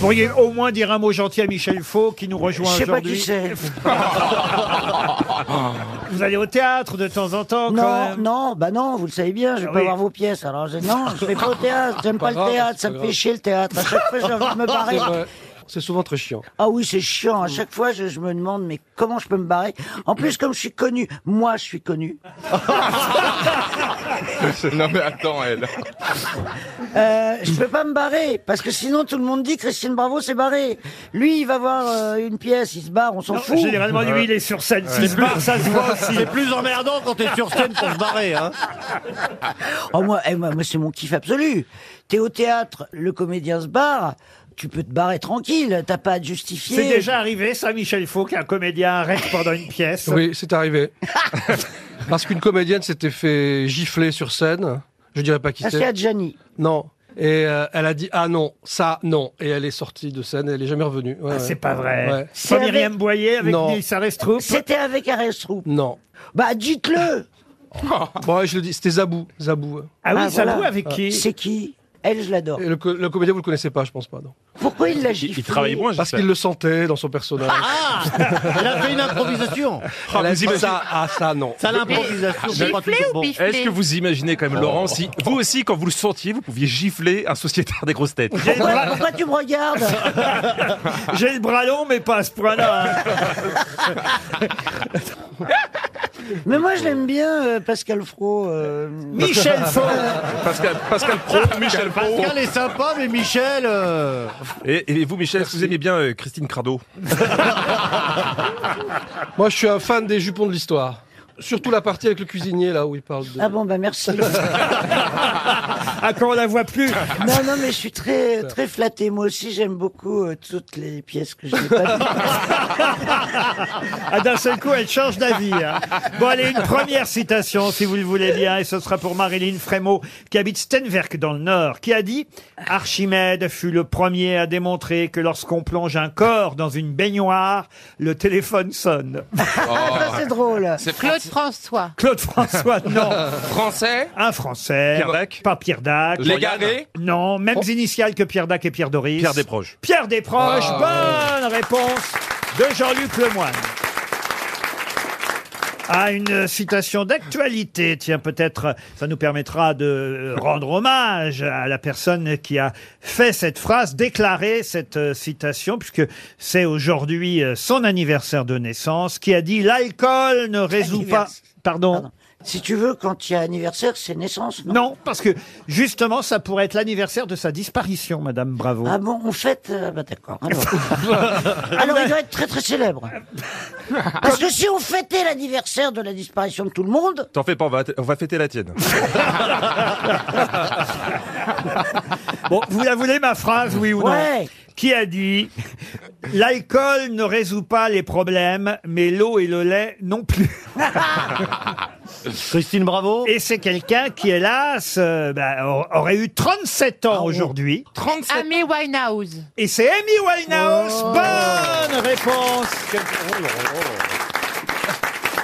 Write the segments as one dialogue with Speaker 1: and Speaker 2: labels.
Speaker 1: pourriez au moins dire un mot gentil à Michel Faux qui nous rejoint
Speaker 2: Je sais pas
Speaker 1: aujourd'hui.
Speaker 2: qui c'est.
Speaker 1: Vous allez au théâtre de temps en temps quand
Speaker 2: Non,
Speaker 1: même.
Speaker 2: non, bah non, vous le savez bien, je vais
Speaker 1: Ah
Speaker 2: pas
Speaker 1: oui.
Speaker 2: voir vos pièces. Alors je- non,
Speaker 3: Ah,
Speaker 2: je vais pas au théâtre, j'aime pas le théâtre, ça me fait chier le théâtre. À chaque fois, j'ai envie de me barrer.
Speaker 3: C'est souvent très chiant.
Speaker 2: Ah oui, c'est
Speaker 1: Mm.
Speaker 2: chiant. À chaque fois, je, je me demande, mais comment je peux me barrer En plus, comme je suis connu, moi, je suis connu.
Speaker 4: Non mais attends, elle.
Speaker 2: Euh, je peux pas me barrer parce que sinon, tout le monde dit Christine Bravo s'est barrée. Lui, il va voir euh, une pièce, il se barre, on s'en fout.
Speaker 1: Généralement, lui, il est sur scène. S'il se barre, ça se voit aussi.
Speaker 3: C'est plus emmerdant quand t'es sur scène pour se barrer, hein.
Speaker 2: Oh, moi, eh, moi, moi, c'est mon kiff absolu. T'es au théâtre, le comédien se barre, tu peux te barrer tranquille, t'as pas à te justifier.
Speaker 1: C'est déjà arrivé, ça, Michel Faux, qu'un comédien arrête pendant une pièce.
Speaker 3: Oui, c'est arrivé. Parce qu'une comédienne s'était fait gifler sur scène. Je dirais pas qui
Speaker 2: Ah, c'est
Speaker 3: c'est.
Speaker 2: à Gianni.
Speaker 3: Non. Et euh, elle a dit ah non, ça non. Et elle est sortie de scène. Et elle est jamais revenue. Ouais,
Speaker 1: Ah,
Speaker 3: ouais.
Speaker 1: C'est pas vrai.
Speaker 3: Ouais.
Speaker 1: C'est
Speaker 2: C'est
Speaker 1: Myriam
Speaker 2: avec-
Speaker 1: Boyer avec
Speaker 3: Non.
Speaker 1: Nils Arestrup.
Speaker 2: C'était avec Arestrup.
Speaker 3: Non.
Speaker 2: Bah, dites-le
Speaker 3: Bon, ouais, je le dis. C'était Zabou. Zabou. ouais.
Speaker 1: Ah oui,
Speaker 2: Ah,
Speaker 1: ça
Speaker 2: voilà.
Speaker 1: joue avec qui
Speaker 2: C'est qui Elle, je l'adore.
Speaker 3: Et le, co- le comédien vous le connaissez pas, je pense pas. Non.
Speaker 2: Pourquoi il l'a
Speaker 4: Il,
Speaker 2: giflé
Speaker 4: travaille moins,
Speaker 3: Parce qu'il le sentait dans son personnage.
Speaker 5: Elle a fait une improvisation.
Speaker 1: Ah,
Speaker 3: elle a dit ça ah ça non.
Speaker 5: Ça, l'improvisation, c'est pas tout
Speaker 6: Giflé
Speaker 5: de
Speaker 6: ou
Speaker 5: bon.
Speaker 6: piflé
Speaker 4: Est-ce que vous imaginez quand même, Laurent, si vous aussi, quand vous le sentiez, vous pouviez gifler un sociétaire des grosses têtes
Speaker 1: J'ai le,
Speaker 2: Pourquoi,
Speaker 1: bras,
Speaker 2: pourquoi tu me regardes
Speaker 1: j'ai le bras long, mais pas à ce point-là. hein.
Speaker 2: Mais moi, je l'aime bien, euh, Pascal Fro. euh,
Speaker 1: Michel Faux
Speaker 4: Pascal, Pascal Pro, Michel Pro.
Speaker 5: Pascal est sympa, mais Michel. euh,
Speaker 4: Et, et vous, Michel, est-ce que vous aimez bien euh, Christine Crado
Speaker 3: Moi, je suis un fan des jupons de l'histoire. Surtout la partie avec le cuisinier là où il parle de.
Speaker 2: Ah bon, bah merci.
Speaker 1: Ah, quand on la voit plus.
Speaker 2: Non, non, mais je suis très, très flatté. Moi aussi, j'aime beaucoup euh, toutes les pièces que je n'ai pas vues.
Speaker 1: Ah, d'un seul coup, elle change d'avis. hein. Bon, allez, une première citation, si vous le voulez bien, et ce sera pour Marilyn Frémaux, qui habite Stenwerk dans le Nord, qui a dit « Archimède fut le premier à démontrer que lorsqu'on plonge un corps dans une baignoire, le téléphone sonne.
Speaker 4: Oh,
Speaker 2: Ça, c'est drôle.
Speaker 6: Oh. Claude François. »
Speaker 1: Claude François, non.
Speaker 7: Français,
Speaker 1: Un Français.
Speaker 4: Pierre Dac
Speaker 1: Pas Pierre Dac.
Speaker 7: légaré,
Speaker 1: Non, mêmes initiales que Pierre Dac et Pierre Doris.
Speaker 4: Pierre Desproges.
Speaker 1: Pierre Desproges, bonne réponse de Jean-Luc Lemoyne. Ah, une citation d'actualité. Tiens, peut-être ça nous permettra de rendre hommage à la personne qui a fait cette phrase, déclaré cette euh, citation, puisque c'est aujourd'hui euh, son anniversaire de naissance, qui a dit l'alcool ne résout pas.
Speaker 2: Anniversaire.
Speaker 1: Pardon.
Speaker 2: Pardon. Si tu veux, quand il y a anniversaire, c'est naissance, non,
Speaker 1: Non, parce que justement, ça pourrait être l'anniversaire de sa disparition, Madame Bravo.
Speaker 2: Ah bon, on fête euh, Bah d'accord. Alors. Alors, il doit être très très célèbre. Parce que si on fêtait l'anniversaire de la disparition de tout le monde,
Speaker 4: T'en fais pas, on va, on va fêter la tienne.
Speaker 1: Bon, vous la voulez ma phrase, oui ou non
Speaker 2: Ouais.
Speaker 1: Qui a dit L'alcool ne résout pas les problèmes, mais l'eau et le lait non plus.
Speaker 5: Christine Bravo.
Speaker 1: Et c'est quelqu'un qui, hélas, euh, bah, aur- aurait eu 37 ans aujourd'hui.
Speaker 7: 37
Speaker 6: Amy Winehouse.
Speaker 1: Et c'est Amy Winehouse. Bonne réponse.
Speaker 4: Oh,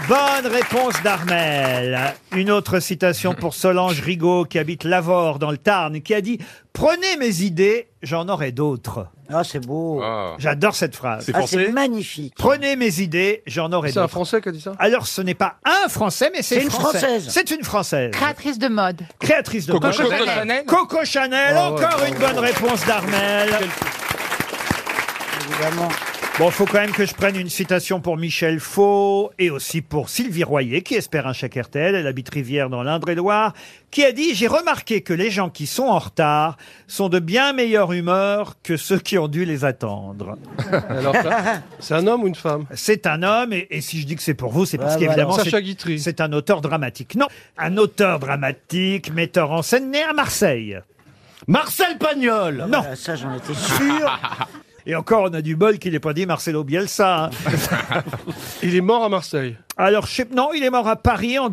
Speaker 1: Bonne réponse d'Armel. Une autre citation pour Solange Rigaud qui habite Lavore dans le Tarn qui a dit Prenez mes idées, j'en aurai d'autres.
Speaker 2: ah c'est beau.
Speaker 1: J'adore cette phrase.
Speaker 4: C'est
Speaker 2: Ah, c'est
Speaker 4: français
Speaker 2: magnifique.
Speaker 1: Prenez mes idées, j'en aurai
Speaker 3: C'est un
Speaker 1: d'autres.
Speaker 3: Français qui a dit ça
Speaker 1: Alors ce n'est pas un Français, mais c'est
Speaker 2: C'est une
Speaker 1: français.
Speaker 2: Française.
Speaker 1: C'est une Française.
Speaker 6: Créatrice de mode.
Speaker 1: Créatrice de mode.
Speaker 7: Coco Chanel,
Speaker 1: Coco Chanel,
Speaker 3: Ah ouais,
Speaker 1: encore
Speaker 3: bravo.
Speaker 1: une bonne réponse d'Armel.
Speaker 2: Évidemment.
Speaker 1: Bon, faut quand même que je prenne une citation pour Michel Faux et aussi pour Sylvie Royer, qui espère un chèque RTL. Elle habite Rivière dans l'Indre-et-Loire, qui a dit J'ai remarqué que les gens qui sont en retard sont de bien meilleure humeur que ceux qui ont dû les attendre.
Speaker 3: Alors, ça- c'est un homme ou une femme
Speaker 1: C'est un homme, et, et si je dis que c'est pour vous, c'est parce
Speaker 2: Ouais,
Speaker 1: qu'évidemment,
Speaker 3: voilà.
Speaker 1: c'est-
Speaker 3: Sacha Guitry.
Speaker 1: c'est un auteur dramatique. Non, un auteur dramatique, metteur en scène, né à Marseille.
Speaker 5: Marcel Pagnol.
Speaker 1: Non,
Speaker 2: Ah, ça, j'en étais sûr.
Speaker 1: et encore, on a du bol qu'il n'ait pas dit Marcelo Bielsa. hein.
Speaker 3: Il est mort à Marseille.
Speaker 1: Alors, je sais- non, il est mort à Paris en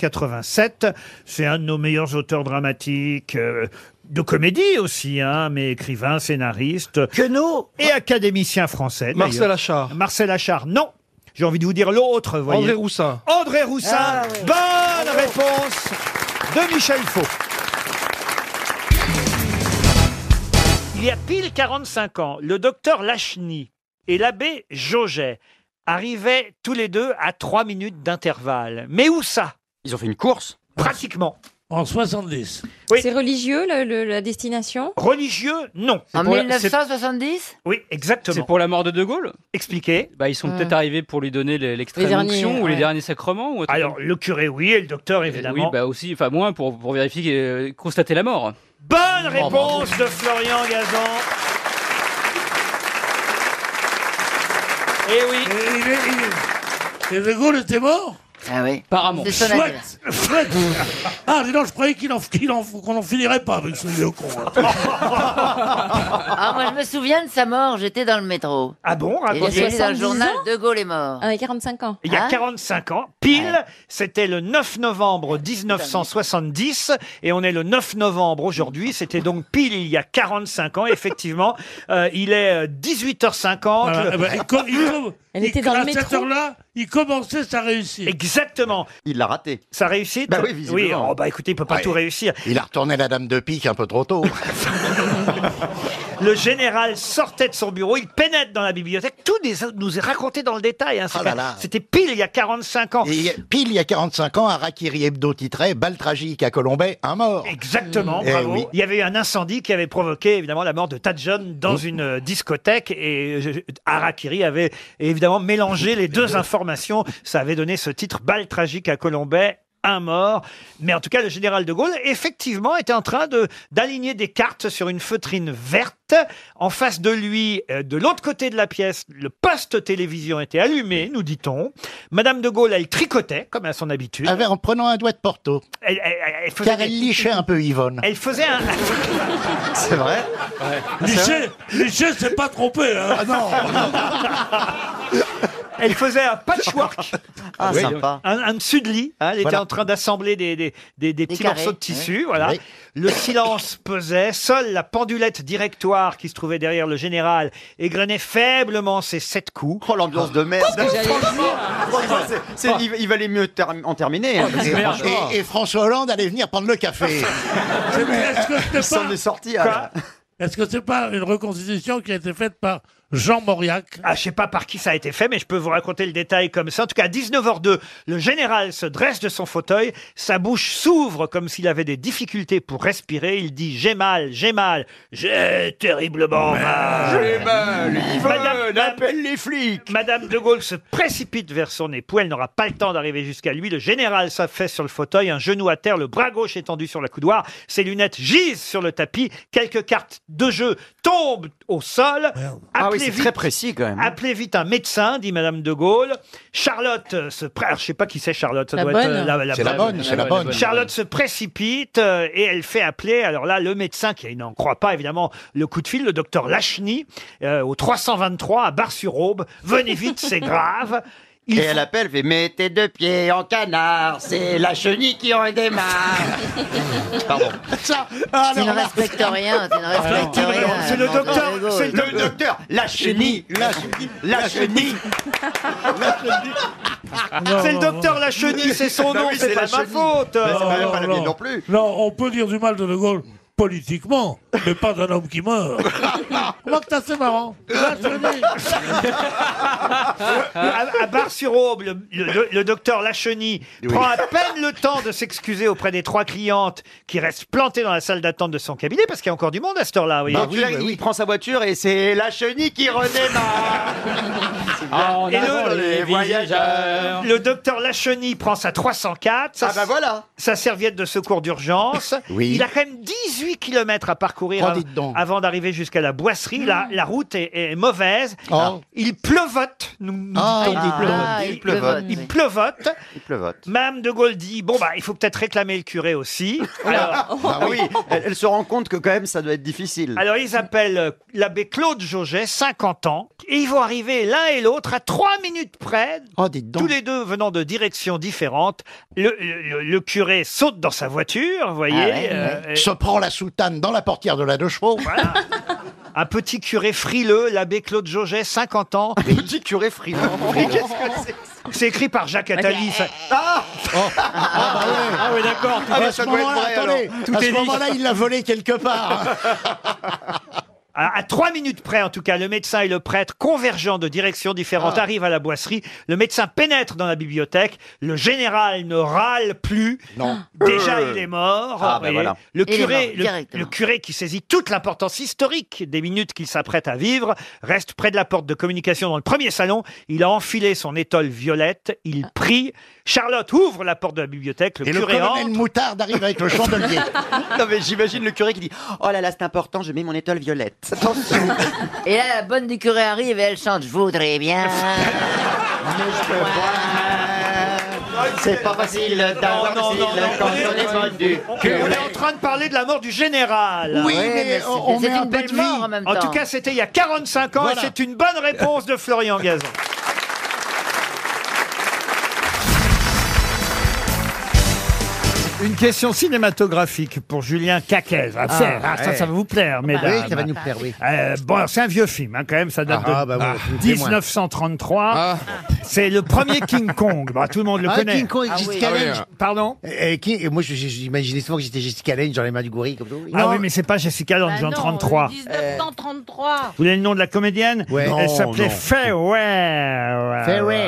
Speaker 1: 1987. C'est un de nos meilleurs auteurs dramatiques, euh, de comédie aussi, hein, mais écrivain, scénariste
Speaker 2: Que nous
Speaker 1: et académicien français. d'ailleurs.
Speaker 3: Marcel Achard.
Speaker 1: Marcel Achard, non. J'ai envie de vous dire l'autre, vous voyez.
Speaker 3: André Roussin.
Speaker 1: André Roussin.
Speaker 2: Ah, oui.
Speaker 1: Bonne réponse de Michel Faux. Il y a pile 45 ans, le docteur Lachny et l'abbé Jauget arrivaient tous les deux à 3 minutes d'intervalle. Mais où ça
Speaker 7: Ils ont fait une course
Speaker 1: Pratiquement.
Speaker 8: En 70.
Speaker 1: Oui.
Speaker 9: C'est religieux le- le- la destination
Speaker 1: Religieux, non.
Speaker 6: En
Speaker 7: pour la-
Speaker 6: 1970
Speaker 1: Oui,
Speaker 7: C'est
Speaker 1: exactement. Euh.
Speaker 7: pour la mort de De Gaulle
Speaker 1: Expliquez.
Speaker 7: bah, Ils sont
Speaker 6: Ouais.
Speaker 7: peut-être arrivés pour lui donner le-
Speaker 9: Les
Speaker 7: l'extrême
Speaker 9: derniers,
Speaker 7: onction ou
Speaker 9: ouais.
Speaker 7: les derniers sacrements ou un truc
Speaker 1: Alors, le curé, oui, et le docteur,
Speaker 7: comme-
Speaker 1: évidemment.
Speaker 7: Oui, bah aussi, enfin moins pour, pour vérifier, euh, constater la mort.
Speaker 1: Bonne réponse de Florian Gazan.
Speaker 7: Eh oui,
Speaker 8: Et, il est- il est- et De Gaulle était mort
Speaker 2: Ah oui.
Speaker 7: apparemment.
Speaker 6: C'est son
Speaker 8: Chouette
Speaker 6: anniversaire.
Speaker 8: Chouette Ah, dis donc, je croyais qu'il en, qu'il en- qu'on en finirait pas avec ce vieux con. hein.
Speaker 10: Ah, moi, je me souviens de sa mort. J'étais dans le métro.
Speaker 1: Ah bon,
Speaker 10: Et j'ai
Speaker 1: racontez.
Speaker 10: lu dans le
Speaker 9: 70
Speaker 10: journal
Speaker 9: ans
Speaker 10: De Gaulle est mort.
Speaker 9: Ah, il y a 45 ans.
Speaker 1: Il y a
Speaker 10: Hein
Speaker 1: 45 ans, pile, c'était le 9
Speaker 10: Ah,
Speaker 1: novembre 1970 et on est le 9 novembre aujourd'hui, c'était donc pile il y a 45 ans, effectivement. Euh, il est euh, 18h50.
Speaker 8: Voilà, eh ben, il com- il com-
Speaker 9: Elle
Speaker 8: il-
Speaker 9: était dans le
Speaker 8: à
Speaker 9: métro.
Speaker 8: cette heure-là, il commençait sa réussite.
Speaker 1: Exactement.
Speaker 11: Il l'a raté.
Speaker 1: Sa réussite
Speaker 11: Bah oui, visiblement.
Speaker 1: oh, bah écoutez, il peut pas
Speaker 11: Ouais.
Speaker 1: tout réussir.
Speaker 11: Il a retourné la dame de pique un peu trop tôt.
Speaker 1: Le général sortait de son bureau, il pénètre dans la bibliothèque, tout des- nous est raconté dans le détail. hein.
Speaker 11: Ah là là.
Speaker 1: C'était pile il y a 45 ans.
Speaker 11: Et il y a- pile il y a 45 ans, un Rakiri Hebdo titrait Balle tragique à Colombay, un mort.
Speaker 1: Exactement,
Speaker 11: Eh
Speaker 1: bravo.
Speaker 11: oui.
Speaker 1: Il y avait eu un incendie qui avait provoqué évidemment la mort de Tad John dans
Speaker 11: Mm.
Speaker 1: une euh, discothèque et je- je- Harakiri avait évidemment mélangé les deux informations. Ça avait donné ce titre Balle tragique à Colombay. Un mort, mais en tout cas le général de Gaulle effectivement était en train de d'aligner des cartes sur une feutrine verte. En face de lui, euh, de l'autre côté de la pièce, le poste télévision était allumé, nous dit-on. Madame de Gaulle, elle tricotait comme à son habitude.
Speaker 11: Avec- en prenant un doigt de Porto,
Speaker 1: Elle, elle- elle- elle faisait
Speaker 11: car
Speaker 1: des-
Speaker 11: elle lichait un peu Yvonne.
Speaker 1: elle faisait un,
Speaker 11: C'est vrai Ah,
Speaker 8: Liché, Liché s'est pas trompé. Hein.
Speaker 1: elle faisait un patchwork,
Speaker 7: Ah, oui.
Speaker 1: un, un dessus de lit. hein, elle était
Speaker 11: Voilà.
Speaker 1: en train d'assembler des, des, des- des petits
Speaker 10: carrés,
Speaker 1: morceaux de tissu. Voilà.
Speaker 11: Oui.
Speaker 1: Le silence pesait. Seule la pendulette directoire qui se trouvait derrière le général égrenait faiblement ses sept coups.
Speaker 11: Oh l'ambiance de merde
Speaker 7: il, valait mieux en terminer. hein.
Speaker 11: et, et- et François Hollande allait venir prendre le café.
Speaker 8: C'est- Est-ce que c'est pas,
Speaker 11: sorti
Speaker 8: est-ce que c'est pas une reconstitution qui a été faite par Jean Mauriac
Speaker 1: Ah, je sais pas par qui ça a été fait, mais je peux vous raconter le détail comme ça. En tout cas, à 19h02, le général se dresse de son fauteuil, sa bouche s'ouvre comme s'il avait des difficultés pour respirer. Il dit J'ai mal, j'ai mal, j'ai terriblement mal. Madame-
Speaker 11: appelle Euh, les flics
Speaker 1: Madame de Gaulle se précipite vers son époux. Elle n'aura pas le temps d'arriver jusqu'à lui. Le général s'affaisse sur le fauteuil, un genou à terre, le bras gauche étendu sur la coudoir. Ses lunettes gisent sur le tapis. Quelques cartes de jeu tombent au sol.
Speaker 7: Ah oui,
Speaker 1: Appelez
Speaker 7: c'est
Speaker 1: vite-
Speaker 7: très précis quand même. hein.
Speaker 1: Appelez vite un médecin, dit Madame de Gaulle. Charlotte euh, se pré... Alors, je sais pas qui c'est Charlotte. Ça
Speaker 6: La
Speaker 1: doit
Speaker 6: bonne.
Speaker 1: être euh, la, la
Speaker 11: C'est la
Speaker 1: bonne.
Speaker 11: bonne, c'est la bonne.
Speaker 1: Charlotte se précipite euh, et elle fait appeler, alors là, le médecin qui n'en croit pas, évidemment, le coup de fil, le docteur Lachny, euh, au 323 à Bar-sur-Aube. Venez vite, c'est grave. Il faut-
Speaker 7: appelle, fait mettez deux pieds en canard, c'est la chenille qui redémarre.
Speaker 10: Tu ne respectes rien. Tu ne respectes
Speaker 1: C'est
Speaker 10: rien.
Speaker 1: le- c'est le docteur, c'est le docteur.
Speaker 11: docteur, la chenille, la chenille, la chenille.
Speaker 1: C'est le docteur Lacheny, c'est son nom,
Speaker 11: oui,
Speaker 1: c'est
Speaker 11: c'est
Speaker 1: pas ma
Speaker 11: Lacheny.
Speaker 1: faute.
Speaker 11: c'est
Speaker 8: Non,
Speaker 11: pas-
Speaker 8: non,
Speaker 11: la
Speaker 8: non.
Speaker 11: mienne non plus.
Speaker 8: Non, on peut dire du mal de De Gaulle politiquement, mais pas d'un homme qui meurt.
Speaker 12: Ah,
Speaker 8: Comment que t'as c'est marrant Là, je le dis.
Speaker 1: à, à Bar-sur-Aube, le, le- le docteur Lacheny prend à peine le temps de s'excuser auprès des trois clientes qui restent plantées dans la salle d'attente de son cabinet parce qu'il y a encore du monde à cette heure-là. oui.
Speaker 7: il prend sa voiture et c'est la chenille qui redémarre. en
Speaker 1: Et
Speaker 7: avant
Speaker 1: le-
Speaker 7: les voyageurs.
Speaker 1: le docteur Lacheny prend sa 304, sa,
Speaker 7: Ah, bah voilà.
Speaker 1: sa serviette de secours d'urgence.
Speaker 11: Oui.
Speaker 1: Il a quand même 18 km à parcourir
Speaker 11: Oh,
Speaker 1: av-
Speaker 11: dites donc.
Speaker 1: avant d'arriver jusqu'à la boisserie. La, la route est, est mauvaise.
Speaker 11: Oh.
Speaker 1: Il pleuvote, nous, nous
Speaker 11: Ah,
Speaker 1: dit-on.
Speaker 11: il pleuvote.
Speaker 10: Ah,
Speaker 11: Il
Speaker 10: il
Speaker 11: pleuvote.
Speaker 10: pleuvote.
Speaker 1: Il
Speaker 10: oui.
Speaker 1: pleuvote.
Speaker 11: Il pleuvote.
Speaker 1: Madame de Gaulle dit bon bah il faut peut-être réclamer le curé aussi. Alors,
Speaker 11: Ah oui, elle, se rend compte que quand même ça doit être difficile.
Speaker 1: alors ils appellent euh, l'abbé Claude Jauget, 50 ans, et ils vont arriver l'un et l'autre à trois minutes près,
Speaker 11: Oh, dites
Speaker 1: tous
Speaker 11: donc.
Speaker 1: les deux venant de directions différentes. Le, le- le- le curé saute dans sa voiture, vous voyez,
Speaker 10: Ah ouais,
Speaker 1: euh, et
Speaker 11: Se prend la soutane dans la portière de la deux chevaux.
Speaker 1: un petit curé frileux, l'abbé Claude Jauget, 50 ans.
Speaker 11: Petit curé frileux.
Speaker 1: C'est écrit par Jacques Attali. ça- Oh.
Speaker 7: Ah oui, d'accord.
Speaker 11: Ah, mais ça doit être vrai,
Speaker 5: Attendez,
Speaker 11: alors. À ce moment-là, il l'a volé quelque part. hein.
Speaker 1: à, à trois minutes près, en tout cas, le médecin et le prêtre, convergents de directions différentes,
Speaker 13: Ah.
Speaker 1: arrivent à la boisserie. Le médecin pénètre dans la bibliothèque. Le général ne râle plus. Ah.
Speaker 14: Non.
Speaker 1: Déjà,
Speaker 14: Euh.
Speaker 1: il est mort. vous
Speaker 14: Ah, ben
Speaker 1: voyez.
Speaker 14: voilà.
Speaker 1: Le
Speaker 14: Il est
Speaker 1: curé,
Speaker 14: mort,
Speaker 1: le-
Speaker 14: directement.
Speaker 1: le curé qui saisit toute l'importance historique des minutes qu'il s'apprête à vivre, reste près de la porte de communication dans le premier salon. Il a enfilé son étole violette. Il
Speaker 13: Ah.
Speaker 1: prie. Charlotte ouvre la porte de la bibliothèque. Le
Speaker 14: Et le
Speaker 1: curé entre.
Speaker 14: colonel Moutarde arrive avec le chandelier.
Speaker 13: Non mais j'imagine le curé qui dit « Oh là là, c'est important, je mets mon étole violette.
Speaker 15: Et là, la bonne du curé arrive et elle chante Je voudrais bien.
Speaker 13: C'est pas facile d'avoir
Speaker 1: Non, non,
Speaker 13: facile
Speaker 1: non, non,
Speaker 13: quand
Speaker 1: on est-
Speaker 13: on est bonne du
Speaker 1: On on
Speaker 13: curé.
Speaker 1: est en train de parler de la mort du général.
Speaker 14: Oui, mais
Speaker 15: mais
Speaker 14: on- on
Speaker 15: c'est
Speaker 14: met un
Speaker 15: une
Speaker 14: peu
Speaker 15: bonne
Speaker 14: de vie.
Speaker 15: mort en même
Speaker 1: En
Speaker 15: temps.
Speaker 1: tout cas, c'était il y a 45 ans
Speaker 14: Voilà.
Speaker 1: et c'est une bonne réponse de Florian Gazan. Une question cinématographique pour Julien Caquez. Ah, tiens, ah, ça, ça va vous plaire, mesdames.
Speaker 8: Oui, ça va nous plaire, oui.
Speaker 1: Euh, bon, alors, c'est un vieux film, hein, quand même, ça date
Speaker 8: Ah,
Speaker 1: de
Speaker 8: bah oui,
Speaker 1: ah,
Speaker 8: je suis témoin.
Speaker 1: 1933.
Speaker 14: Ah.
Speaker 1: C'est le premier King Kong. Bah, tout le monde le
Speaker 8: Ah,
Speaker 1: connaît.
Speaker 8: King Kong et Jessica
Speaker 1: Ah oui.
Speaker 14: hein.
Speaker 8: Lange.
Speaker 1: Pardon
Speaker 8: Et, Eh, qui, et moi, je- je- j'imaginais souvent que j'étais Jessica Lange dans les mains du gorille, comme ça.
Speaker 1: Ah oui, mais c'est pas Jessica
Speaker 8: Bah
Speaker 1: Lange en
Speaker 8: euh,
Speaker 1: 33.
Speaker 16: 1933.
Speaker 9: Euh,
Speaker 1: Vous voulez le nom de la comédienne
Speaker 8: Non,
Speaker 1: Elle s'appelait
Speaker 8: non.
Speaker 1: Fairway.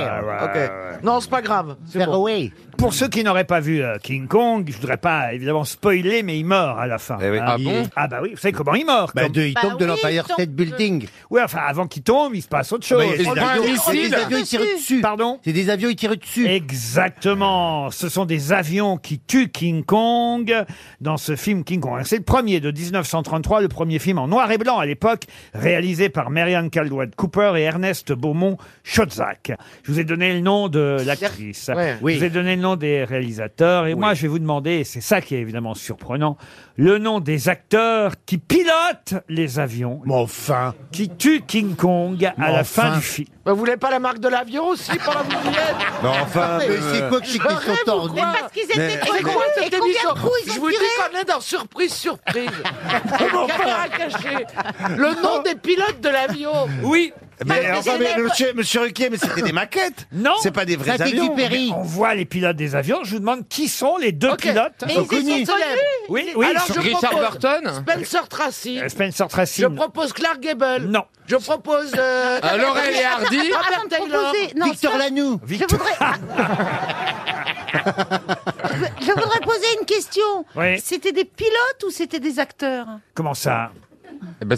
Speaker 8: Non, c'est pas grave. Fairway.
Speaker 1: Pour ceux qui n'auraient pas vu euh, King Kong, je voudrais pas évidemment spoiler, mais il meurt à la fin. hein.
Speaker 8: Ah bon
Speaker 1: Ah bah oui, vous savez comment il meurt
Speaker 8: Bah,
Speaker 1: comme-
Speaker 8: de- il tombe de l'Empire State Building.
Speaker 1: Oui, enfin, avant qu'il tombe, il se passe autre chose.
Speaker 8: Ah, bah, il y a des Ah, avions- il y a des avions, ils tirent dessus.
Speaker 1: Pardon
Speaker 8: C'est des avions, ils tirent dessus.
Speaker 1: Exactement. Ce sont des avions qui tuent King Kong dans ce film King Kong. C'est le premier de 1933, le premier film en noir et blanc à l'époque, réalisé par Marianne Caldwell Cooper et Ernest Beaumont Chodzak. Je vous ai donné le nom de l'actrice.
Speaker 8: Ouais.
Speaker 1: Je vous ai donné le nom des réalisateurs. Et moi, je vais vous demander, et c'est ça qui est évidemment surprenant, le nom des acteurs qui pilotent les avions. enfin. Qui tuent King Kong à
Speaker 8: Mais
Speaker 1: la fin
Speaker 8: enfin.
Speaker 1: du film.
Speaker 12: Bah, vous voulez pas la marque Ah, de l'avion aussi pour la bouillette
Speaker 8: Mais enfin, Mais euh, c'est quoi que c'est qu'ils sont tordus
Speaker 12: Mais parce qu'ils
Speaker 8: Mais-
Speaker 12: étaient trop
Speaker 8: Et
Speaker 12: gros,
Speaker 8: combien de
Speaker 12: cette
Speaker 8: coups ils
Speaker 12: émission.
Speaker 8: ont tiré
Speaker 12: Je vous dis qu'on est dans surprise, surprise. Comment pas caché. Le nom des pilotes de l'avion.
Speaker 1: Oui.
Speaker 12: Parce
Speaker 7: Mais
Speaker 12: que
Speaker 7: enfin,
Speaker 12: c'est
Speaker 7: mais
Speaker 12: des-
Speaker 7: monsieur, monsieur Ruquier, mais c'était des maquettes.
Speaker 1: Non.
Speaker 7: C'est pas des vrais avions.
Speaker 1: Mais On voit les pilotes des avions. Je vous demande qui sont les deux pilotes.
Speaker 12: Mais ils y sont célèbres.
Speaker 1: Oui, oui.
Speaker 12: Alors,
Speaker 1: ils
Speaker 12: je
Speaker 1: sont-
Speaker 12: propose Spencer Tracy.
Speaker 1: Euh, Spencer Tracy.
Speaker 12: Je propose Clark Gable.
Speaker 1: Non.
Speaker 12: Je propose. euh,
Speaker 1: Euh, Laurel et Hardy.
Speaker 12: Robert
Speaker 8: Avant de
Speaker 12: Taylor.
Speaker 8: proposer- non, Victor ça- Lanoux.
Speaker 1: Victor-
Speaker 17: Bah, Je voudrais poser une question.
Speaker 1: Oui.
Speaker 17: C'était des pilotes ou c'était des acteurs
Speaker 1: Comment ça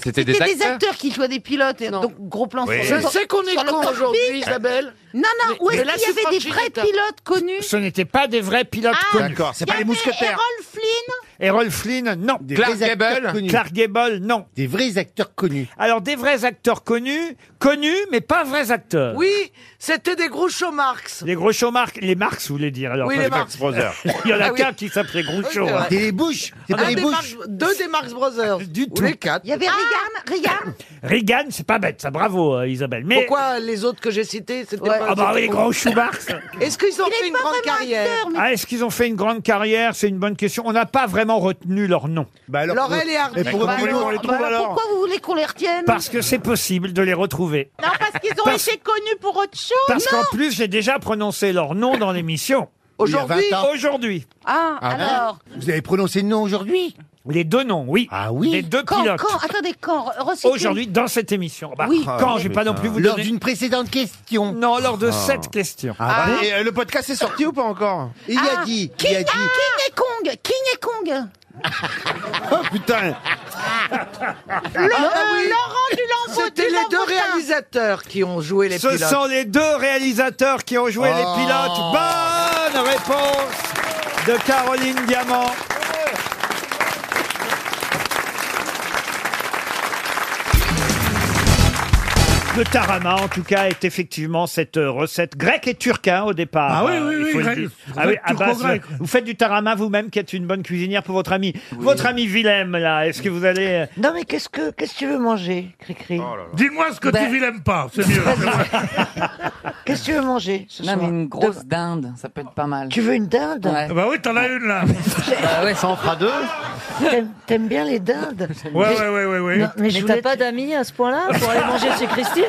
Speaker 17: C'était des, acteurs qui jouaient des pilotes, et donc gros plan
Speaker 1: Oui.
Speaker 17: sur le
Speaker 1: Je sais qu'on
Speaker 12: est
Speaker 17: sur le
Speaker 12: cons
Speaker 17: cockpit. Euh,
Speaker 12: aujourd'hui, Isabelle.
Speaker 17: Non, non,
Speaker 12: Mais-
Speaker 17: où
Speaker 12: mais
Speaker 17: est-ce
Speaker 12: là,
Speaker 17: qu'il y
Speaker 12: c'est
Speaker 17: avait des
Speaker 12: Franck
Speaker 17: vrais
Speaker 12: Gillette.
Speaker 17: pilotes connus
Speaker 1: Ce n'étaient pas des vrais pilotes
Speaker 17: Ah.
Speaker 1: connus.
Speaker 17: D'accord, c'est pas Il y
Speaker 1: les
Speaker 17: avait Errol Flynn
Speaker 1: Errol Flynn, non.
Speaker 8: Des Clark vrais acteurs Gable connus.
Speaker 1: Clark Gable, non.
Speaker 8: Des vrais acteurs connus.
Speaker 1: Alors, des vrais acteurs connus, connus, mais pas vrais acteurs.
Speaker 12: Oui, c'était des Groucho Marx.
Speaker 1: Les Groucho Marx, les Marx, vous voulez dire alors
Speaker 12: Oui,
Speaker 1: pas
Speaker 12: les
Speaker 1: les
Speaker 12: Marx
Speaker 1: Brothers. Il y en a
Speaker 12: Ah oui.
Speaker 1: qu'un qui s'appelait Groucho.
Speaker 12: Oui, c'est vrai. Des
Speaker 1: Bush.
Speaker 12: Un des Marx- deux des Marx Brothers. Du
Speaker 1: tout.
Speaker 12: les quatre. Ah
Speaker 17: Il y avait Reagan, Reagan.
Speaker 1: Reagan, c'est pas bête, ça. Bravo, euh, Isabelle. Mais
Speaker 12: Pourquoi les autres que j'ai cités, c'était pas...
Speaker 1: ah bah oui, les grands Schumachs.
Speaker 12: Est-ce qu'ils ont fait une grande carrière
Speaker 1: Ah, est-ce qu'ils ont fait une grande carrière C'est une bonne question. On n'a pas vraiment retenu leur nom.
Speaker 12: Laurel et Hardy.
Speaker 17: Bah alors, bah alors Pourquoi vous Oh voulez qu'on les retienne
Speaker 1: Parce que c'est possible de les retrouver.
Speaker 17: Non, parce qu'ils
Speaker 1: ont Parce-
Speaker 17: été connus pour autre chose.
Speaker 1: Parce qu'en plus, j'ai déjà prononcé leur nom dans l'émission.
Speaker 8: Aujourd'hui Il y a 20 ans.
Speaker 1: Aujourd'hui.
Speaker 17: Ah,
Speaker 1: hein
Speaker 8: Ah,
Speaker 17: alors.
Speaker 8: Vous avez prononcé le nom aujourd'hui
Speaker 1: Les deux noms, oui.
Speaker 8: Ah oui
Speaker 1: Les deux
Speaker 17: Quand,
Speaker 1: pilotes.
Speaker 17: quand, attendez, quand
Speaker 8: Oh,
Speaker 17: recitez-
Speaker 1: Aujourd'hui, dans cette émission. Bah,
Speaker 17: Oui.
Speaker 1: Quand J'ai pas non plus vous
Speaker 8: Eh ben. Lors
Speaker 1: donner-
Speaker 8: d'une précédente question.
Speaker 1: Non, lors de cette question.
Speaker 8: Ah, bon
Speaker 7: Et euh, le podcast est sorti ou pas encore
Speaker 8: Il y a
Speaker 17: Ah,
Speaker 8: dit, il
Speaker 17: King,
Speaker 8: y a dit.
Speaker 17: ah, King et Kong King et Kong
Speaker 7: Oh putain
Speaker 12: Ah oui.
Speaker 17: Laurent Dulambeau
Speaker 12: C'était les deux réalisateurs qui ont joué les
Speaker 1: Ce
Speaker 12: pilotes.
Speaker 1: sont les deux réalisateurs qui ont joué les
Speaker 12: Oh.
Speaker 1: pilotes. Bah, Bonne réponse de Caroline Diamant. Le tarama, en tout cas, est effectivement cette euh, recette grecque et turque hein, au départ.
Speaker 18: Ah oui,
Speaker 1: Euh,
Speaker 18: oui,
Speaker 1: il
Speaker 18: oui,
Speaker 1: faut le
Speaker 18: grec-
Speaker 1: dire.
Speaker 18: grec,
Speaker 1: Ah oui, à base,
Speaker 18: turco-grec.
Speaker 1: euh, vous faites du tarama vous-même, qui êtes une bonne cuisinière pour votre ami. Votre ami Willem, là, est-ce que vous allez... euh,
Speaker 2: Non, mais qu'est-ce que qu'est-ce que tu veux manger, Cricri
Speaker 18: Dis-moi ce que
Speaker 2: Ben-
Speaker 18: tu vis, l'aime pas, c'est mieux.
Speaker 2: Qu'est-ce que tu veux manger ce
Speaker 19: Non,
Speaker 2: soir
Speaker 19: mais une grosse dinde, ça peut être pas mal.
Speaker 2: Tu veux une dinde
Speaker 1: Ah
Speaker 8: Ah
Speaker 19: Ouais.
Speaker 18: bah oui, t'en as une là.
Speaker 7: Ah
Speaker 19: Bah ouais, ça en fera deux.
Speaker 2: T'aimes- T'aimes bien les dindes
Speaker 18: Ouais,
Speaker 2: Mais-
Speaker 18: ouais, ouais, ouais, ouais.
Speaker 2: Non, mais je voulais...
Speaker 20: pas d'amis à ce point-là pour aller manger chez Christine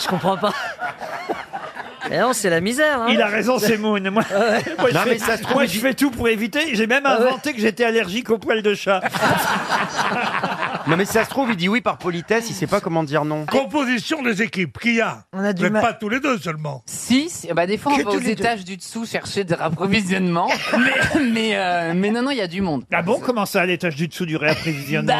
Speaker 20: Je comprends pas. Mais non, c'est la misère. hein.
Speaker 1: Il a raison, c'est Moon. Moi, moi, je,
Speaker 20: Non,
Speaker 1: fais,
Speaker 20: mais ça se trouve,
Speaker 1: moi, je fais tout pour éviter. J'ai même
Speaker 20: Ah ouais.
Speaker 1: inventé que j'étais allergique aux poils de chat.
Speaker 7: Non mais si ça se trouve, il dit oui par politesse, il sait pas comment dire non.
Speaker 8: Composition des équipes, qui a
Speaker 19: On a du
Speaker 8: Mais
Speaker 19: mal.
Speaker 8: pas tous les deux seulement.
Speaker 19: Si, si, bah des fois
Speaker 8: Que
Speaker 19: on va
Speaker 8: tous
Speaker 19: aux
Speaker 8: les deux.
Speaker 19: étages du dessous chercher des rapprovisionnements, mais, mais, euh, mais non, non, il y a du monde.
Speaker 1: Ah bon, comment ça, à l'étage du dessous du réapprovisionnement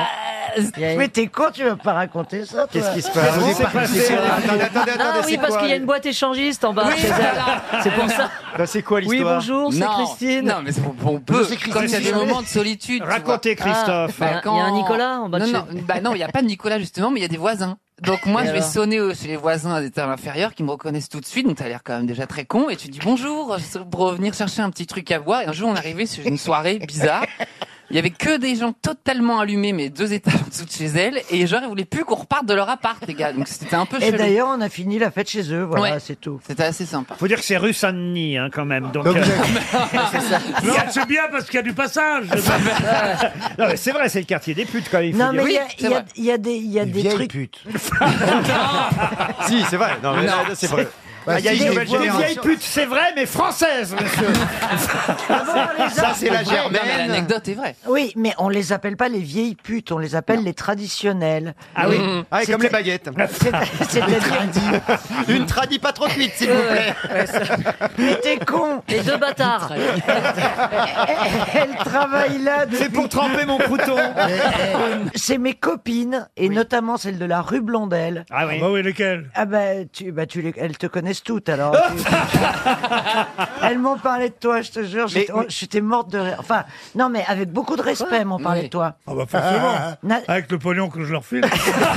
Speaker 19: Bah,
Speaker 2: Mais t'es con, tu vas pas raconter ça, toi.
Speaker 1: Qu'est-ce qui se passe
Speaker 2: Qu'est-ce qui
Speaker 1: C'est passé
Speaker 2: s'est passé
Speaker 1: Attendez, attendez,
Speaker 21: Ah
Speaker 1: attendez,
Speaker 21: oui,
Speaker 1: c'est
Speaker 21: parce
Speaker 1: quoi,
Speaker 21: qu'il y a
Speaker 1: le-
Speaker 21: une boîte échangiste en bas chez elle. C'est pour ça.
Speaker 7: Bah, c'est quoi
Speaker 21: Oui,
Speaker 7: l'histoire
Speaker 21: bonjour, c'est
Speaker 19: Non,
Speaker 21: Christine.
Speaker 19: Non, mais c'est- on peut.
Speaker 21: c'est Christine.
Speaker 19: Quand il y a des moments de solitude. tu
Speaker 1: Racontez,
Speaker 19: vois.
Speaker 1: Christophe.
Speaker 19: Bah,
Speaker 1: Il y a-
Speaker 19: quand-
Speaker 1: il y a un Nicolas
Speaker 21: en bas de
Speaker 19: Non,
Speaker 21: chez-
Speaker 19: non, bah non, il n'y a pas de Nicolas justement, mais il y a des voisins. Donc moi,
Speaker 21: Et
Speaker 19: je vais
Speaker 21: alors
Speaker 19: sonner euh, chez les voisins à des termes inférieurs qui me reconnaissent tout de suite. Donc t'as l'air quand même déjà très con. Et tu dis bonjour je suis pour venir chercher un petit truc à boire. Et un jour, on est arrivé sur une soirée bizarre. Il y avait que des gens totalement allumés, mais deux étages en dessous de chez elle. Et genre, ils voulaient plus qu'on reparte de leur appart, les gars. Donc c'était un peu
Speaker 2: Et
Speaker 19: chelou.
Speaker 2: d'ailleurs, on a fini la fête chez eux, voilà,
Speaker 19: Ouais.
Speaker 2: c'est tout.
Speaker 19: C'était assez sympa.
Speaker 1: Faut dire que c'est rue Saint-Denis, hein, quand même. Donc, euh,
Speaker 8: Non, c'est bien parce qu'il y a du passage.
Speaker 1: non, mais c'est vrai, c'est le quartier des putes, quand même. il faut
Speaker 2: Non,
Speaker 1: dire.
Speaker 2: mais il y a- il y, a- il y a des, il y a des trucs.
Speaker 7: Si, c'est vrai. Non mais
Speaker 1: Non,
Speaker 7: là, c'est vrai.
Speaker 1: Ah,
Speaker 7: Ah, Il y a une nouvelle
Speaker 1: des vieilles
Speaker 7: génération.
Speaker 1: putes, c'est vrai, mais françaises, monsieur.
Speaker 7: Ça, c'est la
Speaker 19: Non, mais
Speaker 7: germaine.
Speaker 19: l'anecdote est vraie.
Speaker 2: Oui, mais on les appelle pas les vieilles putes, on les appelle les traditionnelles.
Speaker 7: Ah oui.
Speaker 21: Mm.
Speaker 7: Ah, et comme
Speaker 2: C'était-
Speaker 7: les baguettes.
Speaker 2: C'est- C'est-à-dire.
Speaker 7: Une tradie pas trop cuite, s'il vous plaît.
Speaker 2: Mais t'es con
Speaker 21: Les deux bâtards.
Speaker 2: Elle travaille là
Speaker 1: C'est pour tremper mon crouton.
Speaker 2: C'est mes copines, et notamment celle de la rue Blondel.
Speaker 1: Ah oui.
Speaker 8: Bah oui, lesquels
Speaker 2: Ah bah, tu, bah tu les, elles te connaissent toutes alors. elles m'ont parlé de toi, je te jure, j'étais oh, j'étais morte de rire. Enfin, non mais avec beaucoup de respect, elles m'ont parlé de toi.
Speaker 8: Ah bah forcément.
Speaker 2: Na-
Speaker 8: Avec le pognon que je leur file.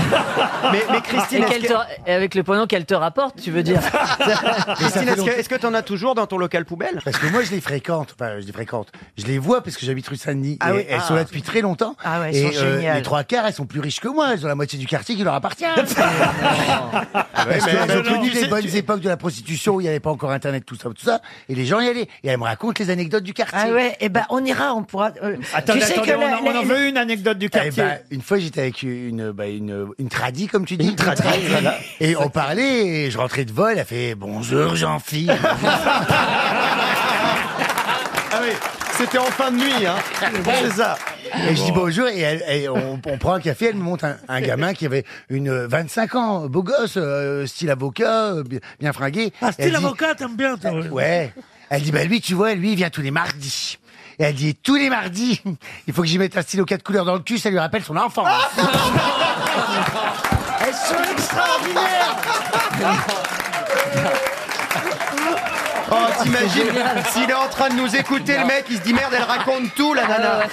Speaker 7: Mais, mais
Speaker 21: Et
Speaker 7: Christine, est-ce
Speaker 21: qu'elle
Speaker 7: que-
Speaker 21: te- et avec le pognon qu'elle te rapporte, tu veux dire.
Speaker 7: Christine, est-ce que- est-ce que t'en as toujours dans ton local poubelle
Speaker 14: Parce que moi, je les fréquente. Enfin, je les fréquente. Je les vois parce que j'habite rue Saint-Denis.
Speaker 2: Ah
Speaker 14: et
Speaker 2: oui,
Speaker 14: elles
Speaker 2: ah.
Speaker 14: sont là depuis très longtemps.
Speaker 2: Ah ouais, elles
Speaker 14: et euh,
Speaker 2: sont géniales. Ah
Speaker 14: les trois quarts, elles sont plus riches que moi. Elles ont la moitié du quartier qui leur appartient.
Speaker 7: Ouais,
Speaker 14: Parce
Speaker 7: mais-
Speaker 14: qu'elles ont
Speaker 7: mais-
Speaker 14: connu
Speaker 7: tu sais-
Speaker 14: les bonnes
Speaker 7: tu-
Speaker 14: époques de la prostitution où il n'y avait pas encore Internet, tout ça, tout ça. Et les gens y allaient. Et elles me racontent les anecdotes du quartier.
Speaker 2: Ah ouais, et ben on ira, on pourra. euh,
Speaker 1: Attendez,
Speaker 2: tu sais
Speaker 1: attendez,
Speaker 2: que
Speaker 1: on,
Speaker 2: la-
Speaker 1: en-
Speaker 2: la-
Speaker 1: on en veut une anecdote du
Speaker 14: Eh
Speaker 1: quartier.
Speaker 14: ben, une fois, j'étais avec une, bah, une, une tradie, comme tu dis. Une tradie, Et on parlait, et je rentrais de vol, elle fait « Bonjour, Jean-Philippe
Speaker 7: Ah oui, c'était en fin de nuit, hein. C'est ça. ».
Speaker 14: Et je dis « Bonjour », et, elle- et on, on prend un café, elle me montre un, un gamin qui avait une euh, 25 ans, beau gosse, euh, style avocat, euh, bi- bien fringué.
Speaker 8: Ah,
Speaker 14: Elle
Speaker 8: style
Speaker 14: dit-
Speaker 8: avocat, t'aimes bien, toi.
Speaker 14: Ouais. Elle dit, bah lui, tu vois, lui, il vient tous les mardis. Et elle dit, tous les mardis, il faut que j'y mette un stylo quatre couleurs dans le cul, ça lui rappelle son enfant.
Speaker 2: Elles sont extraordinaires
Speaker 7: Oh, t'imagines, s'il est en train de nous écouter, le mec, il se dit merde, elle raconte tout, la nana.
Speaker 2: Euh,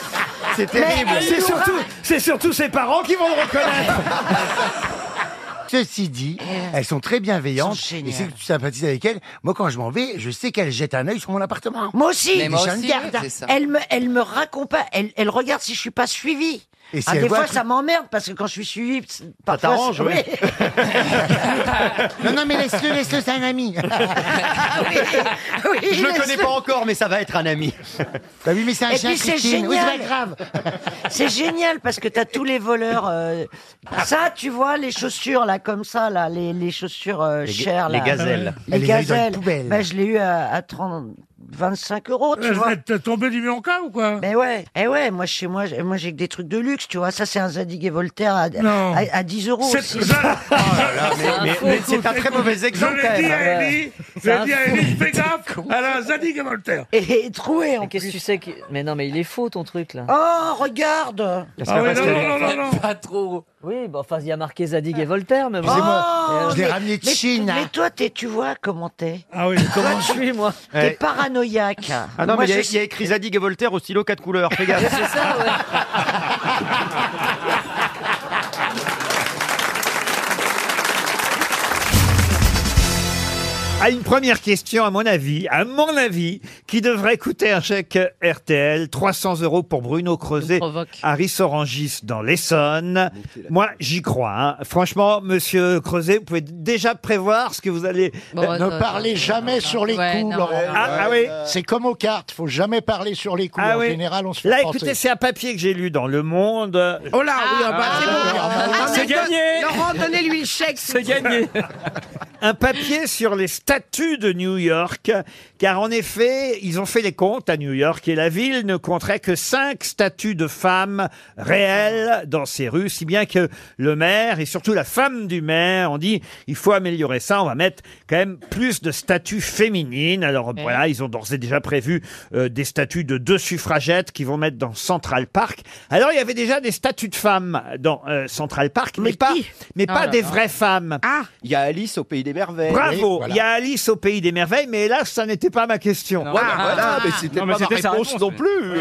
Speaker 7: C'est terrible.
Speaker 1: C'est surtout, c'est surtout ses parents qui vont le reconnaître.
Speaker 14: Ceci dit, elles sont très bienveillantes.
Speaker 2: géniales.
Speaker 14: et c'est que tu sympathises avec elles. Moi, quand je m'en vais, je sais qu'elles jettent un œil sur mon appartement.
Speaker 2: Moi aussi,
Speaker 19: Mais moi
Speaker 2: je
Speaker 19: aussi,
Speaker 2: regarde.
Speaker 19: c'est ça.
Speaker 2: Elle me, elle me raconte pas. Elle, elle regarde si je suis pas suivi.
Speaker 14: Et si
Speaker 2: Ah,
Speaker 14: elle
Speaker 2: des
Speaker 14: voit
Speaker 2: fois,
Speaker 14: que-
Speaker 2: ça m'emmerde parce que quand je suis suivi, c'est- parfois,
Speaker 7: t'arrange,
Speaker 2: c'est-
Speaker 7: ouais.
Speaker 2: oui.
Speaker 14: Non, non, mais laisse-le, laisse-le, c'est un ami.
Speaker 2: Oui,
Speaker 7: Je le
Speaker 2: laisse-
Speaker 7: connais pas encore, mais ça va être un ami.
Speaker 14: T'as vu, mais c'est un
Speaker 2: Et
Speaker 14: chien,
Speaker 2: puis c'est
Speaker 14: Christine. Oui, c'est
Speaker 2: génial.
Speaker 14: pas grave.
Speaker 2: C'est génial parce que t'as tous les voleurs. euh, Ça, tu vois, les chaussures là, comme ça, là, les, les chaussures euh, chères
Speaker 7: les
Speaker 2: là.
Speaker 7: gazelles.
Speaker 2: Les
Speaker 14: Elle les a eu dans une
Speaker 2: gazelles.
Speaker 14: poubelle.
Speaker 2: Ben, je l'ai eu à, à 30, 25 euros, tu
Speaker 8: Je
Speaker 2: vois.
Speaker 8: vais te tomber du mionca ou quoi
Speaker 2: Mais ouais, eh ouais, moi chez moi, j'ai- moi j'ai que des trucs de luxe, tu vois. Ça c'est un Zadig et Voltaire à,
Speaker 8: Non.
Speaker 2: à, à 10 euros.
Speaker 8: C'est
Speaker 2: aussi.
Speaker 8: ça.
Speaker 7: Ah,
Speaker 21: Oh
Speaker 7: Mais, mais- mais c'est un très mauvais
Speaker 8: Je
Speaker 7: exemple, quand
Speaker 8: l'ai dit
Speaker 7: même.
Speaker 8: à Ellie, je l'ai dit à Ellie, fais gaffe, elle a un Zadig et Voltaire.
Speaker 2: Et, et troué en
Speaker 21: Mais Qu'est-ce
Speaker 2: plus.
Speaker 21: que tu sais que... Mais non, mais il est faux ton truc là.
Speaker 2: Oh, regarde
Speaker 8: Ah oui, non, non, non, non, non.
Speaker 19: Pas trop.
Speaker 21: Oui, bah enfin, il y a marqué Zadig et Voltaire, mais bon.
Speaker 2: Oh,
Speaker 14: je l'ai
Speaker 2: mais-
Speaker 14: ramené de
Speaker 2: mais-
Speaker 14: Chine.
Speaker 12: hein.
Speaker 2: Mais toi, t'es, tu vois comment t'es
Speaker 8: Ah oui.
Speaker 21: Comment je suis moi
Speaker 2: T'es
Speaker 7: Ouais.
Speaker 2: paranoïaque.
Speaker 7: Ah non,
Speaker 2: Moi,
Speaker 7: mais il y a-
Speaker 2: je-
Speaker 7: il y, a écrit Zadig et Voltaire au stylo quatre couleurs. Fais gaffe.
Speaker 21: C'est ça, ouais.
Speaker 1: À Ah, une première question, à mon avis, à mon avis, qui devrait coûter un chèque RTL 300 euros pour Bruno Creuset, Harry Sorangis dans l'Essonne. Moi, j'y crois. hein. Franchement, Monsieur Creuset, vous pouvez déjà prévoir ce que vous allez.
Speaker 11: Ne parlez jamais sur les
Speaker 19: Ouais,
Speaker 11: coups,
Speaker 19: non,
Speaker 11: Laurent.
Speaker 19: non,
Speaker 1: Ah, ah oui.
Speaker 11: Euh, C'est comme aux cartes, faut jamais parler sur les coups.
Speaker 1: Ah
Speaker 11: en
Speaker 1: oui.
Speaker 11: général, on se fait
Speaker 1: Là,
Speaker 11: planter.
Speaker 1: écoutez, c'est un papier que j'ai lu dans Le Monde.
Speaker 22: Oh là, oui, ah, bah, c'est bon.
Speaker 1: C'est gagné.
Speaker 22: Laurent, donnez-lui le chèque.
Speaker 1: C'est gagné. un papier sur les statues de New York, car en effet, ils ont fait les comptes à New York et la ville ne compterait que cinq statues de femmes réelles dans ses rues, si bien que le maire et surtout la femme du maire ont dit il faut améliorer ça, on va mettre quand même plus de statues féminines. Alors voilà, ils ont d'ores et déjà prévu euh, des statues de deux suffragettes qui vont mettre dans Central Park. Alors il y avait déjà des statues de femmes dans euh, Central Park, mais, pas, mais
Speaker 12: Oh
Speaker 1: pas
Speaker 12: là
Speaker 1: des
Speaker 12: là. Ah.
Speaker 1: vraies femmes.
Speaker 12: Il y a Alice au pays des merveilles.
Speaker 1: Bravo,
Speaker 12: Oui, voilà.
Speaker 1: il y a Alice au pays des merveilles, mais hélas, ça n'était pas ma question.
Speaker 12: Ouais, Ah. voilà, mais c'était Non, mais pas ma c'était sa réponse réponse, non
Speaker 1: plus.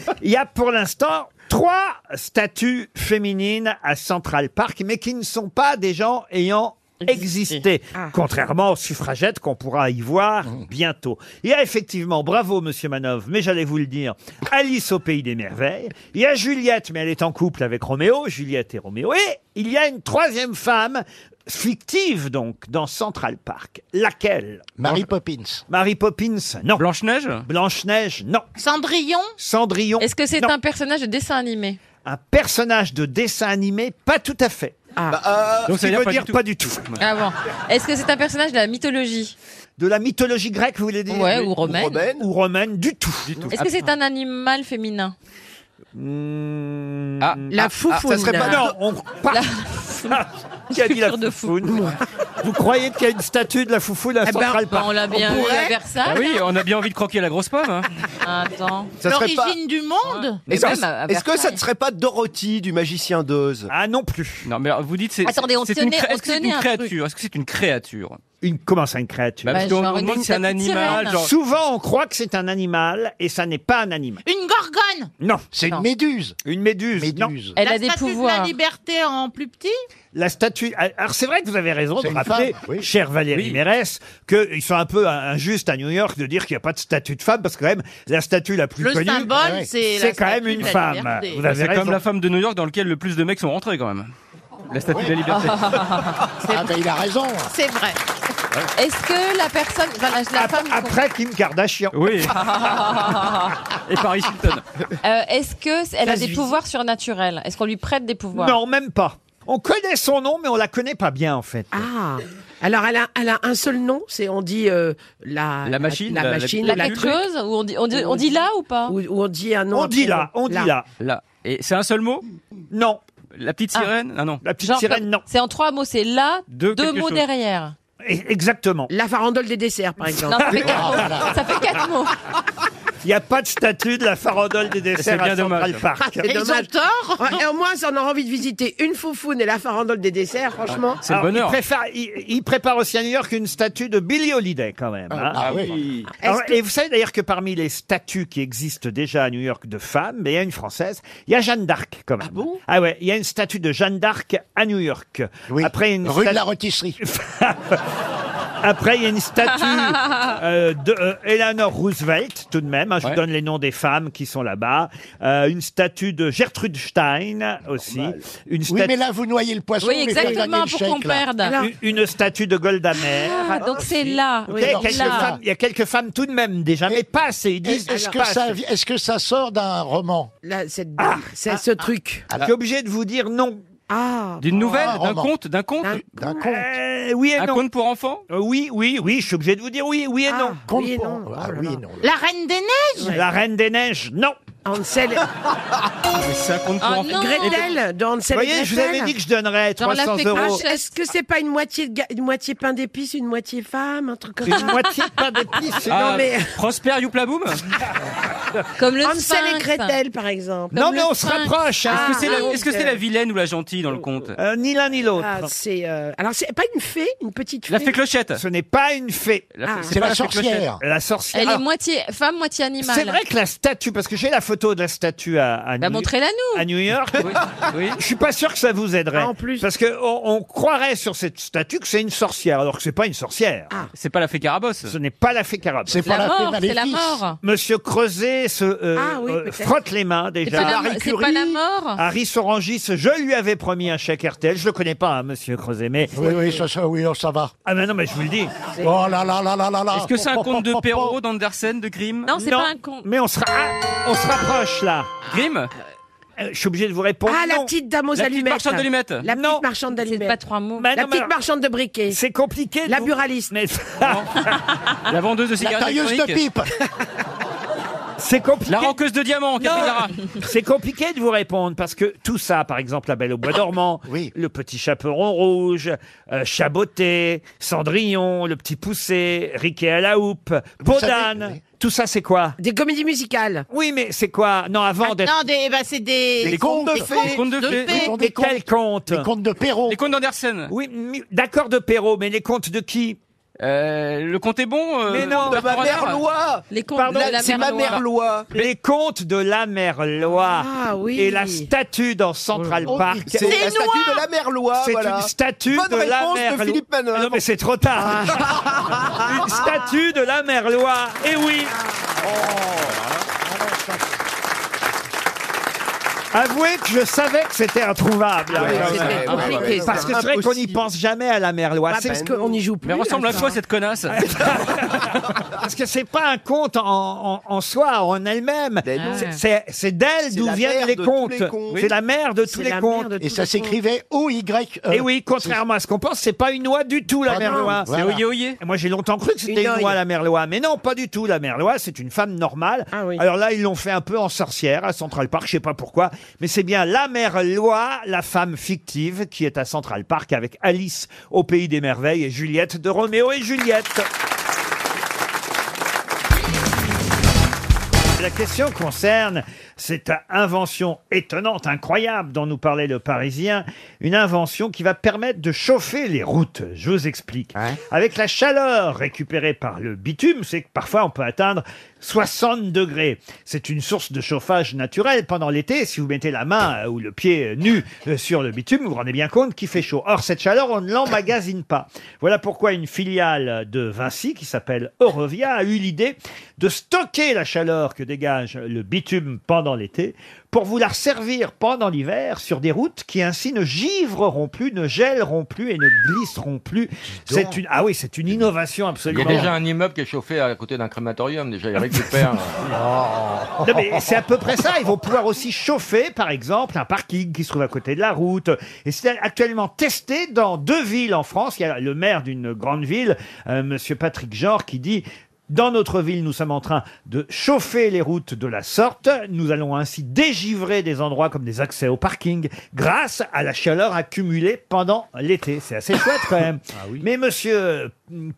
Speaker 1: il y a pour l'instant trois statues féminines à Central Park, mais qui ne sont pas des gens ayant existé,
Speaker 6: Ah.
Speaker 1: contrairement aux suffragettes qu'on pourra y voir bientôt. Il y a effectivement, bravo Monsieur Manov, mais j'allais vous le dire, Alice au pays des merveilles. Il y a Juliette, mais elle est en couple avec Roméo, Juliette et Roméo. Et il y a une troisième femme fictive donc dans Central Park. Laquelle Mary Poppins. Mary Poppins, non. Blanche Neige. Blanche Neige, non.
Speaker 9: Cendrillon
Speaker 1: Cendrillon.
Speaker 9: Est-ce que c'est
Speaker 1: non.
Speaker 9: un personnage de dessin animé
Speaker 1: un personnage de dessin animé Pas tout à fait.
Speaker 9: Ah.
Speaker 1: Donc
Speaker 9: ça
Speaker 1: ça
Speaker 9: veut dire
Speaker 1: veut
Speaker 9: pas
Speaker 1: dire
Speaker 9: du
Speaker 1: pas du tout.
Speaker 9: Ah bon. Est-ce que c'est un personnage de la mythologie
Speaker 1: De la mythologie grecque, vous voulez dire
Speaker 9: Ouais, ou romaine. Ou romaine.
Speaker 1: Ou romaine, du tout.
Speaker 9: Est-ce que c'est un animal féminin
Speaker 1: Ah,
Speaker 9: La foufoune.
Speaker 1: ça serait pas. Non, on pas- Qui a dit la foufoune Vous croyez qu'il y a une statue de la foufoune à
Speaker 9: Eh ben,
Speaker 1: Central
Speaker 9: bah,
Speaker 1: Park
Speaker 9: on l'a bien On eu à pourrait. Versailles. Bah oui,
Speaker 1: on a bien envie de croquer la grosse
Speaker 6: hein.
Speaker 1: pomme.
Speaker 9: Attends.
Speaker 12: Ça serait pas-
Speaker 23: L'origine du monde
Speaker 12: Est-ce que, est-ce que ça ne serait pas Dorothy du magicien d'Oz
Speaker 1: Ah non plus.
Speaker 6: Non, mais alors, vous dites c'est.
Speaker 9: Attendez, on
Speaker 6: c'est
Speaker 9: tenait-
Speaker 6: une cré-
Speaker 9: on
Speaker 6: Est-ce que c'est
Speaker 9: tenait
Speaker 6: une
Speaker 9: un
Speaker 6: créature Est-ce que c'est une créature
Speaker 1: Une, comment ça, une créature
Speaker 6: Bah, parce qu'on on demande si c'est un animal. genre-
Speaker 1: Souvent, on croit que c'est un animal et ça n'est pas un animal.
Speaker 23: Une gorgone
Speaker 1: Non. C'est une méduse. Une méduse. méduse.
Speaker 23: La statue de la liberté en plus petit
Speaker 1: La statue. ah, Alors c'est vrai que vous avez raison de
Speaker 23: une
Speaker 1: rappeler,
Speaker 23: femme,
Speaker 1: cher Valérie Mérès, qu'ils sont un peu injustes à New York de dire qu'il n'y a pas de statue de femme, parce que quand même, la statue la plus
Speaker 23: Le
Speaker 1: connue,
Speaker 23: symbole,
Speaker 12: Ah
Speaker 23: c'est la
Speaker 1: quand
Speaker 23: statue
Speaker 1: même une
Speaker 23: de la
Speaker 1: femme.
Speaker 23: liberté.
Speaker 1: Vous
Speaker 6: Bah,
Speaker 1: avez
Speaker 6: C'est
Speaker 1: raison.
Speaker 6: comme la femme de New York dans laquelle le plus de mecs sont rentrés quand même. La statue de la liberté.
Speaker 8: Ah ben il a raison.
Speaker 9: C'est vrai. Est-ce que la personne, enfin, la, la femme,
Speaker 1: Après Kim Kardashian.
Speaker 6: Oui. Et Paris Hilton.
Speaker 9: Euh, est-ce que elle
Speaker 1: Ça
Speaker 9: a
Speaker 1: se
Speaker 9: des
Speaker 1: vit.
Speaker 9: pouvoirs surnaturels Est-ce qu'on lui prête des pouvoirs
Speaker 1: Non, même pas. On connaît son nom, mais on la connaît pas bien en fait.
Speaker 15: Ah Alors, elle a, elle a un seul nom, c'est on dit euh, la,
Speaker 1: La machine,
Speaker 15: la,
Speaker 1: la- la-
Speaker 15: machine,
Speaker 9: La
Speaker 15: la
Speaker 9: quelque
Speaker 15: truc,
Speaker 9: chose Ou on dit, on dit, on dit là ou pas
Speaker 15: Ou, ou on dit un nom.
Speaker 1: On dit
Speaker 15: après,
Speaker 1: là, on dit là.
Speaker 6: Là. Et c'est un seul mot
Speaker 1: Non.
Speaker 6: La petite sirène Ah non.
Speaker 1: La
Speaker 9: Genre comme- C'est en trois mots, c'est là,
Speaker 6: De
Speaker 9: deux,
Speaker 6: quelque
Speaker 9: mots
Speaker 6: chose.
Speaker 9: derrière.
Speaker 1: E- Exactement.
Speaker 15: La farandole des desserts, par exemple.
Speaker 9: Non, ça fait quatre mots. Ça fait quatre mots.
Speaker 1: Il n'y a pas de statue de la farandole des
Speaker 6: C'est
Speaker 1: desserts
Speaker 6: bien
Speaker 1: à Central
Speaker 6: dommage.
Speaker 1: Park.
Speaker 15: Et ils ont tort. Ouais, et au moins, ça en aura envie de visiter une foufoune et la farandole des desserts, franchement. Ah,
Speaker 1: Alors, Il, préfère- il- il prépare aussi à New York une statue de Billie Holiday quand même. hein.
Speaker 6: ah oui.
Speaker 1: Alors,
Speaker 6: Est-ce que-
Speaker 1: Et vous savez d'ailleurs que parmi les statues qui existent déjà à New York de femmes, mais il y a une française, il y a Jeanne d'Arc quand même. Ah bon Ah ouais, il y a une statue de Jeanne d'Arc à New York. Après il y a une
Speaker 8: Rue de
Speaker 1: statue-
Speaker 8: la rôtisserie.
Speaker 1: Après, il y a une statue euh, de euh, Eleanor Roosevelt, tout de même. hein, je vous donne les noms des femmes qui sont là-bas. Euh, une statue de Gertrude Stein aussi. Une
Speaker 8: Oui,
Speaker 1: statue-
Speaker 8: mais là vous noyez le poisson.
Speaker 9: Oui,
Speaker 8: mais vous
Speaker 9: exactement,
Speaker 8: gagnez
Speaker 9: pour
Speaker 8: le
Speaker 9: qu'on
Speaker 8: chèque, là.
Speaker 9: perde.
Speaker 1: Une, une statue de Golda Meir.
Speaker 9: Ah, donc c'est là.
Speaker 1: Donc, il, y a
Speaker 9: Oui,
Speaker 1: quelques
Speaker 9: là.
Speaker 1: femmes, il y a quelques femmes tout de même déjà, mais pas assez. Ils disent
Speaker 8: Est-ce que,
Speaker 1: pas
Speaker 8: ça,
Speaker 1: assez.
Speaker 8: est-ce que ça sort d'un roman
Speaker 15: Là, cette, c'est ce truc.
Speaker 11: Ah.
Speaker 1: Je suis Ah. obligé de vous dire non.
Speaker 15: Ah.
Speaker 6: D'une nouvelle
Speaker 1: Ah,
Speaker 6: D'un
Speaker 1: roman.
Speaker 6: conte D'un conte
Speaker 8: D'un conte.
Speaker 1: Euh, oui et
Speaker 6: Un
Speaker 1: non.
Speaker 6: conte pour enfants
Speaker 1: Euh, oui, oui, oui, je suis obligé de vous dire oui, oui et non.
Speaker 8: Conte pour- Ah, oui, non.
Speaker 23: La reine des neiges
Speaker 1: La Reine des Neiges, non.
Speaker 15: Ansel.
Speaker 6: Ah, C'est un conte
Speaker 15: pour Ah, enfants. non. Gretel, dans Ansel
Speaker 1: Vous
Speaker 15: et
Speaker 1: voyez, je vous
Speaker 15: Gretel.
Speaker 1: avais dit que je donnerais
Speaker 15: Dans la
Speaker 1: 300 Eh, euros.
Speaker 15: fécondation. Est-ce que c'est pas une moitié, de ga- une moitié pain d'épices, une moitié femme, un truc comme ça
Speaker 1: Une moitié de pain d'épices. ah.
Speaker 15: Non, mais.
Speaker 6: Prosper Youplaboum
Speaker 9: Comme le
Speaker 15: Ansel et
Speaker 9: sphinx.
Speaker 15: Gretel, par exemple.
Speaker 1: Non, Comme mais le on se sphinx. rapproche, hein.
Speaker 6: Est-ce que c'est la,
Speaker 1: Ah,
Speaker 6: est-ce que c'est la vilaine ou la gentille dans le conte
Speaker 1: Euh, ni l'un ni l'autre.
Speaker 15: Ah, c'est euh, alors c'est pas une fée, une petite fée.
Speaker 6: La fée clochette.
Speaker 1: Ce n'est pas une fée.
Speaker 6: La fée- Ah. c'est pas la fée clochette.
Speaker 1: La sorcière.
Speaker 9: Elle est
Speaker 1: Alors,
Speaker 9: moitié femme, moitié animal. Bah,
Speaker 1: C'est vrai que la statue, parce que j'ai la photo de la statue à, à New-
Speaker 9: montrez-la nous.
Speaker 1: à New York. Je suis pas sûr que ça vous aiderait. Ah, en plus. Parce que on, on croirait sur cette statue que c'est une sorcière, alors que c'est pas une sorcière.
Speaker 6: C'est pas la fée Carabosse.
Speaker 1: Ce n'est pas la fée Carabosse.
Speaker 8: C'est
Speaker 9: pas Ah. La la fée mort, c'est la Maléfice. mort.
Speaker 1: Monsieur Creuset se euh,
Speaker 9: Ah oui,
Speaker 1: euh,
Speaker 9: peut-être.
Speaker 1: frotte les mains
Speaker 9: C'est
Speaker 1: déjà.
Speaker 9: pas, la- c'est pas la mort.
Speaker 1: Harry Sorangis, je lui avais promis un chèque RTL. Je le connais pas, hein, monsieur Creuset, mais.
Speaker 8: Oui, oui, ça, ça, oui, oh, ça va.
Speaker 1: Ah, mais non, mais je vous le dis.
Speaker 8: Oh là là là là là là.
Speaker 6: Est-ce que c'est un conte de Perrault, d'Andersen, de Grimm
Speaker 9: Non, c'est pas un con.
Speaker 1: Mais on se, ra- ah, on se rapproche là.
Speaker 6: Grimm
Speaker 1: euh, je suis obligé de vous répondre.
Speaker 17: Ah, la
Speaker 1: non.
Speaker 17: petite dame aux allumettes. La petite marchande d'allumettes. pas trois mots.
Speaker 1: Mais
Speaker 17: la
Speaker 1: non, mais
Speaker 17: petite
Speaker 1: alors-
Speaker 17: marchande de briquets.
Speaker 1: C'est compliqué.
Speaker 17: La buraliste.
Speaker 24: La vendeuse de
Speaker 1: Ah. La
Speaker 24: cigarettes.
Speaker 1: tailleuse de
Speaker 24: électroniques.
Speaker 1: C'est compliqué.
Speaker 24: La renqueuse de diamants, Catherine Lara.
Speaker 1: Non. C'est compliqué de vous répondre parce que tout ça, par exemple, la Belle au bois dormant, le petit chaperon rouge, euh, Chaboté, Cendrillon, le petit poussé, Riquet à la houppe, Podane, tout ça, c'est quoi
Speaker 17: Des comédies musicales. Ah,
Speaker 1: Oui, mais c'est quoi Non, avant d'être
Speaker 6: Non, des, bah, c'est des...
Speaker 1: Des contes de fées.
Speaker 6: Des contes de fées.
Speaker 1: Mais quels contes Les contes de Perrault.
Speaker 24: Les contes d'Andersen.
Speaker 1: Oui, mi- d'accord de Perrault, mais les contes de qui
Speaker 24: Le conte est bon euh,
Speaker 1: Mais non.
Speaker 24: Laurent Bernard.
Speaker 1: Les
Speaker 24: contes de la Merloa.
Speaker 1: Les contes de la Merloa.
Speaker 7: Ah oui.
Speaker 1: Et la statue dans Central
Speaker 7: Oh,
Speaker 1: Park.
Speaker 7: c'est la C'est statue noir. de la Merloa,
Speaker 1: C'est
Speaker 7: voilà.
Speaker 1: une statue
Speaker 7: Bonne
Speaker 1: de la
Speaker 7: réponse de
Speaker 1: Merloa.
Speaker 7: Philippe Ah. Manœuvre.
Speaker 1: Non mais c'est trop tard. une statue de la Merloa. Et oui. Avouez que je savais que c'était introuvable. hein,
Speaker 24: Ah ouais, c'était ouais, compliqué, ouais, ouais.
Speaker 1: Parce que c'est vrai qu'on n'y pense jamais à la Merloa.
Speaker 24: Bah,
Speaker 1: C'est-
Speaker 24: parce qu'on
Speaker 17: n'y joue
Speaker 24: Mais ressemble à quoi cette connasse
Speaker 1: parce que c'est pas un conte en, en- en soi, en elle-même. C'est- C'est c'est d'elle d'où
Speaker 11: Ben la
Speaker 1: viennent
Speaker 11: mère
Speaker 1: les
Speaker 11: de tous
Speaker 1: contes.
Speaker 11: les contes.
Speaker 1: C'est la mère de
Speaker 11: C'est
Speaker 1: tous les
Speaker 11: la
Speaker 1: contes.
Speaker 11: mère de Et tous ça les s'écrivait E.
Speaker 1: O-Y.
Speaker 11: Euh,
Speaker 1: Et Eh oui, contrairement à ce qu'on pense, c'est pas une oie du tout, la
Speaker 11: Ah non,
Speaker 1: merloa.
Speaker 11: c'est Voilà. oyé,
Speaker 1: Et Moi, j'ai longtemps cru que c'était
Speaker 11: Une
Speaker 1: une, oie,
Speaker 11: oie.
Speaker 1: la merloa. Mais non, pas du tout. La merloa, c'est une femme normale. Alors là, ils l'ont fait un peu en sorcière à Central Park, je sais pas pourquoi. Mais c'est bien la merloa, la femme fictive, qui est à Central Park avec Alice au pays des merveilles et Juliette de Roméo et Juliette. La question concerne cette invention étonnante, incroyable dont nous parlait le Parisien, une invention qui va permettre de chauffer les routes. Je vous explique. Avec la chaleur récupérée par le bitume, c'est que parfois on peut atteindre 60 degrés. C'est une source de chauffage naturel pendant l'été. Si vous mettez la main euh, ou le pied euh, nu euh, sur le bitume, vous vous rendez bien compte qu'il fait chaud. Or, cette chaleur, on ne l'emmagasine pas. Voilà pourquoi une filiale de Vinci, qui s'appelle Eurovia, a eu l'idée de stocker la chaleur que dégage le bitume pendant l'été pour vous la resservir pendant l'hiver sur des routes qui ainsi ne givreront plus, ne gèleront plus et ne glisseront plus. C'est une, ah oui, c'est une
Speaker 25: Il
Speaker 1: innovation
Speaker 25: y a
Speaker 1: absolument.
Speaker 25: déjà un immeuble qui est chauffé à côté d'un crématorium, déjà, il récupère.
Speaker 1: Non, mais c'est à peu près ça. Ils vont pouvoir aussi chauffer, par exemple, un parking qui se trouve à côté de la route. Et c'est actuellement testé dans deux villes en France. Il y a le maire d'une grande ville, euh, Monsieur Patrick Genre, qui dit. Dans notre ville, nous sommes en train de chauffer les routes de la sorte. Nous allons ainsi dégivrer des endroits comme des accès au parking grâce à la chaleur accumulée pendant l'été. C'est assez chouette quand même. Mais monsieur euh,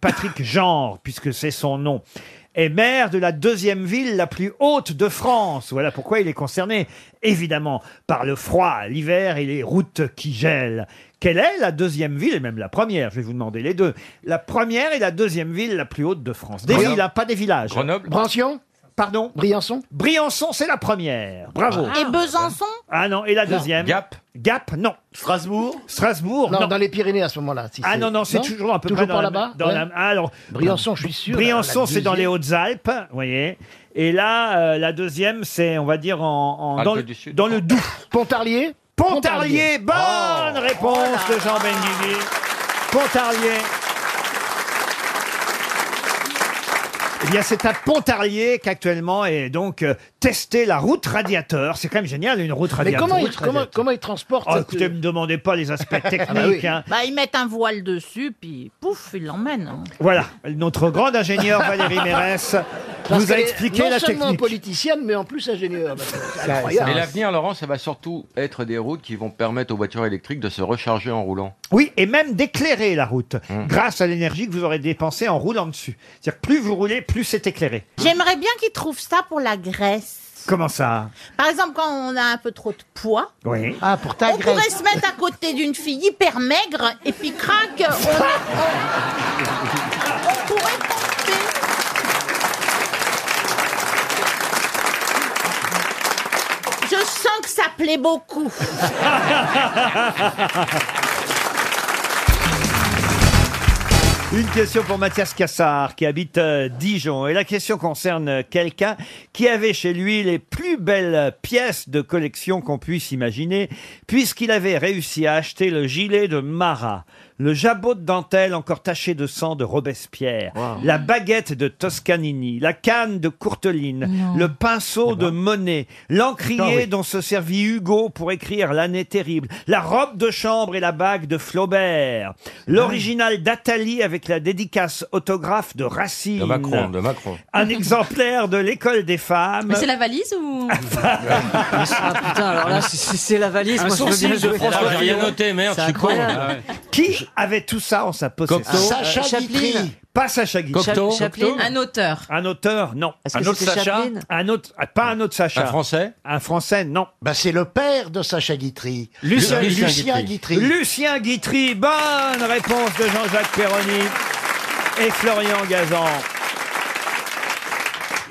Speaker 1: Patrick Genre, puisque c'est son nom, est maire de la deuxième ville la plus haute de France. Voilà pourquoi il est concerné, évidemment, par le froid, l'hiver et les routes qui gèlent. Quelle est la deuxième ville, et même la première, je vais vous demander les deux, la première et la deuxième ville la plus haute de France Des
Speaker 7: Grenoble.
Speaker 1: villes, hein, pas des villages.
Speaker 25: Grenoble
Speaker 1: Brancion Pardon Briançon Briançon, c'est la première. Bravo.
Speaker 17: Et Besançon
Speaker 1: Ah non, et la deuxième Gap Gap, non.
Speaker 26: Strasbourg
Speaker 1: Strasbourg, non.
Speaker 26: dans les Pyrénées à ce moment-là. si
Speaker 1: Ah
Speaker 26: c'est-
Speaker 1: non, non, c'est toujours un peu
Speaker 26: toujours
Speaker 1: près
Speaker 26: par
Speaker 1: dans la-
Speaker 26: là-bas.
Speaker 1: dans
Speaker 26: ouais.
Speaker 1: la- ah, alors,
Speaker 26: Briançon, je suis sûr.
Speaker 1: Briançon,
Speaker 26: la
Speaker 1: c'est dans les
Speaker 26: deuxième.
Speaker 1: Hautes-Alpes, vous voyez. Et là, euh, la deuxième, c'est, on va dire, en, en- dans,
Speaker 26: Alpes
Speaker 1: le-
Speaker 26: du Sud.
Speaker 1: dans le Doubs.
Speaker 26: Pontarlier Oh.
Speaker 1: Pontarlier, bonne réponse de Jean Benguigui. Pontarlier. Eh bien, c'est à Pontarlier qu'actuellement est donc euh, testée la route radiateur. C'est quand même génial, une route
Speaker 26: Mais
Speaker 1: radiateur.
Speaker 26: comment ils,
Speaker 1: Route
Speaker 26: comment,
Speaker 1: radiateur.
Speaker 26: comment ils transportent
Speaker 1: Oh,
Speaker 26: cette- euh, Ah
Speaker 1: écoutez, me demandez pas les aspects techniques. hein.
Speaker 9: Bah, ils mettent un voile dessus, puis pouf, ils l'emmènent. hein.
Speaker 1: Voilà, notre grande ingénieure Valérie Mérès
Speaker 26: Parce
Speaker 1: nous a
Speaker 26: qu'elle est
Speaker 1: expliqué
Speaker 26: non
Speaker 1: la
Speaker 26: seulement
Speaker 1: technique.
Speaker 26: politicienne, mais en plus ingénieure. C'est
Speaker 25: Mais
Speaker 26: incroyable.
Speaker 25: l'avenir, Laurent, ça va surtout être des routes qui vont permettre aux voitures électriques de se recharger en roulant.
Speaker 1: Oui, et même d'éclairer la route grâce à l'énergie que vous aurez dépensée en roulant dessus. C'est-à-dire que plus vous roulez, plus c'est éclairé.
Speaker 9: J'aimerais bien qu'ils trouvent ça pour la graisse.
Speaker 1: Comment ça
Speaker 9: Par exemple, quand on a un peu trop de poids,
Speaker 1: Oui.
Speaker 26: Ah, pour
Speaker 9: on pourrait se mettre à côté d'une fille hyper maigre et puis crac, on, on- on pourrait tomber. Je sens que ça plaît beaucoup.
Speaker 1: Une question pour Mathias Cassard qui habite euh, Dijon. Et la question concerne euh, quelqu'un qui avait chez lui les plus belles pièces de collection qu'on puisse imaginer, puisqu'il avait réussi à acheter le gilet de Marat. le jabot de dentelle encore taché de sang de Robespierre, la baguette de Toscanini, la canne de Courteline, le
Speaker 27: Eh
Speaker 1: pinceau
Speaker 27: ben.
Speaker 1: de Monet, l'encrier
Speaker 7: Attends, oui.
Speaker 1: dont se servit Hugo pour écrire l'année terrible, la robe de chambre et la bague de Flaubert, l'original d'Atali avec la dédicace autographe de Racine,
Speaker 27: De Macron, de Macron.
Speaker 1: un exemplaire de l'école des femmes.
Speaker 9: Mais c'est la valise ou
Speaker 15: Putain, alors là, c'est- c'est c'est la valise.
Speaker 1: Un
Speaker 15: moi, je veux
Speaker 1: sourcil
Speaker 15: bien
Speaker 1: de
Speaker 15: jouer.
Speaker 1: François
Speaker 15: Alors, j'ai
Speaker 1: Fillon.
Speaker 15: C'est incroyable.
Speaker 8: Ah
Speaker 1: Qui avait tout ça en sa possession Euh,
Speaker 15: Cocteau. Sacha Chaplin. Guitry.
Speaker 1: Pas Sacha Guitry.
Speaker 15: Cocteau. Cha- Chaplin.
Speaker 1: Un auteur. Un auteur, non.
Speaker 15: Est-ce que Un autre c'était Sacha Chaplin
Speaker 1: Un autre, ah, pas un autre Sacha.
Speaker 8: Un Français
Speaker 1: Un Français, non.
Speaker 8: Bah, c'est le père de Sacha Guitry.
Speaker 1: Lucien,
Speaker 8: Lucien,
Speaker 1: Lucien
Speaker 8: Guitry.
Speaker 1: Guitry. Lucien Guitry. Bonne réponse de Jean-Jacques Perroni et Florian Gazan.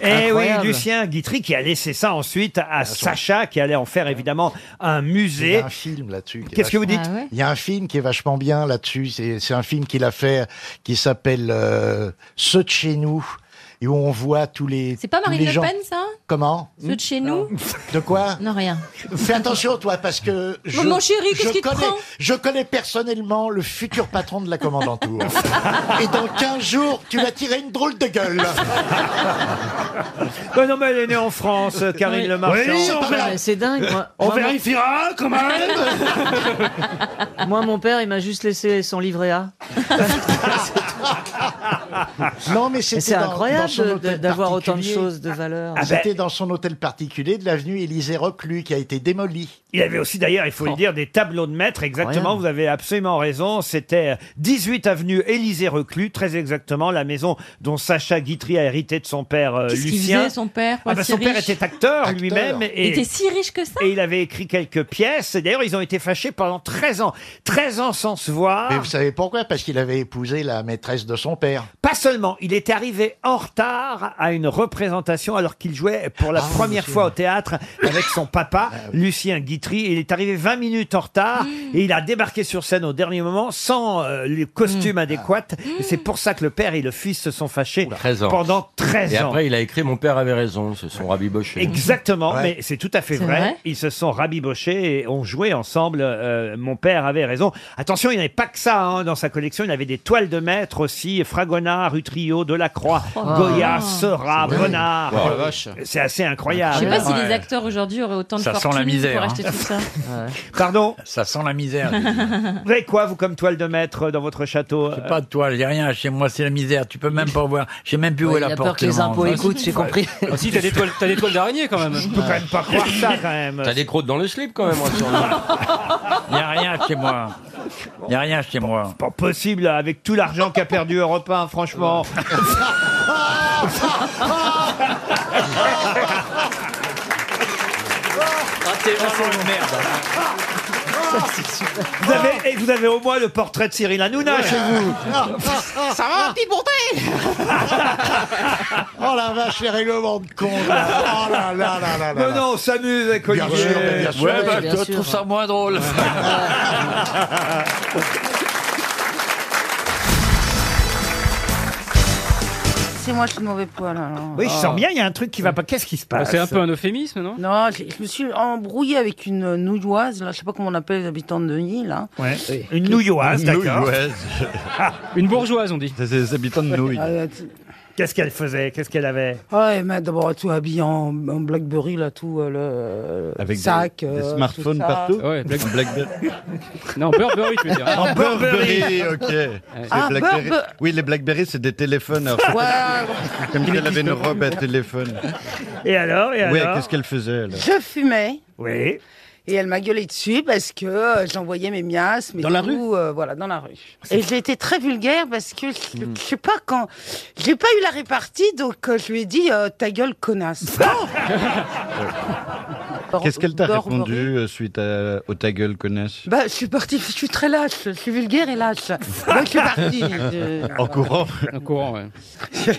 Speaker 1: Eh oui,
Speaker 7: Incroyable.
Speaker 1: Lucien Guitry qui a laissé ça ensuite à Sacha qui allait en faire évidemment un
Speaker 8: Il y
Speaker 1: musée.
Speaker 8: a un film là-dessus. qui est
Speaker 1: Qu'est-ce que vous
Speaker 8: vachement-
Speaker 1: dites Ah ouais
Speaker 8: Il y a un film qui est vachement bien là-dessus. C'est c'est un film qu'il a fait qui s'appelle euh, Ceux de chez nous. Et où on voit tous les.
Speaker 9: C'est pas
Speaker 8: tous
Speaker 9: Marine
Speaker 8: les
Speaker 9: Le
Speaker 8: gens-
Speaker 9: Pen, ça
Speaker 8: Comment Hum
Speaker 9: Ceux de
Speaker 1: Hmm.
Speaker 9: chez nous
Speaker 8: De quoi
Speaker 9: Non, rien.
Speaker 8: Fais attention, toi, parce que. Je,
Speaker 9: mon chéri, qu'est-ce
Speaker 8: je
Speaker 9: qui te
Speaker 8: connais-
Speaker 9: prend
Speaker 8: Je connais personnellement le futur patron de la commandantour. Et dans 15 jours, tu vas tirer une drôle de gueule.
Speaker 1: Oh non, mais elle est née en France, Karine
Speaker 15: Oui.
Speaker 1: Le Marchand.
Speaker 15: Oui, on verra- c'est dingue. Moi,
Speaker 1: On
Speaker 15: moi, mon-
Speaker 1: vérifiera, quand
Speaker 15: moi, mon père, il m'a juste laissé son livret A.
Speaker 8: Non, mais
Speaker 15: C'est
Speaker 8: c'était dans- dans
Speaker 15: incroyable
Speaker 8: son
Speaker 15: de-
Speaker 8: hôtel
Speaker 15: d'avoir autant de
Speaker 8: particulier.
Speaker 15: choses de valeur.
Speaker 1: ben-
Speaker 8: Ah, J'étais dans son hôtel particulier de l'avenue Élisée Reclus qui a été démoli.
Speaker 1: Il y avait aussi d'ailleurs, il faut
Speaker 15: Oh.
Speaker 9: Oh.
Speaker 1: le dire, des tableaux de maître. Exactement,
Speaker 8: Incroyable.
Speaker 1: vous avez absolument raison. C'était 18 avenue Élysée-Reclus, très exactement, la maison dont Sacha Guitry a hérité de son père euh,
Speaker 9: Qu'est-ce qu'il
Speaker 1: Lucien.
Speaker 9: faisait, son père pour
Speaker 1: Ah
Speaker 9: être
Speaker 1: bah,
Speaker 9: si
Speaker 1: son père
Speaker 9: riche
Speaker 1: était acteur, lui-même.
Speaker 9: Il était si riche que ça
Speaker 1: Et il avait écrit quelques pièces. Et D'ailleurs, ils ont été fâchés pendant 13 ans. 13 ans sans se voir.
Speaker 8: Mais vous savez pourquoi Parce qu'il avait épousé la maîtresse de son père.
Speaker 1: Pas seulement, il est arrivé en retard à une représentation alors qu'il jouait pour
Speaker 25: Ah,
Speaker 1: la première fois au théâtre avec son papa, Lucien Guitry. Il est arrivé 20 minutes en
Speaker 25: Mm.
Speaker 1: retard et il a débarqué sur scène au dernier moment sans euh, le costume
Speaker 25: Mm.
Speaker 1: adéquat. Et C'est pour ça que le père et le fils se sont fâchés
Speaker 25: 13 Ah. ans.
Speaker 1: pendant 13
Speaker 25: Et
Speaker 1: ans.
Speaker 25: après, il a écrit Mon père avait raison, ce sont rabibochés.
Speaker 1: Exactement,
Speaker 25: Ouais.
Speaker 1: mais c'est tout à fait
Speaker 25: C'est
Speaker 1: vrai.
Speaker 25: vrai
Speaker 1: Ils se sont rabibochés et ont joué ensemble. euh, mon père avait raison. Attention, il n'y avait pas que ça hein, dans sa collection. Il avait des toiles de maître aussi. Fragonard, Utrio, Delacroix,
Speaker 9: Oh.
Speaker 1: Goya, Seurat,
Speaker 25: C'est vrai.
Speaker 1: Bonnard.
Speaker 7: Oh,
Speaker 25: Wow, la vache.
Speaker 1: C'est assez incroyable.
Speaker 9: Ah. Je sais pas si les acteurs aujourd'hui auraient autant de
Speaker 1: Ça sent
Speaker 9: fortune
Speaker 1: la misère,
Speaker 9: pour acheter
Speaker 1: hein.
Speaker 9: tout ça.
Speaker 1: Pardon
Speaker 6: Ça sent la misère.
Speaker 1: Vous avez quoi, vous, comme toile de maître euh, dans votre château
Speaker 6: J'ai pas de toile, j'ai rien. Chez moi, c'est la misère. Tu peux même pas voir. J'ai même plus où est
Speaker 15: il
Speaker 6: la
Speaker 15: a
Speaker 6: porte.
Speaker 15: peur que les impôts écoutent, j'ai compris.
Speaker 6: Ah si, t'as des toiles, t'as des toiles d'araignée quand même. Je
Speaker 1: peux quand même pas croire ça quand même.
Speaker 25: T'as des crottes dans le slip quand même, hein, rassure-nous.
Speaker 6: Il y a rien chez moi. Il y a rien chez moi.
Speaker 1: Pas possible avec tout l'argent qu'a perdu Europe 1, franchement.
Speaker 6: Ah, t'es vraiment une merde.
Speaker 12: Ah,
Speaker 1: Vous avez, et vous avez au moins le portrait de Cyril Hanouna chez vous.
Speaker 12: Ça va, petite bonté
Speaker 8: Oh la vache, les règlements de con. là. Oh là là là là là.
Speaker 1: Mais non, on s'amuse avec Olivier.
Speaker 6: Ouais, bah, je trouve ça moins drôle.
Speaker 17: C'est moi, je suis de mauvais poil. alors.
Speaker 1: Oui, je
Speaker 17: Ah.
Speaker 1: sens bien, il y a un truc qui va pas. Qu'est-ce qui se passe
Speaker 11: Bah, C'est un peu un euphémisme, non
Speaker 17: Non, je, je me suis embrouillée avec une euh, nouilloise, là, je sais pas comment on appelle les habitants de Nîmes. Là.
Speaker 1: Ouais. Une nouilloise, d'accord.
Speaker 11: Une bourgeoise, on dit.
Speaker 6: C'est des habitants de nouilles.
Speaker 11: Ah,
Speaker 1: Qu'est-ce qu'elle faisait Qu'est-ce qu'elle avait
Speaker 17: Ah, elle m'a d'abord tout habillé en, en Blackberry, là, tout euh, le euh, sac. euh, tout ça.
Speaker 11: Ouais, Black- non, Burberry, tu veux dire.
Speaker 17: En
Speaker 7: Ah, Burberry, ok. C'est
Speaker 17: Ah,
Speaker 7: Blackberry.
Speaker 17: Burbe-
Speaker 7: Oui, les Blackberry, c'est des téléphones. alors. Comme si elle avait une robe à téléphone.
Speaker 1: Et
Speaker 8: Oh,
Speaker 1: alors, et
Speaker 7: Oui,
Speaker 1: alors
Speaker 7: qu'est-ce qu'elle faisait alors
Speaker 17: Je fumais.
Speaker 1: Oui.
Speaker 17: Et elle m'a gueulé dessus parce que euh, j'envoyais mes miasmes. dans la rue Voilà, dans la rue. Et j'ai été très vulgaire parce que je, je sais pas quand. J'ai pas eu la répartie, donc euh, je lui ai dit euh, ta gueule, connasse.
Speaker 7: Qu'est-ce qu'elle t'a
Speaker 17: Burberry.
Speaker 7: répondu euh, suite à, au ta gueule connaisse
Speaker 17: Bah, je suis partie, je suis très lâche, je suis vulgaire et lâche. Donc, je suis partie. Je-
Speaker 7: En courant
Speaker 11: En courant, ouais.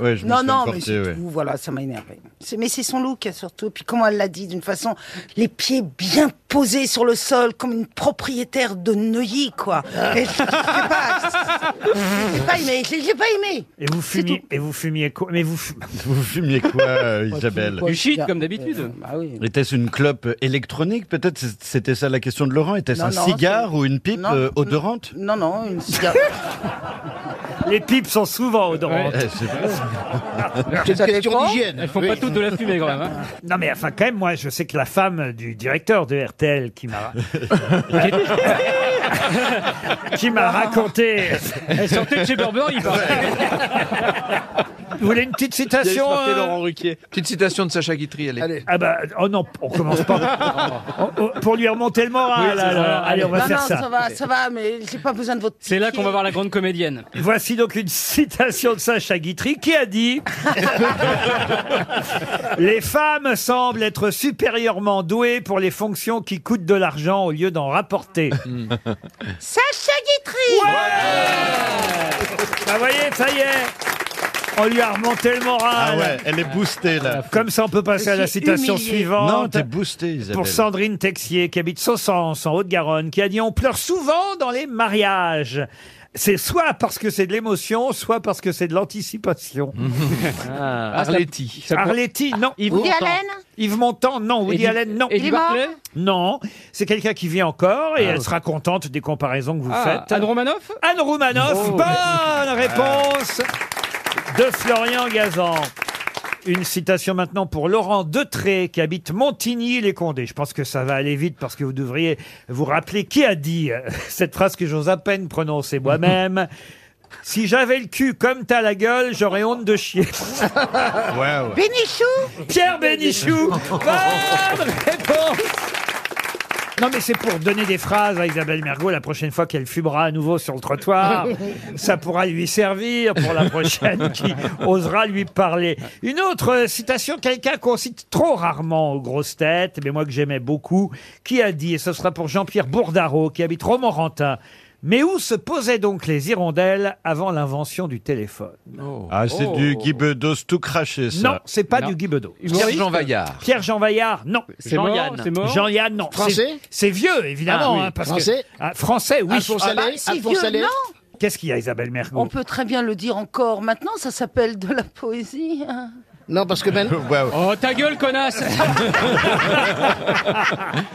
Speaker 7: Ouais, je me
Speaker 17: non,
Speaker 7: suis
Speaker 17: non, mais
Speaker 7: emporté,
Speaker 17: c'est
Speaker 7: ouais.
Speaker 17: tout, voilà, ça m'a énervé. Mais c'est son look, surtout. Puis comment elle l'a dit, d'une façon, les pieds bien posés sur le sol, comme une propriétaire de Neuilly, quoi.
Speaker 28: Ah,
Speaker 17: Et je je sais pas, j'ai pas aimé, j'ai j'ai pas aimé.
Speaker 1: Et vous fumiez, et vous fumiez quoi Mais vous, fum-
Speaker 7: Vous fumiez quoi, euh,
Speaker 1: fumiez
Speaker 7: Isabelle
Speaker 1: quoi,
Speaker 11: Du shit, comme d'habitude.
Speaker 17: Bah oui.
Speaker 8: Mm.
Speaker 7: Était-ce
Speaker 28: une clope électronique Peut-être c'est- c'était ça la question de Laurent. Était-ce
Speaker 17: Non,
Speaker 28: un
Speaker 17: non,
Speaker 28: cigare
Speaker 17: c'est-
Speaker 28: ou une pipe
Speaker 17: Non,
Speaker 28: euh,
Speaker 17: n-
Speaker 28: odorante
Speaker 17: Non, non, une cigarette.
Speaker 1: Les pipes sont souvent odorantes.
Speaker 28: Ouais, c'est vrai.
Speaker 1: C'est une question
Speaker 24: d'hygiène. Elles font pas toutes de la fumée, quand même, hein.
Speaker 1: Non mais enfin quand même, moi je sais que la femme du directeur de RTL qui m'a qui m'a raconté.
Speaker 24: Elle sortait de chez Burberry, quoi.
Speaker 1: Vous voulez une petite citation
Speaker 3: Marqué
Speaker 1: euh,
Speaker 3: Laurent Ruquier. Petite citation de Sacha Guitry, allez.
Speaker 1: Ah bah oh non, on commence pas. Oh, oh, pour lui remonter le moral.
Speaker 3: Oui, c'est ça.
Speaker 1: alors. Allez, on va
Speaker 17: non,
Speaker 1: faire
Speaker 17: non,
Speaker 1: ça.
Speaker 17: va, ça va, mais j'ai pas besoin de votre.
Speaker 24: C'est là qu'on va voir la grande comédienne.
Speaker 1: Voici donc une citation de Sacha Guitry qui a dit Les femmes semblent être supérieurement douées pour les fonctions qui coûtent de l'argent au lieu d'en rapporter.
Speaker 22: Sacha Guitry
Speaker 1: Bah voyez, ça y est on lui a remonté le moral.
Speaker 28: Ah ouais, elle est boostée là.
Speaker 8: Ah,
Speaker 1: Comme ça, on peut passer
Speaker 28: Je
Speaker 1: à la
Speaker 28: suis
Speaker 1: citation
Speaker 28: humilié.
Speaker 1: suivante.
Speaker 28: Non, t'es boostée, Isabelle.
Speaker 1: Pour Sandrine Texier, qui habite Saussens, en Haute-Garonne, qui a dit On pleure souvent dans les mariages. C'est soit parce que c'est de l'émotion, soit parce que c'est de l'anticipation.
Speaker 3: Ah.
Speaker 1: Ah,
Speaker 3: Arletty.
Speaker 1: Arletty, non.
Speaker 3: Yves Woody Montand. Allen
Speaker 1: Yves Montand, non. Woody
Speaker 3: Eddie-
Speaker 1: Allen, non.
Speaker 3: Eddie Il est mort Barclay
Speaker 1: Non. C'est quelqu'un qui vit encore et
Speaker 3: Ah.
Speaker 1: elle sera contente des comparaisons que vous
Speaker 3: Ah,
Speaker 1: faites.
Speaker 3: Anne
Speaker 1: Romanoff Anne Romanoff,
Speaker 3: Oh.
Speaker 1: bonne réponse de Florian Gazan. Une citation maintenant pour Laurent Detré qui habite Montigny-les-Condés. Je pense que ça va aller vite parce que vous devriez vous rappeler qui a dit euh, cette phrase que j'ose à peine prononcer moi-même. Si j'avais le cul comme t'as la gueule, j'aurais honte de chier.
Speaker 12: Ah
Speaker 22: Bénichou
Speaker 1: Pierre Bénichou Bonne réponse non mais c'est pour donner des phrases à Isabelle Mergot la prochaine fois qu'elle fumera à nouveau sur le trottoir. Ça pourra lui servir pour la prochaine qui osera lui parler. Une autre euh, citation, quelqu'un qu'on cite trop rarement aux grosses têtes, mais moi que j'aimais beaucoup, qui a dit, et ce sera pour Jean-Pierre Bourdaro qui habite Romorantin, mais où se posaient donc les hirondelles avant l'invention du téléphone
Speaker 28: Ah, c'est
Speaker 1: Oh.
Speaker 28: du Guy Bedos tout craché ça.
Speaker 1: Non, c'est pas du Guy Bedos.
Speaker 28: Pierre-Jean Vaillard.
Speaker 1: Pierre-Jean Vaillard, non.
Speaker 28: C'est mort, Jean-Yann. c'est mort
Speaker 1: Jean-Yann, non.
Speaker 28: Français
Speaker 1: C'est- C'est vieux, évidemment.
Speaker 28: Ah, oui.
Speaker 1: hein, parce
Speaker 28: Français
Speaker 1: que, Ah, Français, oui.
Speaker 17: Alphonse Ah bah, Allais, si Alphonse vieux, Allais. non.
Speaker 1: Qu'est-ce qu'il y a, Isabelle Mergo
Speaker 17: On peut très bien le dire encore. Maintenant, ça s'appelle de la poésie. hein.
Speaker 26: Non, parce que ben.
Speaker 24: Oh, ta gueule, connasse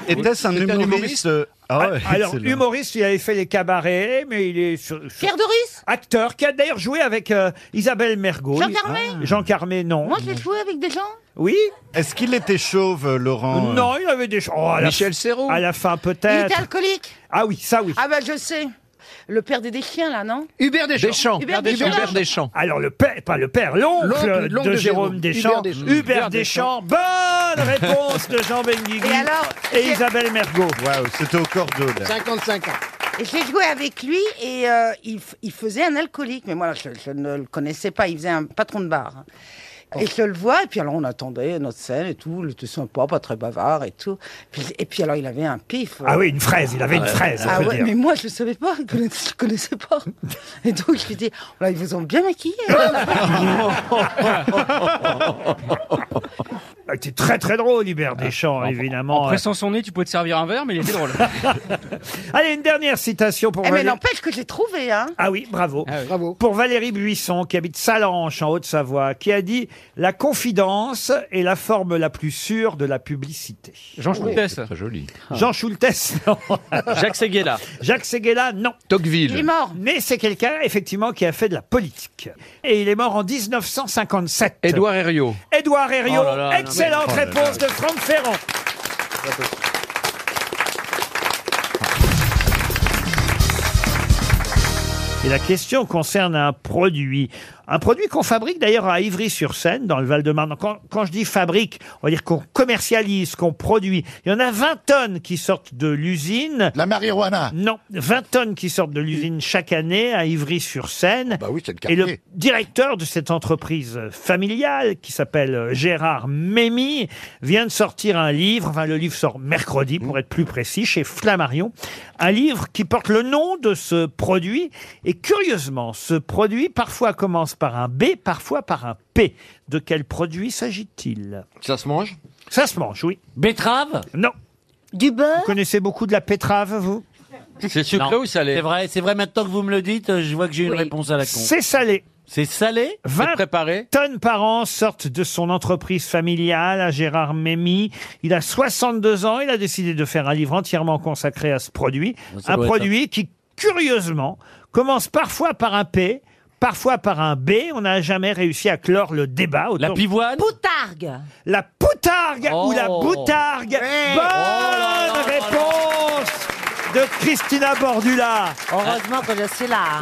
Speaker 28: Était-ce un humoriste, euh, ah ouais,
Speaker 1: Alors,
Speaker 28: c'est le-
Speaker 1: humoriste, il avait fait les cabarets, mais il est... sur- sur-
Speaker 17: Pierre Doris
Speaker 1: Acteur, qui a d'ailleurs joué avec euh, Isabelle Mergo. Ah.
Speaker 17: Jean Carmet
Speaker 1: Jean Carmé, non.
Speaker 17: Moi, je l'ai joué avec des gens.
Speaker 1: Oui
Speaker 28: Est-ce qu'il était chauve, euh, Laurent euh,
Speaker 1: Non, il avait des... oh, à la
Speaker 28: Michel
Speaker 1: fin-
Speaker 28: Serrault.
Speaker 1: À la fin,
Speaker 17: Il était
Speaker 1: peut-être.
Speaker 17: alcoolique.
Speaker 1: Ah oui, ça oui.
Speaker 17: Ah bah, je sais. Le père des chiens, là, non
Speaker 26: Hubert
Speaker 17: Deschamps.
Speaker 1: Deschamps.
Speaker 17: Hubert Deschamps. Hubert Deschamps.
Speaker 1: Alors le père, pas le père, l'oncle
Speaker 17: L'oncle-
Speaker 1: de,
Speaker 17: l'oncle de Jérôme.
Speaker 1: Jérôme
Speaker 17: Hubert
Speaker 1: Deschamps,
Speaker 17: Deschamps.
Speaker 1: Hubert
Speaker 17: Hubert
Speaker 1: Deschamps.
Speaker 17: Deschamps.
Speaker 1: Bonne réponse de Jean Benguigui
Speaker 17: Et alors,
Speaker 1: et
Speaker 17: j'ai-
Speaker 1: Isabelle Mergo.
Speaker 28: Waouh, c'était au cordeau là.
Speaker 17: 55 ans. Et j'ai joué avec lui et euh, il, f- il faisait un alcoolique. Mais moi, je, je ne le connaissais pas. Il faisait un patron de bar.
Speaker 1: Oh.
Speaker 17: Et je le vois, et puis alors on attendait notre scène et tout, il était sympa, pas très bavard et tout. Puis- et puis alors il avait un pif.
Speaker 1: Ah oui, une fraise, il avait une
Speaker 17: Ah ouais.
Speaker 1: fraise, on
Speaker 17: Ah
Speaker 1: peut
Speaker 17: ouais,
Speaker 1: dire.
Speaker 17: mais moi je ne savais pas, je ne connaissais pas. Et donc je lui dis, là, ils vous ont bien maquillé.
Speaker 1: Ah, C'était très très drôle, Hubert Deschamps, évidemment.
Speaker 24: Ah, En pressant son nez, tu pouvais te servir un verre, mais il était drôle.
Speaker 1: Allez, une dernière citation pour
Speaker 17: Eh, mais
Speaker 1: Valérie.
Speaker 17: n'empêche que je l'ai trouvé, hein.
Speaker 1: Ah oui, bravo. Pour Valérie Buisson, qui habite Salanches, en Haute-Savoie, qui a dit « La confidence est la forme la plus sûre de la publicité ».
Speaker 24: Jean
Speaker 28: Oh,
Speaker 24: Schultes.
Speaker 1: Très joli. Jean Schultes, non.
Speaker 24: Jacques Seguela.
Speaker 1: Jacques Seguela, non.
Speaker 24: Tocqueville. Il est
Speaker 1: mort. Mais c'est quelqu'un, effectivement, qui a fait de la politique. Et il est mort en 1957.
Speaker 3: Édouard Herriot.
Speaker 1: Édouard Herriot.
Speaker 3: Oh là là, non, mais-
Speaker 1: Excellente
Speaker 3: Oh là là.
Speaker 1: réponse de Franck Ferrand. Et la question concerne un produit. Un produit qu'on fabrique d'ailleurs à Ivry-sur-Seine, dans le Val-de-Marne. Quand, quand je dis fabrique, on va dire qu'on commercialise, qu'on produit. Il y en a 20 tonnes qui sortent de l'usine. La marijuana Non, 20 tonnes qui sortent de l'usine chaque année à Ivry-sur-Seine. Bah oui, c'est Et le directeur de cette entreprise familiale, qui s'appelle Gérard Mémy, vient de sortir un livre. Enfin, le livre sort mercredi, pour être plus précis, chez Flammarion. Un livre qui porte le nom de ce produit. Et curieusement, ce produit parfois commence par un B, parfois par un P. De quel produit s'agit-il Ça se mange Ça se mange, oui. Betterave Non. Du beurre Vous connaissez beaucoup de la pétrave, vous
Speaker 10: C'est sucré ou salé C'est vrai, c'est vrai, maintenant que vous me le dites, je vois que j'ai une réponse à la con.
Speaker 1: C'est salé. C'est salé 20 tonnes par an sortent de son entreprise familiale à Gérard Mémy. Il a 62 ans, il a décidé de faire un livre entièrement consacré à ce produit.
Speaker 8: ça
Speaker 1: Un
Speaker 8: doit être
Speaker 1: produit qui, curieusement, commence parfois par un P, parfois par un B. On n'a jamais réussi à clore le débat. La pivoine
Speaker 8: Poutargue.
Speaker 1: La poutargue ou la
Speaker 8: Oh.
Speaker 1: boutargue
Speaker 8: Ouais.
Speaker 1: Bonne
Speaker 8: Oh là là là
Speaker 1: réponse de Christina Bordula.
Speaker 29: Heureusement que je suis là.
Speaker 12: Ah,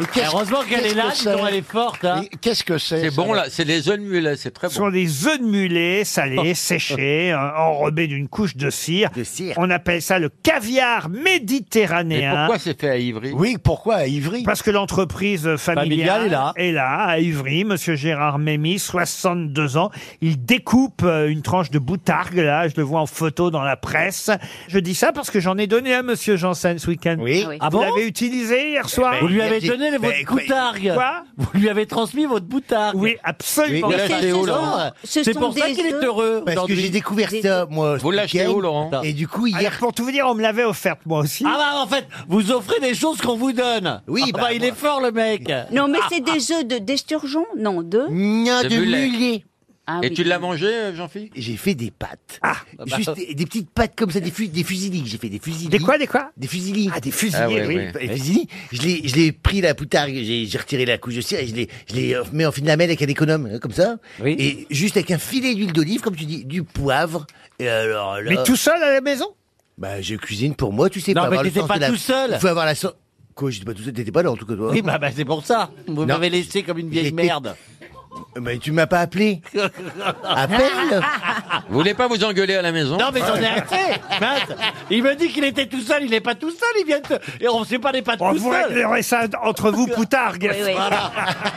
Speaker 1: forte.
Speaker 30: Qu'est-ce que c'est
Speaker 25: C'est bon, là, c'est les œufs de mulet, c'est très
Speaker 1: Ce sont
Speaker 25: bon.
Speaker 1: des œufs de mulet salés, séchés, euh, enrobés d'une couche de cire. On appelle ça le caviar méditerranéen.
Speaker 25: Mais pourquoi c'est fait à Ivry
Speaker 1: Oui, pourquoi à Ivry hein. Parce que l'entreprise euh, familiale,
Speaker 25: Familiale est là.
Speaker 1: à Ivry. Monsieur Gérard Mémy, 62 ans, il découpe euh, une tranche de boutargue, là, je le vois en photo dans la presse. Je dis ça parce que j'en ai donné à Monsieur Janssen ce week-end. Oui.
Speaker 8: Ah
Speaker 1: Vous
Speaker 8: bon
Speaker 1: l'avez utilisé hier soir
Speaker 8: Vous lui avez donné votre boutargue.
Speaker 1: Quoi
Speaker 8: Vous lui avez transmis votre boutargue.
Speaker 1: Oui, absolument.
Speaker 14: Mais l'achetez où, Laurent
Speaker 8: C'est pour ça qu'il est heureux.
Speaker 28: Bah,
Speaker 14: Parce que
Speaker 8: aujourd'hui.
Speaker 14: j'ai découvert ça, moi. ce week-end. Et du coup, hier.
Speaker 1: pour tout vous dire, on me l'avait offerte, moi aussi.
Speaker 8: hein. Ah bah en fait, vous offrez des choses qu'on vous donne. Oui, bah, il est fort le mec.
Speaker 28: Non,
Speaker 1: Ah,
Speaker 28: mais c'est des œufs de d'esturgeon Non, de
Speaker 14: Non,
Speaker 25: Ah, De
Speaker 14: de
Speaker 25: mulet.
Speaker 14: mulet.
Speaker 28: Ah
Speaker 25: Et tu l'as mangé, euh, Jean-Philippe
Speaker 14: J'ai fait des pâtes. Juste des, des petites pâtes comme ça, des, fu- des fusillis. J'ai fait des fusillis.
Speaker 1: Des quoi, des quoi
Speaker 14: Des fusillis. Ah, des fusillis,
Speaker 25: Ah ouais, ouais.
Speaker 14: Des fusillis. Je l'ai, je l'ai pris la poutargue, j'ai, j'ai retiré la couche de cire et je l'ai, je l'ai euh, mis en filamelle avec un économe, hein, comme ça. Et juste avec un filet d'huile d'olive, comme tu dis, du poivre. Et alors là-
Speaker 1: Mais tout seul à la maison
Speaker 14: Bah, je cuisine pour moi, tu sais.
Speaker 8: Non,
Speaker 14: faut
Speaker 8: mais
Speaker 14: avoir le
Speaker 8: t'étais
Speaker 14: sens
Speaker 8: pas
Speaker 14: de la-
Speaker 8: tout seul.
Speaker 14: Il faut avoir la so- Quoi, j'étais pas tout seul, t'étais pas là en tout cas, toi.
Speaker 8: Oui, bah, bah, c'est pour ça. Vous
Speaker 14: Non.
Speaker 8: m'avez laissé comme une vieille
Speaker 14: J'étais-
Speaker 8: merde.
Speaker 14: Mais tu m'as pas appelé. Appelle
Speaker 25: Vous voulez pas vous engueuler à la maison
Speaker 8: Non, mais j'en ai assez. Mince. Il me dit qu'il était tout seul. Il n'est pas tout seul. Il vient de... Et on ne sait pas les pas
Speaker 1: On
Speaker 8: tout
Speaker 1: vous
Speaker 8: seul.
Speaker 1: réglerez ça entre vous, poutargue.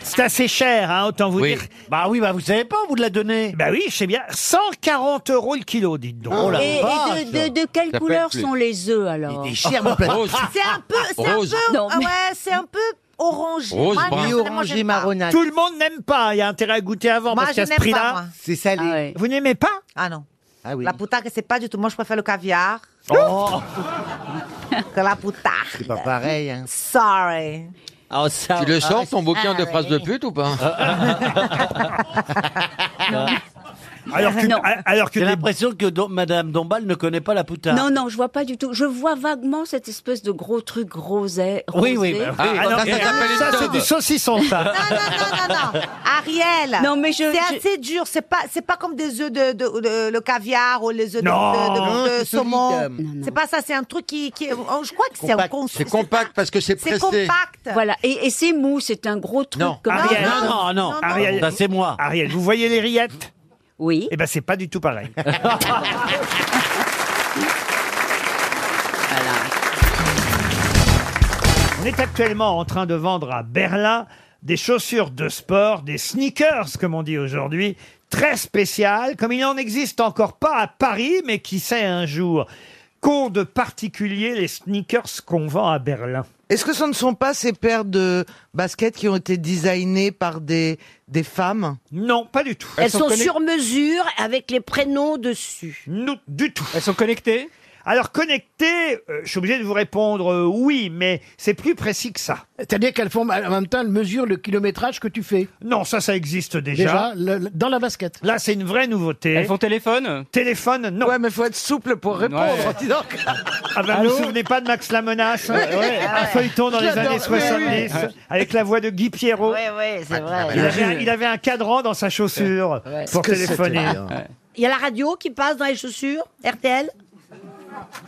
Speaker 1: C'est assez cher, hein, autant vous dire.
Speaker 8: Bah oui, bah vous savez pas, on vous l'a donné.
Speaker 1: Bah oui, je sais bien. 140 euros le kilo, dites donc.
Speaker 8: Oh
Speaker 28: et et de, de, de quelle
Speaker 1: Ça
Speaker 28: couleur
Speaker 1: pète,
Speaker 28: sont
Speaker 1: lui.
Speaker 28: les œufs alors
Speaker 1: Il déchire mon plateau. Rose.
Speaker 28: C'est un peu,
Speaker 1: c'est un Rose. peu-
Speaker 28: ah ouais, c'est un peu orange.
Speaker 1: marronade. Tout le monde n'aime pas. Il y a intérêt à goûter avant
Speaker 17: Moi,
Speaker 1: parce
Speaker 17: je
Speaker 1: qu'à ce
Speaker 17: n'aime pas,
Speaker 1: prix-là,
Speaker 17: moi.
Speaker 14: c'est salé.
Speaker 1: Vous n'aimez pas
Speaker 17: Ah non.
Speaker 14: Ah oui. Oh.
Speaker 17: La poutargue, c'est pas du tout. Moi, je préfère le caviar. que la poutargue.
Speaker 14: C'est pas pareil, hein.
Speaker 17: Sorry.
Speaker 29: Ah,
Speaker 25: Tu le sors, ton bouquin de phrases de pute ou pas
Speaker 1: Alors que, alors
Speaker 8: J'ai l'impression que Dom- Madame Dombal ne connaît pas la poutarde.
Speaker 28: Non, non, je vois pas du tout. Je vois vaguement cette espèce de gros truc rosé.
Speaker 8: Oui, oui,
Speaker 28: rosé.
Speaker 8: bah oui. Ah, alors, Ça, ça et- s'appelle une
Speaker 1: ça,
Speaker 8: teub.
Speaker 1: c'est du saucisson, ça.
Speaker 17: Ariel.
Speaker 28: Non, mais je-
Speaker 17: C'est
Speaker 28: je-
Speaker 17: assez dur. C'est pas, c'est pas comme des œufs de, de- de- le caviar ou les œufs de,
Speaker 25: Non.
Speaker 17: de- de-
Speaker 25: Non,
Speaker 17: de
Speaker 25: c'est
Speaker 17: saumon.
Speaker 25: solide. Non,
Speaker 17: C'est pas ça. C'est un truc qui, qui est- oh, je crois que c'est un cons-
Speaker 25: C'est compact parce que c'est
Speaker 17: C'est
Speaker 25: pressé.
Speaker 17: compact.
Speaker 28: Voilà, et, et c'est mou, c'est un gros truc.
Speaker 1: Non, Ah,
Speaker 28: comme
Speaker 1: Ariel.
Speaker 28: ça.
Speaker 1: Non, non, non. Ariel.
Speaker 8: Ça, c'est moi.
Speaker 1: Ariel, vous voyez les rillettes
Speaker 28: Oui.
Speaker 1: Eh ben, c'est pas du tout pareil. On est actuellement en train de vendre à Berlin des chaussures de sport, des sneakers, comme on dit aujourd'hui, très spéciales, comme il n'en existe encore pas à Paris, mais qui sait un jour. Qu'ont de particulier les sneakers qu'on vend à Berlin
Speaker 12: Est-ce que ce ne sont pas ces paires de baskets qui ont été designées par des, des femmes
Speaker 1: Non, pas du tout.
Speaker 12: Elles
Speaker 28: Elles
Speaker 12: sont
Speaker 28: sont
Speaker 12: connect-
Speaker 28: sur mesure avec les prénoms dessus.
Speaker 1: Non, du tout. Elles sont connectées Alors connectées, euh, je suis obligé de vous répondre euh, oui, mais c'est plus précis que ça.
Speaker 15: C'est-à-dire qu'elles font en même temps, elles mesurent le kilométrage que tu fais.
Speaker 1: Non, ça, ça existe
Speaker 15: Déjà,
Speaker 1: déjà.
Speaker 15: le- le- dans la basket.
Speaker 1: Là, c'est une vraie nouveauté.
Speaker 15: Elles font
Speaker 1: téléphone Téléphone, non. Ouais, mais faut être souple pour
Speaker 15: répondre,
Speaker 1: dis donc. Ah ben,
Speaker 8: Allô
Speaker 1: vous vous souvenez pas de Max la menace hein
Speaker 8: Ouais, ouais.
Speaker 15: Ah
Speaker 1: Un feuilleton dans les
Speaker 8: J'adore,
Speaker 1: années
Speaker 8: oui, oui.
Speaker 1: 70, avec la voix de Guy Pierrot.
Speaker 17: Ouais, ouais,
Speaker 15: Ah,
Speaker 17: c'est vrai.
Speaker 1: Il avait, un, il avait un cadran dans sa chaussure
Speaker 17: Ouais.
Speaker 1: pour
Speaker 17: Ce que c'était,
Speaker 1: téléphoner.
Speaker 17: hein. Il y a la radio qui passe dans les chaussures, RTL.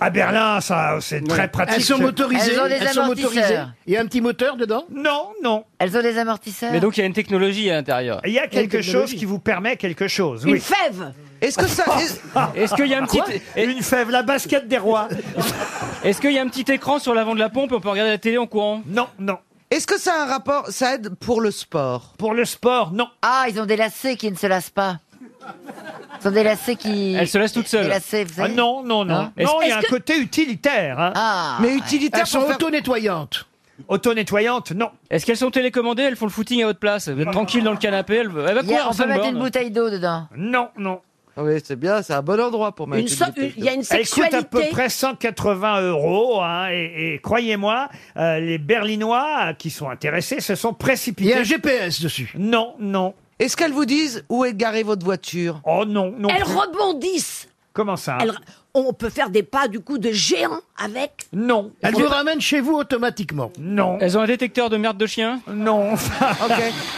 Speaker 1: À Berlin, ça, c'est très pratique.
Speaker 15: Elles sont motorisées.
Speaker 17: Elles ont des
Speaker 15: sont
Speaker 17: amortisseurs.
Speaker 15: motorisées. Il y a un petit moteur dedans
Speaker 1: Non, non.
Speaker 17: Elles ont des amortisseurs.
Speaker 6: Mais donc il y a une technologie à l'intérieur.
Speaker 1: Il y a quelque chose qui vous permet quelque chose. oui.
Speaker 17: fève
Speaker 12: Est-ce que ça.
Speaker 6: Est-ce qu'il y a un petit.
Speaker 1: Quoi Une fève, la basket des rois.
Speaker 6: Est-ce qu'il y a un petit écran sur l'avant de la pompe et on peut regarder la télé en courant
Speaker 1: Non, non.
Speaker 12: Est-ce que ça a un rapport, ça aide pour le sport
Speaker 1: Pour le sport, non.
Speaker 17: Ah, ils ont des lacets qui ne se lassent pas. Ils ont des lacets qui.
Speaker 6: Elle se lasse toute seule. Hein
Speaker 17: Des lacets, vous
Speaker 1: Ah
Speaker 17: savez.
Speaker 1: non, non, non.
Speaker 17: Est-ce-
Speaker 1: Non, il y a un
Speaker 17: est-ce que-
Speaker 1: côté utilitaire. hein.
Speaker 17: Ah.
Speaker 12: Mais utilitaire
Speaker 6: Elles sont
Speaker 12: pour faire-
Speaker 6: auto-nettoyantes.
Speaker 1: Auto-nettoyantes, non.
Speaker 6: Est-ce qu'elles sont télécommandées
Speaker 24: eh ben,
Speaker 6: Elles font le footing à votre place. Vous êtes tranquille dans le canapé. Elles... Elles va
Speaker 17: Il y a-
Speaker 6: courir
Speaker 17: on peut mettre une bouteille d'eau dedans.
Speaker 1: Non, non.
Speaker 12: Oui, c'est bien, c'est un bon endroit pour
Speaker 1: Une so- une- il y a une Elle coûte à peu près 180 euros. hein, et et croyez-moi, euh, les Berlinois euh, qui sont intéressés se sont précipités. Il y a un GPS dessus. Non, non. Est-ce qu'elles vous disent où est garée votre voiture Oh non, non.
Speaker 2: Elles
Speaker 1: plus.
Speaker 2: rebondissent.
Speaker 1: Comment ça
Speaker 2: Elles- on peut faire des pas du coup de géant avec.
Speaker 1: Non.
Speaker 26: Elle vous ramène chez vous automatiquement.
Speaker 1: Non.
Speaker 24: Elles ont un détecteur de merde de chien
Speaker 1: Non.
Speaker 6: Ah,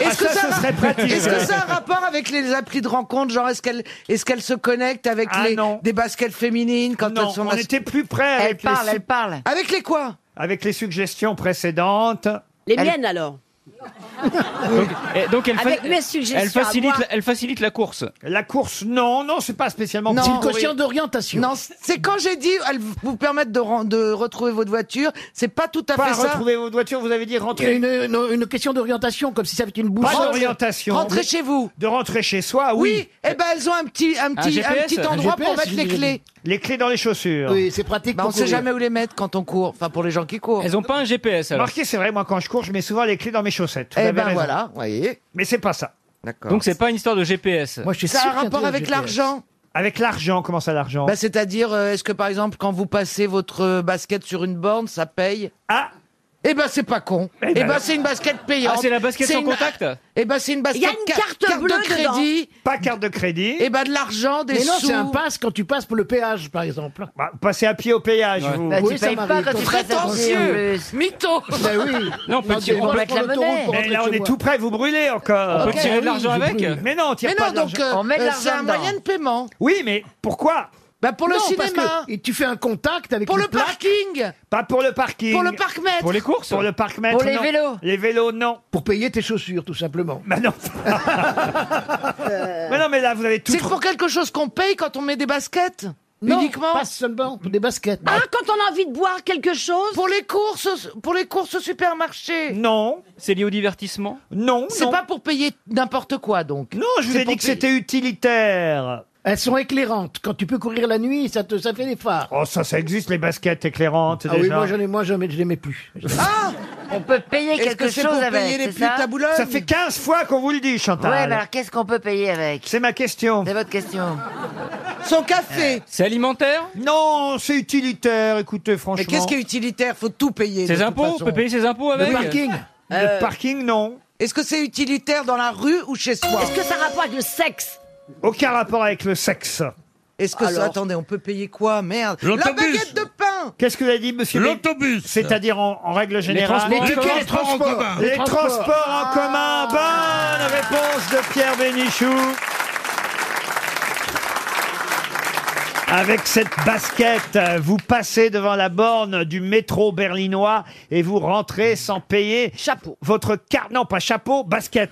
Speaker 12: Est-ce que ça,
Speaker 1: Ah, serait pratique.
Speaker 12: Est-ce que ça a un rapport avec les applis de rencontre Genre, est-ce qu'elles est qu'elles se connectent avec
Speaker 1: Ah,
Speaker 12: les,
Speaker 1: non.
Speaker 12: des baskets féminines quand
Speaker 1: Non,
Speaker 12: elles sont
Speaker 1: on
Speaker 12: mas-
Speaker 1: était plus près
Speaker 12: Elles
Speaker 1: avec les
Speaker 12: parlent,
Speaker 1: su-
Speaker 12: elles parlent. Avec les quoi
Speaker 1: Avec les suggestions précédentes.
Speaker 2: Les miennes alors.
Speaker 24: Donc, et donc elle, fa-
Speaker 2: Avec mes suggestions
Speaker 24: elle facilite,
Speaker 2: à moi.
Speaker 24: la, elle facilite la course.
Speaker 1: La course, non, non, c'est pas spécialement.
Speaker 12: Non.
Speaker 1: pour-
Speaker 12: d'orientation. Non, c'est quand j'ai dit elles vous permettent de, ren- de retrouver votre voiture, c'est pas tout à
Speaker 1: Pas
Speaker 12: fait ça.
Speaker 1: retrouver votre voiture, vous avez dit
Speaker 12: Il y a
Speaker 1: rentrer.
Speaker 12: une-
Speaker 26: Une question d'orientation, comme si ça avait une bouche.
Speaker 1: Pas d'orientation.
Speaker 12: Rentrer
Speaker 1: mais-
Speaker 12: chez vous.
Speaker 1: De rentrer chez soi, oui.
Speaker 12: Oui, eh ben elles ont un petit, un petit, un petit endroit pour mettre les clés.
Speaker 1: Les clés dans les chaussures.
Speaker 12: pratique. on
Speaker 1: pour
Speaker 12: sait
Speaker 1: courir.
Speaker 12: jamais où les mettre quand on court. Enfin, pour les gens qui courent.
Speaker 24: Elles ont pas un GPS alors.
Speaker 1: Remarquez, c'est vrai, moi quand je cours, je mets souvent les clés dans mes chaussettes. Vous
Speaker 12: Eh
Speaker 1: avez
Speaker 12: ben
Speaker 1: raison.
Speaker 12: voilà, voyez.
Speaker 1: Mais c'est pas ça.
Speaker 12: D'accord.
Speaker 24: Donc c'est pas une histoire de GPS.
Speaker 12: Ça a un rapport avec l'argent.
Speaker 1: Avec l'argent, comment ça l'argent
Speaker 12: Bah, c'est-à-dire, euh, est-ce que par exemple, quand vous passez votre euh, basket sur une borne, ça paye
Speaker 1: Ah
Speaker 12: Eh ben, c'est pas con.
Speaker 24: Eh
Speaker 12: Eh
Speaker 24: ben,
Speaker 12: ben,
Speaker 24: alors.
Speaker 12: c'est une basket payante.
Speaker 24: Ah, c'est la basket
Speaker 12: C'est
Speaker 24: sans
Speaker 12: une-
Speaker 24: contact
Speaker 12: Eh ben, c'est une basket
Speaker 2: Il y a une
Speaker 12: ca-
Speaker 2: carte bleue
Speaker 12: de crédit.
Speaker 1: Pas carte de crédit.
Speaker 12: Eh ben, de l'argent, des
Speaker 26: Mais non,
Speaker 12: sous.
Speaker 26: c'est un passe quand tu passes pour le péage, par exemple.
Speaker 1: Bah, passez à pied au péage, vous.
Speaker 12: Bah, tu
Speaker 1: ça
Speaker 12: payes pas
Speaker 1: m'arrive.
Speaker 12: quand tu Très passes à pied, en prétentieux.
Speaker 26: Mytho
Speaker 17: Ben
Speaker 12: Bah oui.
Speaker 24: Non, on peut tirer- on peut mettre la monnaie.
Speaker 1: Mais là, on est tout près, vous brûlez encore.
Speaker 24: Euh, On peut Ok, tirer de oui, l'argent je avec brûle.
Speaker 1: Mais non, on tire
Speaker 12: hein. Mais
Speaker 1: pas
Speaker 12: non, donc,
Speaker 1: d'argent.
Speaker 12: euh, euh, c'est un moyen de paiement.
Speaker 1: Oui, mais pourquoi
Speaker 12: Bah, pour le
Speaker 26: Non, parce
Speaker 12: cinéma.
Speaker 26: que- et tu fais un contact avec
Speaker 12: Pour
Speaker 26: une
Speaker 12: le
Speaker 26: plaque.
Speaker 12: parking.
Speaker 1: Pas pour le parking.
Speaker 12: Pour le parc-mètre. Pour les courses
Speaker 1: Pour le parc-mètre.
Speaker 12: Pour les
Speaker 1: non.
Speaker 12: vélos.
Speaker 1: Les vélos, non.
Speaker 26: Pour payer tes chaussures, tout simplement.
Speaker 1: Bah non.
Speaker 12: Euh,
Speaker 1: mais non, mais là, vous avez tout.
Speaker 12: C'est pour quelque chose qu'on paye quand on met des baskets
Speaker 26: Non,
Speaker 12: Uniquement
Speaker 26: pas seulement pour des baskets.
Speaker 2: Ah, quand on a envie de boire quelque chose.
Speaker 12: Pour les courses, au- pour les courses au supermarché.
Speaker 1: Non.
Speaker 24: C'est lié au divertissement
Speaker 1: Non.
Speaker 12: C'est
Speaker 1: non.
Speaker 12: pas pour payer n'importe quoi donc.
Speaker 1: Non, je vous
Speaker 12: C'est
Speaker 1: ai
Speaker 12: pour
Speaker 1: dit que
Speaker 12: payer-
Speaker 1: c'était utilitaire.
Speaker 26: Elles sont éclairantes. Quand tu peux courir la nuit, ça te ça fait des phares.
Speaker 1: Oh, ça, ça existe, les baskets éclairantes,
Speaker 26: Ah oui,
Speaker 1: déjà.
Speaker 26: moi j'en ai, moi j'en ai, je l'aimais plus.
Speaker 12: Ah
Speaker 15: On peut payer
Speaker 12: Est-ce
Speaker 15: quelque
Speaker 12: que c'est
Speaker 15: chose
Speaker 12: pour
Speaker 15: avec.
Speaker 12: payer les
Speaker 15: c'est
Speaker 12: putes
Speaker 15: ça
Speaker 12: à Boulogne
Speaker 1: ça fait 15 fois qu'on vous le dit, Chantal.
Speaker 15: Ouais, mais alors qu'est-ce qu'on peut payer avec
Speaker 1: C'est ma question.
Speaker 15: C'est votre question.
Speaker 12: Son café.
Speaker 24: Euh, C'est alimentaire
Speaker 1: Non, Oh, c'est utilitaire, écoutez, franchement.
Speaker 12: Mais qu'est-ce qui est utilitaire Faut tout payer. de
Speaker 24: Ses
Speaker 12: toute
Speaker 24: impôts On
Speaker 12: façon.
Speaker 24: peut payer ses impôts avec
Speaker 12: Le parking. Euh,
Speaker 1: Le parking, non.
Speaker 12: Est-ce que c'est utilitaire dans la rue ou chez soi
Speaker 2: Est-ce que ça a rapport avec le sexe
Speaker 1: Aucun rapport avec le sexe.
Speaker 12: Est-ce que ça
Speaker 2: Alors.
Speaker 12: Attendez, on peut payer quoi Merde. La
Speaker 6: L'autobus.
Speaker 12: baguette de pain.
Speaker 1: Qu'est-ce que vous avez dit, monsieur
Speaker 6: L'autobus.
Speaker 1: C'est-à-dire en, en règle générale.
Speaker 24: transports en
Speaker 1: Les,
Speaker 24: commun.
Speaker 1: transports,
Speaker 24: Les
Speaker 1: en commun. Les transports en commun. Bonne réponse de Pierre Bénichou. Avec cette basket, euh, vous passez devant la borne du métro berlinois et vous rentrez sans payer
Speaker 2: Chapeau.
Speaker 1: votre carte. Non, pas chapeau, basket.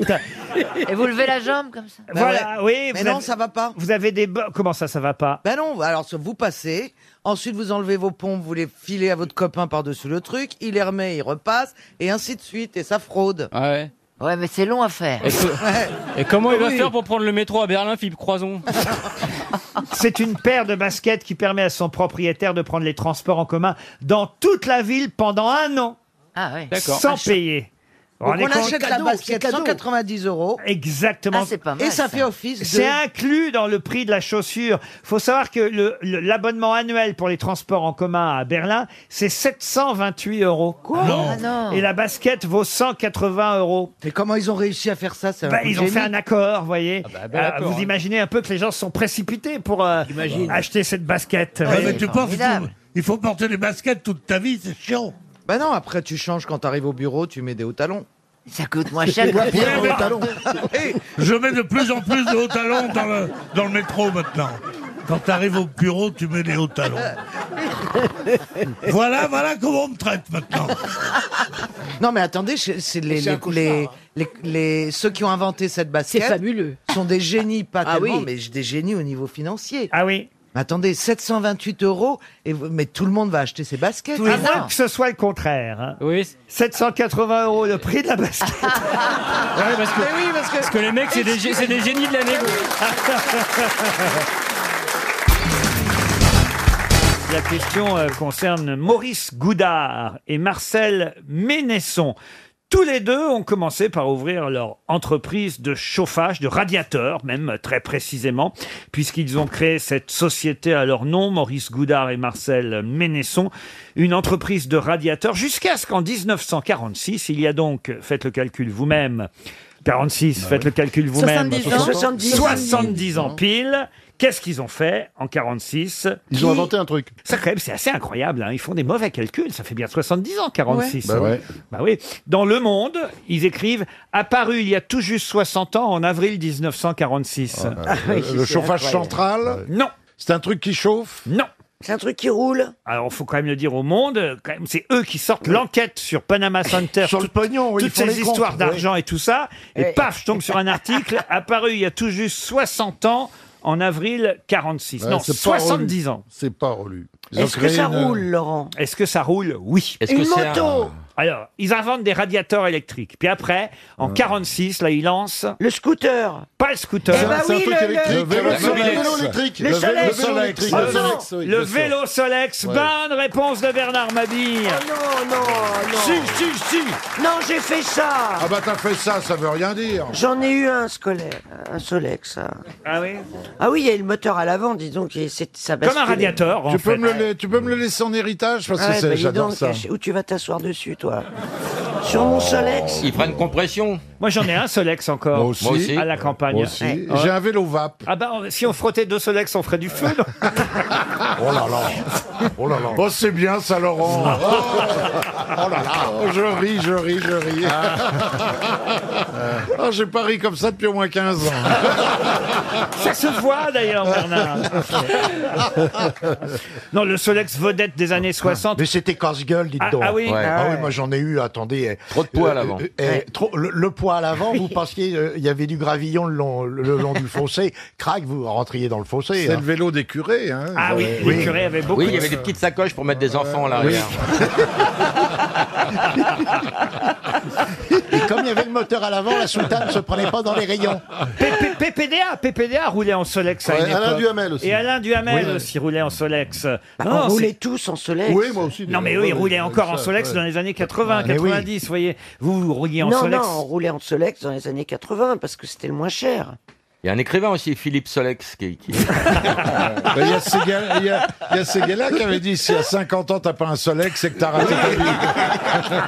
Speaker 15: Et vous levez la jambe comme ça Bah
Speaker 1: voilà,
Speaker 12: ouais.
Speaker 1: oui.
Speaker 12: Mais
Speaker 1: vous
Speaker 12: non,
Speaker 1: avez-
Speaker 12: ça va pas.
Speaker 1: Vous avez des... bo- Comment ça, ça va pas
Speaker 12: Ben non, alors ça, vous passez, ensuite vous enlevez vos pompes, vous les filez à votre copain par-dessus le truc, il les remet, il repasse, et ainsi de suite, et ça fraude.
Speaker 24: Ah ouais.
Speaker 15: Ouais, mais c'est long à faire.
Speaker 24: Et, co- et
Speaker 6: Ah
Speaker 24: comment il va
Speaker 12: Oui.
Speaker 24: faire pour prendre le métro à Berlin, Philippe Croison
Speaker 1: C'est une paire de baskets qui permet à son propriétaire de prendre les transports en commun dans toute la ville pendant un an
Speaker 15: Ah ouais.
Speaker 24: D'accord.
Speaker 1: sans payer. Vous
Speaker 12: Donc
Speaker 1: rendez
Speaker 12: on
Speaker 1: compte
Speaker 12: achète
Speaker 26: cadeau,
Speaker 12: la
Speaker 26: c'est
Speaker 12: basket
Speaker 26: cadeau.
Speaker 12: 190 euros,
Speaker 1: Exactement.
Speaker 15: Ah, c'est pas mal.
Speaker 12: et ça, fait office de...
Speaker 1: C'est inclus dans le prix de la chaussure. Faut savoir que le- le- l'abonnement annuel pour les transports en commun à Berlin, c'est 728 euros. Quoi
Speaker 15: Ah non.
Speaker 1: Et la basket vaut 180 euros.
Speaker 12: Mais comment ils ont réussi à faire ça, ça
Speaker 1: Bah, ils ont fait un accord, vous
Speaker 12: Ah,
Speaker 1: voyez. Euh,
Speaker 24: bah,
Speaker 12: ben,
Speaker 24: bel accord,
Speaker 1: vous
Speaker 24: hein.
Speaker 1: imaginez un peu que les gens se sont précipités pour euh, acheter cette basket.
Speaker 6: Ouais,
Speaker 1: Oui.
Speaker 6: Ah, mais tu portes,
Speaker 15: formidable.
Speaker 6: tout- il faut porter les baskets toute ta vie, c'est chiant.
Speaker 12: Bah non, après tu changes quand t'arrives au bureau, tu mets des hauts talons.
Speaker 15: Ça coûte moins cher que
Speaker 6: Ouais, mais-
Speaker 12: Et-
Speaker 6: Je mets de plus en plus de hauts talons dans le, dans le métro maintenant. Quand tu arrives au bureau, tu mets les hauts talons. Voilà, voilà comment on me traite maintenant.
Speaker 12: Non mais attendez, c'est c'est les, les, les, les- les- ceux qui ont inventé cette basket
Speaker 2: fabuleux.
Speaker 12: sont des génies, pas
Speaker 2: Ah
Speaker 12: tellement,
Speaker 2: oui.
Speaker 12: mais des génies au niveau financier.
Speaker 1: Ah oui.
Speaker 12: Mais attendez, 728 euros, et vous- mais tout le monde va acheter ses baskets. Ah
Speaker 1: À moins que ce soit le contraire. hein.
Speaker 24: Oui. c'est-
Speaker 1: 780 euros le prix de la basket.
Speaker 24: Ouais, parce que,
Speaker 12: Mais oui, parce que...
Speaker 24: parce que les mecs, c'est des, gé- c'est des génies de l'année.
Speaker 1: La question euh, concerne Maurice Goudard et Marcel Ménesson. Tous les deux ont commencé par ouvrir leur entreprise de chauffage, de radiateurs même très précisément, puisqu'ils ont créé cette société à leur nom, Maurice Goudard et Marcel Ménesson, une entreprise de radiateurs, jusqu'à ce qu'en 1946, il y a donc, faites le calcul vous-même, 46, faites le calcul vous-même,
Speaker 2: 70 ans. 70 ans.
Speaker 1: 70 ans pile. Qu'est-ce qu'ils ont fait en 46
Speaker 7: Ils ont inventé
Speaker 1: un truc. Ça, quand même, c'est assez incroyable. hein. Ils font des mauvais calculs. Ça fait bien 70 ans, 46.
Speaker 7: Ouais. Bah
Speaker 1: hein.
Speaker 7: ouais.
Speaker 1: Bah oui. Dans Le Monde, ils écrivent Apparu il y a tout juste 60 ans, en avril 1946.
Speaker 7: Ah, le- le chauffage central
Speaker 1: Non.
Speaker 7: C'est un truc qui chauffe
Speaker 1: Non.
Speaker 2: C'est un truc qui roule
Speaker 1: Alors, il faut quand même le dire au monde, quand même, c'est eux qui sortent l'enquête sur Panama Center.
Speaker 7: Sur le pognon, oui, ils
Speaker 1: Toutes
Speaker 7: font
Speaker 1: ces
Speaker 7: les comptes,
Speaker 1: histoires
Speaker 7: oui.
Speaker 1: d'argent et tout ça. Et
Speaker 7: Ouais.
Speaker 1: paf, je tombe sur un article apparu il y a tout juste 60 ans, en avril 46.
Speaker 7: Ouais,
Speaker 1: non,
Speaker 7: Bah, c'est pas
Speaker 1: 70
Speaker 7: relu.
Speaker 1: ans.
Speaker 7: C'est pas relu. Ils ont
Speaker 1: Est-ce que
Speaker 7: créé
Speaker 1: ça
Speaker 7: une-
Speaker 1: roule, Laurent Est-ce que ça roule Oui.
Speaker 7: Est-ce Une que c'est moto un-
Speaker 1: Alors, ils inventent des radiateurs électriques. Puis après, en 46, là, ils lancent... Le scooter Pas le scooter.
Speaker 7: Eh ben C'est un oui, truc le- électrique. le- Le vélo- le vélo Solex. électrique. Le Le vélo Solex.
Speaker 1: Oh non,
Speaker 7: électrique. Le ben Solex, oui,
Speaker 1: Le
Speaker 7: bien sûr.
Speaker 1: vélo Solex.
Speaker 7: Ouais.
Speaker 1: Bonne réponse de Bernard Mabille.
Speaker 7: Oh Non, non, non. Si, si, si.
Speaker 2: Non, j'ai fait ça.
Speaker 7: Ah bah t'as fait ça, ça veut rien dire.
Speaker 2: J'en ai eu un scolaire, un Solex. ça.
Speaker 1: Ah oui
Speaker 2: Ah oui, il y a le moteur à l'avant, dis donc, et c'est, ça bascule.
Speaker 7: Ah, Tu peux, me le, la- tu peux me le laisser en héritage parce que
Speaker 2: Ouais,
Speaker 7: c'est-
Speaker 2: bah, dis
Speaker 7: j'adore
Speaker 2: donc,
Speaker 7: ça.
Speaker 2: Où tu vas t'asseoir dessus, toi Sur mon Solex
Speaker 7: Ils prennent
Speaker 1: compression. Moi, j'en ai un Solex encore.
Speaker 7: Moi aussi. Moi aussi.
Speaker 1: À la campagne.
Speaker 7: Moi aussi. J'ai un
Speaker 1: vélo VAP. Ah bah, si on frottait deux Solex, on ferait du feu. non
Speaker 7: Oh là là. Oh là là. Oh, c'est bien ça, Laurent. Oh, là là. Oh, je ris, je ris, je ris.
Speaker 11: Ah.
Speaker 7: Oh, j'ai pas ri comme ça depuis au moins 15 ans.
Speaker 1: Ça se voit d'ailleurs, Bernard. non, le Solex vedette des années 60.
Speaker 11: Ah. Mais c'était casse-gueule, dites
Speaker 1: Ah-
Speaker 11: donc.
Speaker 1: ah oui. Ouais.
Speaker 11: Ah oui,
Speaker 1: Ouais.
Speaker 11: moi j'en ai eu, attendez. Euh, Trop de
Speaker 1: poids à l'avant.
Speaker 11: le, le poids à l'avant, vous pensiez, euh, il y avait du gravillon le long, le long du fossé. Crac, vous rentriez dans le fossé.
Speaker 7: C'est
Speaker 11: hein.
Speaker 7: le vélo des curés. Hein.
Speaker 11: Ah oui,
Speaker 7: Euh,
Speaker 11: les curés
Speaker 1: avaient
Speaker 7: beaucoup
Speaker 25: Oui, il y
Speaker 7: de-
Speaker 25: avait des petites sacoches pour mettre des enfants là.
Speaker 7: oui.
Speaker 25: l'arrière.
Speaker 11: Et comme il y avait le moteur à l'avant, la soutane ne se prenait pas dans les rayons.
Speaker 1: P- PPDA, PPDA roulait en Solex à
Speaker 7: Ouais,
Speaker 1: une
Speaker 7: Alain
Speaker 1: époque.
Speaker 7: Duhamel aussi.
Speaker 1: Et Alain Duhamel
Speaker 7: Oui.
Speaker 1: aussi roulait en Solex.
Speaker 7: Bah,
Speaker 2: Bah, on
Speaker 1: c'est-
Speaker 2: roulait tous en Solex.
Speaker 7: Oui, moi aussi,
Speaker 1: Non, mais
Speaker 7: d'ailleurs.
Speaker 1: eux, ils
Speaker 7: Ouais,
Speaker 1: roulaient
Speaker 7: ouais,
Speaker 1: encore
Speaker 7: ça,
Speaker 1: en Solex
Speaker 7: ouais.
Speaker 1: dans les années
Speaker 7: Ah,
Speaker 1: 80,
Speaker 2: Mais oui.
Speaker 1: 90, vous voyez. Vous, vous rouliez en
Speaker 2: non,
Speaker 1: Solex.
Speaker 2: non, on roulait en Solex dans les années 80 parce que c'était le moins cher.
Speaker 25: Il y a un écrivain aussi, Philippe Solex, qui. qui-
Speaker 7: Bah, Il y a ces gars- il y a- il y a ces gars-là qui avaient dit s'il y a 50 ans, t'as pas un soleil, c'est que t'as
Speaker 2: Ah
Speaker 7: raté ta vie.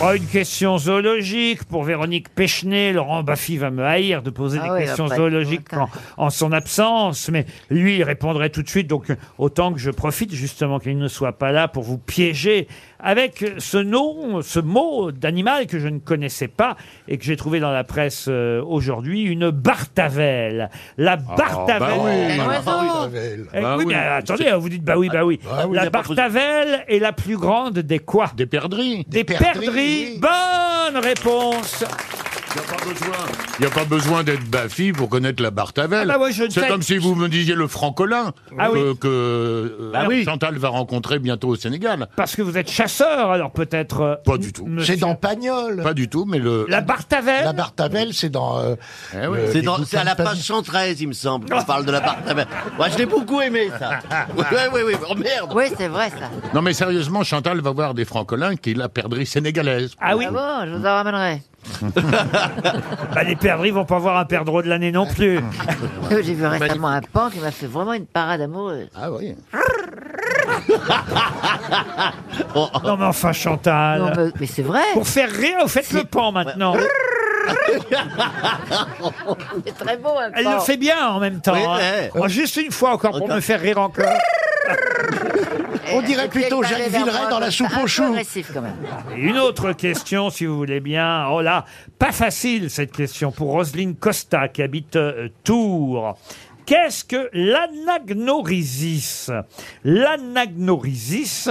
Speaker 1: Oh, une question zoologique pour Véronique Péchenet. Laurent Baffy va me haïr de poser
Speaker 2: Ah
Speaker 1: des
Speaker 2: ouais,
Speaker 1: questions
Speaker 2: après,
Speaker 1: zoologiques en, en son absence, mais lui, il répondrait tout de suite. Donc, euh, autant que je profite justement qu'il ne soit pas là pour vous piéger avec euh, ce nom, ce mot d'animal que je ne connaissais pas et que j'ai trouvé dans la presse euh, aujourd'hui, une bartavelle. La bartavelle.
Speaker 7: bah oui, Un la oiseau.
Speaker 1: Eh
Speaker 7: Bah
Speaker 1: oui,
Speaker 7: oui.
Speaker 1: mais attendez, vous dites bah oui, bah oui.
Speaker 7: Bah oui, y
Speaker 1: la
Speaker 7: a pas de-
Speaker 1: bartavelle est la plus grande des quoi Des perdrix. Des, perdrix. Bonne réponse.
Speaker 7: Il n'y a pas besoin d'être Baffy pour connaître la Bartavel.
Speaker 1: Ah bah ouais, je ne
Speaker 7: c'est
Speaker 1: sais-
Speaker 7: comme si vous me disiez le francolin
Speaker 1: Ah oui.
Speaker 7: euh, que euh,
Speaker 1: Bah oui.
Speaker 7: Chantal va rencontrer bientôt au Sénégal.
Speaker 1: Parce que vous êtes chasseur, alors peut-être. euh,
Speaker 7: Pas du tout.
Speaker 11: C'est dans Pagnol.
Speaker 7: Pas du tout, mais le.
Speaker 1: La Bartavelle
Speaker 11: La Bartavelle, c'est dans. euh,
Speaker 7: oui.
Speaker 11: le-
Speaker 14: Eh C'est
Speaker 11: les
Speaker 14: dans-
Speaker 11: bouquins
Speaker 14: c'est à la
Speaker 11: de Pagnol.
Speaker 14: page 113, il me semble, qu'on parle de la part. Moi, je l'ai beaucoup aimé, ça. Oui, oui, oui. Oh, merde.
Speaker 15: Oui, c'est vrai ça.
Speaker 7: Non, mais sérieusement, Chantal va voir des francolins qui la perdrix sénégalaise.
Speaker 1: Ah oui.
Speaker 15: bon, je vous en ramènerai.
Speaker 1: Bah, les perdrix vont pas voir un perdreau de l'année non plus.
Speaker 15: Euh, J'ai vu récemment un pan qui m'a fait vraiment une parade amoureuse.
Speaker 7: Ah oui. Oh,
Speaker 1: Non mais enfin Chantal.
Speaker 15: Non, mais, mais c'est vrai.
Speaker 1: Pour faire rire, vous faites le pan maintenant.
Speaker 15: C'est très beau hein, un
Speaker 1: Elle
Speaker 15: pan.
Speaker 1: le fait bien en même temps.
Speaker 15: Oui,
Speaker 1: hein.
Speaker 15: ouais.
Speaker 1: Oh, juste une fois encore pour me faire rire encore.
Speaker 11: On dirait
Speaker 15: Elle fait
Speaker 11: plutôt
Speaker 15: le
Speaker 11: Jacques
Speaker 15: pavé vers
Speaker 11: Villeray
Speaker 15: moi
Speaker 11: dans la
Speaker 15: comme
Speaker 11: soupe
Speaker 15: ça, un
Speaker 11: aux
Speaker 15: peu
Speaker 11: choux.
Speaker 15: agressif, quand même.
Speaker 1: Et une autre question, si vous voulez bien. Oh là, pas facile cette question pour Roselyne Costa qui habite euh, Tours. Qu'est-ce que l'anagnorisis L'anagnorisis,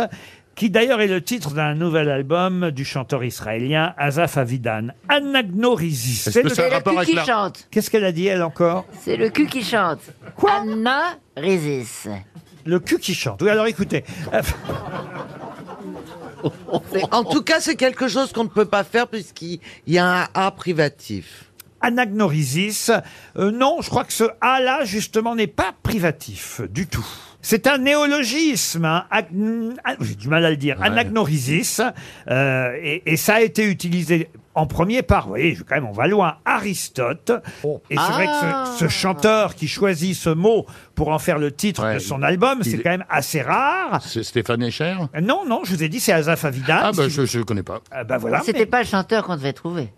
Speaker 1: qui d'ailleurs est le titre d'un nouvel album du chanteur israélien Asaf Avidan. Anagnorisis.
Speaker 7: Est-ce que ça a un rapport avec la-
Speaker 1: Qu'est-ce qu'elle a dit, elle, encore
Speaker 15: C'est le cul qui chante.
Speaker 1: Quoi
Speaker 15: Anna Résis.
Speaker 1: Le cul qui chante. Oui, alors écoutez.
Speaker 12: Mais en tout cas, c'est quelque chose qu'on ne peut pas faire puisqu'il il y a un A privatif.
Speaker 1: Anagnorisis. Euh, non, je crois que ce A-là, justement, n'est pas privatif du tout. C'est un néologisme, hein, agn- ah, j'ai du mal à le dire, anagnorisis, euh, et, et ça a été utilisé en premier par, vous voyez, je- quand même, on va loin, Aristote.
Speaker 4: Oh.
Speaker 1: Et c'est vrai que ce- ce, chanteur qui choisit ce mot pour en faire le titre de son album, c'est quand même assez rare. Euh,
Speaker 4: C'est Stéphane Echer
Speaker 1: Non, non, je vous ai dit, c'est Azaf Avidan.
Speaker 4: Ah, bah, je ne connais pas.
Speaker 1: Ah, bah voilà.
Speaker 15: C'était
Speaker 1: mais-
Speaker 15: pas le chanteur qu'on devait trouver.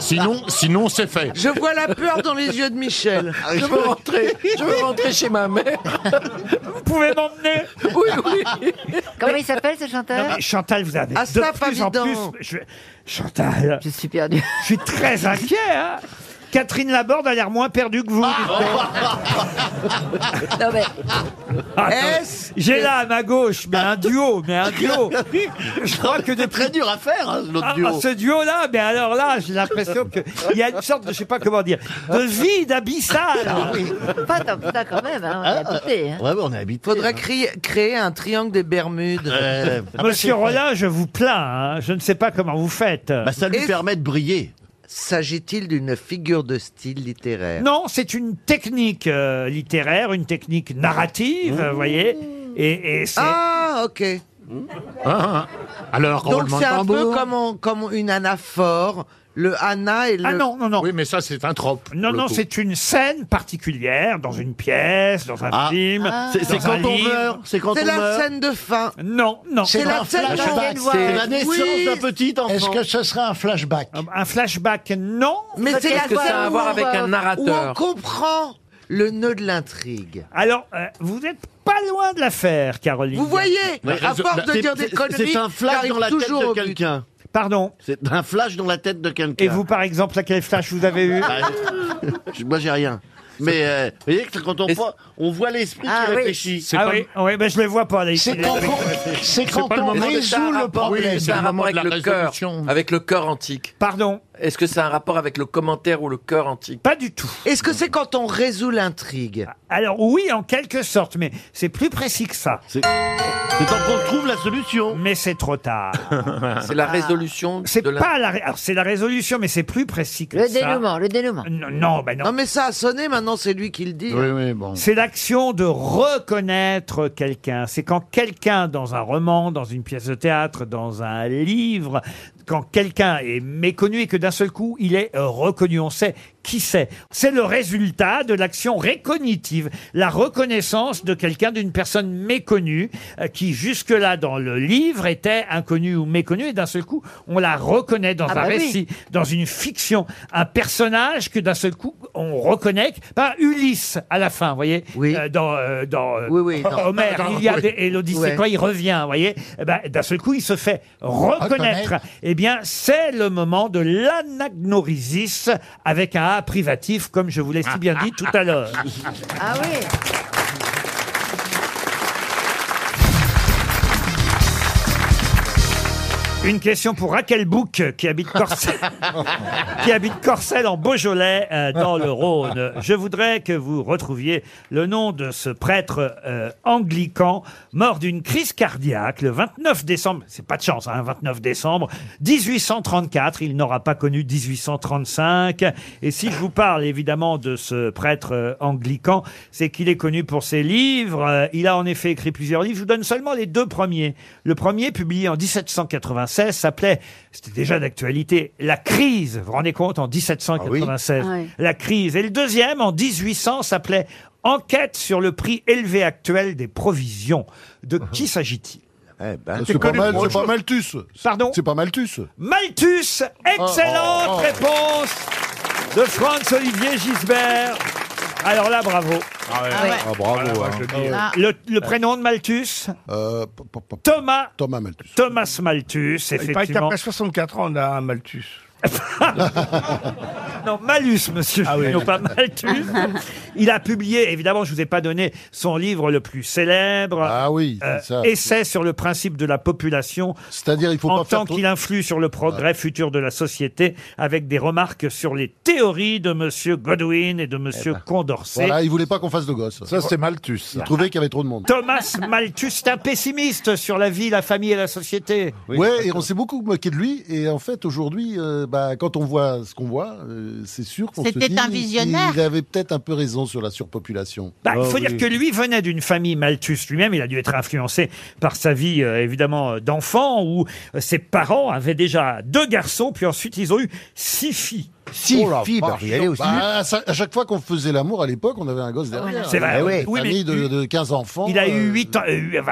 Speaker 4: Sinon, sinon c'est fait.
Speaker 12: Je vois la peur dans les yeux de Michel.
Speaker 4: Je veux rentrer.
Speaker 12: je veux Ah, rentrer chez ma mère.
Speaker 1: Vous pouvez m'emmener
Speaker 12: Oui, oui.
Speaker 15: Comment il s'appelle ce chanteur
Speaker 1: Non, mais Chantal, vous avez
Speaker 15: Ah,
Speaker 1: de
Speaker 15: ça, pas
Speaker 1: plus en plus.
Speaker 15: évident.
Speaker 1: Je... Chantal.
Speaker 15: Je suis perdu.
Speaker 1: Je suis très inquiet. hein. Catherine Laborde a l'air moins perdue que vous. dites-donc. Attends, J'ai là à ma gauche, mais un duo, mais un duo. Je crois que des très dur à faire,
Speaker 22: l'autre duo.
Speaker 1: ce duo-là, mais alors là, j'ai l'impression que il y a une sorte de, je sais pas comment dire, de vide abyssal.
Speaker 15: Pas tant que ça quand même, hein, on est habité. hein.
Speaker 14: Ouais, ouais, on est habitué.
Speaker 12: Faudrait crier- créer un triangle des Bermudes.
Speaker 1: Ah, Monsieur Rollin, je vous plains. hein. Je ne sais pas comment vous faites.
Speaker 12: Bah,
Speaker 14: Bah,
Speaker 12: ça lui permet
Speaker 14: de briller.
Speaker 12: S'agit-il d'une figure de style littéraire
Speaker 1: Non, c'est une technique euh, littéraire, une technique narrative, vous voyez. Et, et c'est.
Speaker 12: Mmh. Ah, ok.
Speaker 4: Ah, Alors,
Speaker 12: Donc
Speaker 4: roulement de
Speaker 12: c'est un peu
Speaker 4: tambour.
Speaker 12: comme, on- comme une anaphore, le ana et le...
Speaker 1: Ah non, non, non.
Speaker 4: Oui, mais ça, c'est un trope.
Speaker 1: Non, non, c'est une scène particulière, dans une pièce, dans un
Speaker 4: Ah.
Speaker 1: film.
Speaker 12: Ah.
Speaker 4: C'est- c'est
Speaker 1: dans un
Speaker 4: quand on
Speaker 1: livre.
Speaker 4: meurt, c'est quand
Speaker 12: C'est la scène de fin.
Speaker 1: Non, non.
Speaker 12: C'est la scène de fin. Oui.
Speaker 11: Est-ce que ce serait un flashback
Speaker 1: Un flashback, non.
Speaker 12: Mais c'est la scène où on-
Speaker 1: un
Speaker 12: euh, Où on
Speaker 1: narrateur
Speaker 12: comprend le nœud de l'intrigue.
Speaker 1: Alors, euh, vous n'êtes pas loin de la faire, Caroline.
Speaker 12: Vous voyez,
Speaker 14: La
Speaker 12: à
Speaker 14: raison-
Speaker 12: force
Speaker 14: la-
Speaker 12: de
Speaker 14: c'est-
Speaker 12: dire des
Speaker 14: c'est-
Speaker 12: conneries,
Speaker 14: C'est un flash
Speaker 12: j'arrive
Speaker 14: dans la tête
Speaker 12: toujours
Speaker 14: de
Speaker 12: au but.
Speaker 14: quelqu'un.
Speaker 1: Pardon
Speaker 14: C'est un flash dans la tête de quelqu'un. Ah,
Speaker 1: Et vous, par exemple, à quel flash vous avez eu
Speaker 14: Je- Moi, j'ai rien. Mais euh, vous voyez que quand on voit, on voit l'esprit
Speaker 15: Ah
Speaker 14: qui
Speaker 15: oui.
Speaker 14: réfléchit.
Speaker 1: Ah oui, oui, ben je le vois pas. là, ici.
Speaker 11: C'est quand on- c'est quand on résout le problème.
Speaker 8: C'est un rapport avec le cœur, avec le cœur antique.
Speaker 1: Pardon
Speaker 8: Est-ce que c'est un rapport avec le commentaire ou le cœur antique
Speaker 1: Pas du tout.
Speaker 12: Est-ce que c'est quand on résout l'intrigue
Speaker 1: Alors oui, en quelque sorte, mais c'est plus précis que ça. C'est quand on trouve la solution. Mais c'est trop tard.
Speaker 8: C'est la résolution
Speaker 1: C'est
Speaker 8: de la-
Speaker 1: pas la, ré- alors, c'est la résolution, mais c'est plus précis que
Speaker 12: Le
Speaker 1: ça.
Speaker 12: dénouement,
Speaker 15: le dénouement.
Speaker 1: Non, non, ben non.
Speaker 12: mais ça a sonné, maintenant c'est lui qui le dit.
Speaker 1: C'est l'action de reconnaître quelqu'un. C'est quand quelqu'un, dans un roman, dans une pièce de théâtre, dans un livre, quand quelqu'un est méconnu et que d'un seul coup, il est euh, reconnu, on sait qui c'est. C'est le résultat de l'action récognitive, la reconnaissance de quelqu'un, d'une personne méconnue, euh, qui jusque-là, dans le livre, était inconnue ou méconnue, et d'un seul coup, on la reconnaît dans
Speaker 15: Ah
Speaker 1: un
Speaker 15: bah oui.
Speaker 1: récit, dans une fiction, un personnage que d'un seul coup on reconnaît par Ulysse à la fin, vous voyez Euh, dans euh, dans euh,
Speaker 12: dans-
Speaker 1: Homère,
Speaker 12: dans-
Speaker 1: l'Iliade
Speaker 12: oui.
Speaker 1: et l'Odyssée
Speaker 12: Ouais.
Speaker 1: quand il revient, vous voyez eh ben, d'un seul coup il se fait reconnaître.
Speaker 12: Reconnaître.
Speaker 1: Eh bien, c'est le moment de l'anagnorisis avec un A privatif comme je vous l'ai si bien dit tout à l'heure.
Speaker 15: Ah oui
Speaker 1: Une question pour Raquel Bouc qui habite Corcelles, qui habite Corcelles en Beaujolais euh, dans le Rhône. Je voudrais que vous retrouviez le nom de ce prêtre euh, anglican mort d'une crise cardiaque le 29 décembre. C'est pas de chance, hein, 29 décembre 1834. Il n'aura pas connu 1835. Et si je vous parle évidemment de ce prêtre euh, anglican, c'est qu'il est connu pour ses livres. Euh, Il a en effet écrit plusieurs livres. Je vous donne seulement les deux premiers. Le premier, publié en 1796, s'appelait, c'était déjà d'actualité, La crise. Vous vous rendez compte, en 1796,
Speaker 15: Ah oui. Ouais.
Speaker 1: La crise. Et le deuxième, en 1800, s'appelait Enquête sur le prix élevé actuel des provisions. De qui s'agit-il
Speaker 7: Eh ben, Euh, C'est pas, mal, c'est pas Malthus.
Speaker 1: Pardon
Speaker 7: C'est pas Malthus.
Speaker 1: Malthus, excellente
Speaker 7: Oh, oh, oh.
Speaker 1: réponse de Franz-Olivier Gisbert. Alors là, bravo.
Speaker 7: Ah ouais. Ah, bravo, hein. Ah ouais.
Speaker 1: Le, le prénom de Malthus
Speaker 7: Euh,
Speaker 1: Thomas. Thomas Malthus. Thomas Malthus,
Speaker 9: Il paraît
Speaker 1: effectivement.
Speaker 9: qu'après 64 ans, on a un Malthus.
Speaker 1: non, Malus, monsieur.
Speaker 7: Ah
Speaker 9: oui.
Speaker 1: Gignaud, pas Malthus. Il a publié, évidemment, je vous ai pas donné son livre le plus célèbre. Ah oui,
Speaker 7: ça.
Speaker 1: Essai sur le principe de la population.
Speaker 7: C'est-à-dire, il faut
Speaker 1: en
Speaker 7: pas faire
Speaker 1: tant
Speaker 7: trop- Ah.
Speaker 1: qu'il influe sur le progrès futur de la société, avec des remarques sur les théories de Monsieur Godwin et de Monsieur
Speaker 7: Eh
Speaker 1: Condorcet.
Speaker 7: ben. Voilà, il voulait pas qu'on fasse de gosses. Ça, c'est Malthus. Il trouvait qu'il y avait trop de monde.
Speaker 1: Thomas Malthus est un pessimiste sur la vie, la famille et la société.
Speaker 7: ouais, et on s'est beaucoup moqué de lui. Et en fait, aujourd'hui, euh,
Speaker 19: bah, quand on voit ce qu'on voit, euh, c'est sûr qu'on se
Speaker 28: C'était
Speaker 19: dit
Speaker 28: un visionnaire.
Speaker 19: Il avait peut-être un peu raison sur la surpopulation. Ah
Speaker 1: Bah, il faut dire que lui venait d'une famille Malthus lui-même. Il a dû être influencé par sa vie, euh, évidemment, euh, d'enfant, où euh, ses parents avaient déjà deux garçons, puis ensuite ils ont eu six filles.
Speaker 19: Oh la vache. Bah, à sa- à chaque fois qu'on faisait l'amour à l'époque, on avait un gosse derrière.
Speaker 1: C'est vrai.
Speaker 19: Eh ouais,
Speaker 1: Oui, mais-
Speaker 19: famille de, de 15 enfants.
Speaker 1: Il a eu
Speaker 19: euh,
Speaker 1: 8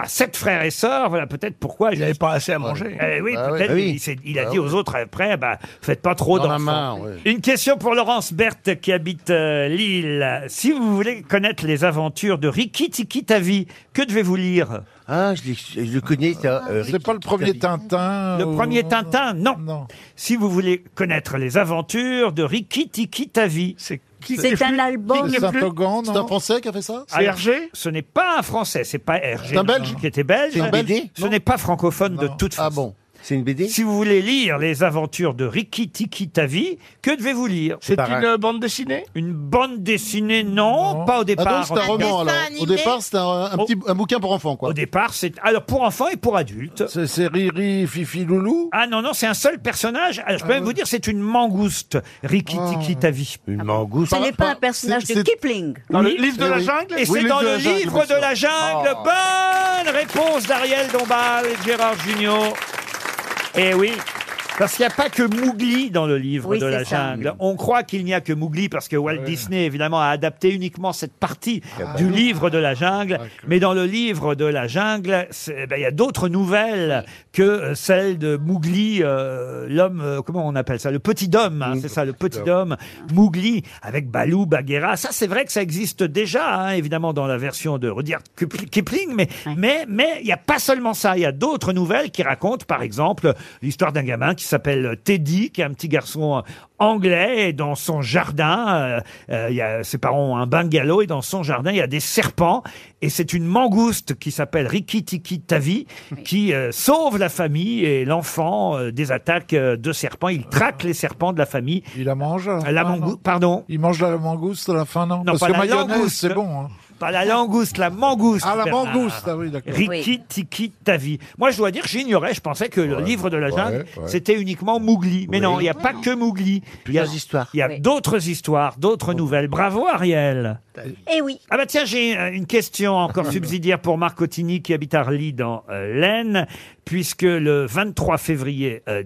Speaker 1: 7 frères et sœurs, voilà peut-être pourquoi. Il n'avait pas assez à
Speaker 19: manger.
Speaker 1: oui,
Speaker 19: Ah ouais.
Speaker 1: peut-être.
Speaker 19: Ah oui.
Speaker 1: Il, s'est- il a
Speaker 19: Ah
Speaker 1: dit
Speaker 19: ouais.
Speaker 1: aux autres après, bah, faites pas trop
Speaker 19: Dans la
Speaker 1: d'enfants.
Speaker 19: main, ouais.
Speaker 1: Une question pour Laurence Berthe qui habite euh, Lille. Si vous voulez connaître les aventures de Riki Tiki Tavi, que devez-vous lire
Speaker 14: Ah, je, l'ai- je le connais, ça. c'est pas le premier Tintin.
Speaker 1: Le premier Tintin, non. Si vous voulez connaître les aventures de Riki Tiki Tavi, c'est
Speaker 28: C'est un album.
Speaker 19: C'est un Français qui a fait ça
Speaker 1: Alors, Ce n'est pas un Français, c'est pas Hergé.
Speaker 19: C'est un Belge
Speaker 1: qui était belge.
Speaker 19: C'est un Belge
Speaker 1: Ce n'est pas francophone de toute façon. Ah bon
Speaker 14: C'est une BD
Speaker 1: Si vous voulez lire les aventures de Riki Tiki Tavi, que devez-vous lire
Speaker 14: C'est Par une, un-
Speaker 1: bande dessinée Une bande dessinée, non, pas au
Speaker 19: Ah
Speaker 1: départ.
Speaker 19: donc c'est
Speaker 1: en
Speaker 19: un
Speaker 1: tout cas.
Speaker 19: roman alors. Au départ c'est un, un petit un bouquin pour enfants quoi.
Speaker 1: Au départ, c'est alors pour enfants et pour adultes. C'est Riri, Fifi, Loulou. Ah non non, c'est un seul personnage. Alors,
Speaker 19: Ah
Speaker 1: je peux même vous dire, c'est une mangouste. Riki Tiki Tavi. Une mangouste.
Speaker 28: Ah Ce n'est pas un personnage de Kipling.
Speaker 1: Et c'est dans le Eh livre de la jungle. Bonne réponse d'Ariel Dombal et de Gérard Junior. Eh oui. Parce qu'il n'y a pas que Mowgli dans le livre
Speaker 28: Oui,
Speaker 1: de
Speaker 28: c'est
Speaker 1: la
Speaker 28: ça.
Speaker 1: jungle. On croit qu'il n'y a que Mowgli parce que Walt Disney, évidemment, a adapté uniquement cette partie du livre de la jungle. Mais dans le livre de la jungle, c'est- ben, il y a d'autres nouvelles que euh, celle de Mowgli, euh, l'homme, euh, comment on appelle ça Le petit homme, hein, c'est ça, le petit homme. Mowgli avec Balou, Bagheera. Ça, c'est vrai que ça existe déjà, hein, évidemment, dans la version de Rudyard Kipl- Kipling. Mais mais mais il n'y a pas seulement ça. Il y a d'autres nouvelles qui racontent, par exemple, l'histoire d'un gamin qui s'appelle Teddy, qui est un petit garçon euh, anglais et dans son jardin, euh, euh, il y a, ses parents ont un bungalow et dans son jardin il y a des serpents et c'est une mangouste qui s'appelle Riki Tiki Tavi qui euh, sauve la famille et l'enfant euh, des attaques euh, de serpents. Il traque les serpents de la famille. Il la mange. La mangouste, pardon. Il mange la mangouste à la fin non.
Speaker 19: hein? Ah, Parce
Speaker 1: pas
Speaker 19: que
Speaker 1: la
Speaker 19: mayonnaise,
Speaker 1: langouste.
Speaker 19: c'est bon, hein.
Speaker 1: Pas la langouste, la mangouste.
Speaker 19: Ah, la
Speaker 1: Bernard.
Speaker 19: mangouste, ah oui, d'accord.
Speaker 1: Riki Tiki Tavi. Moi, je dois dire, j'ignorais, je pensais que le livre de la jungle,
Speaker 19: ouais.
Speaker 1: c'était uniquement Mowgli. Mais
Speaker 19: Oui.
Speaker 1: non, il n'y a pas que Mowgli. Il y a histoires. Il y a d'autres histoires, d'autres nouvelles. Bravo, Ariel.
Speaker 28: Eh oui.
Speaker 1: Ah bah tiens, j'ai euh, une question encore subsidiaire pour Marc Ottini qui habite Arly dans euh, l'Aisne, puisque le 23 février euh,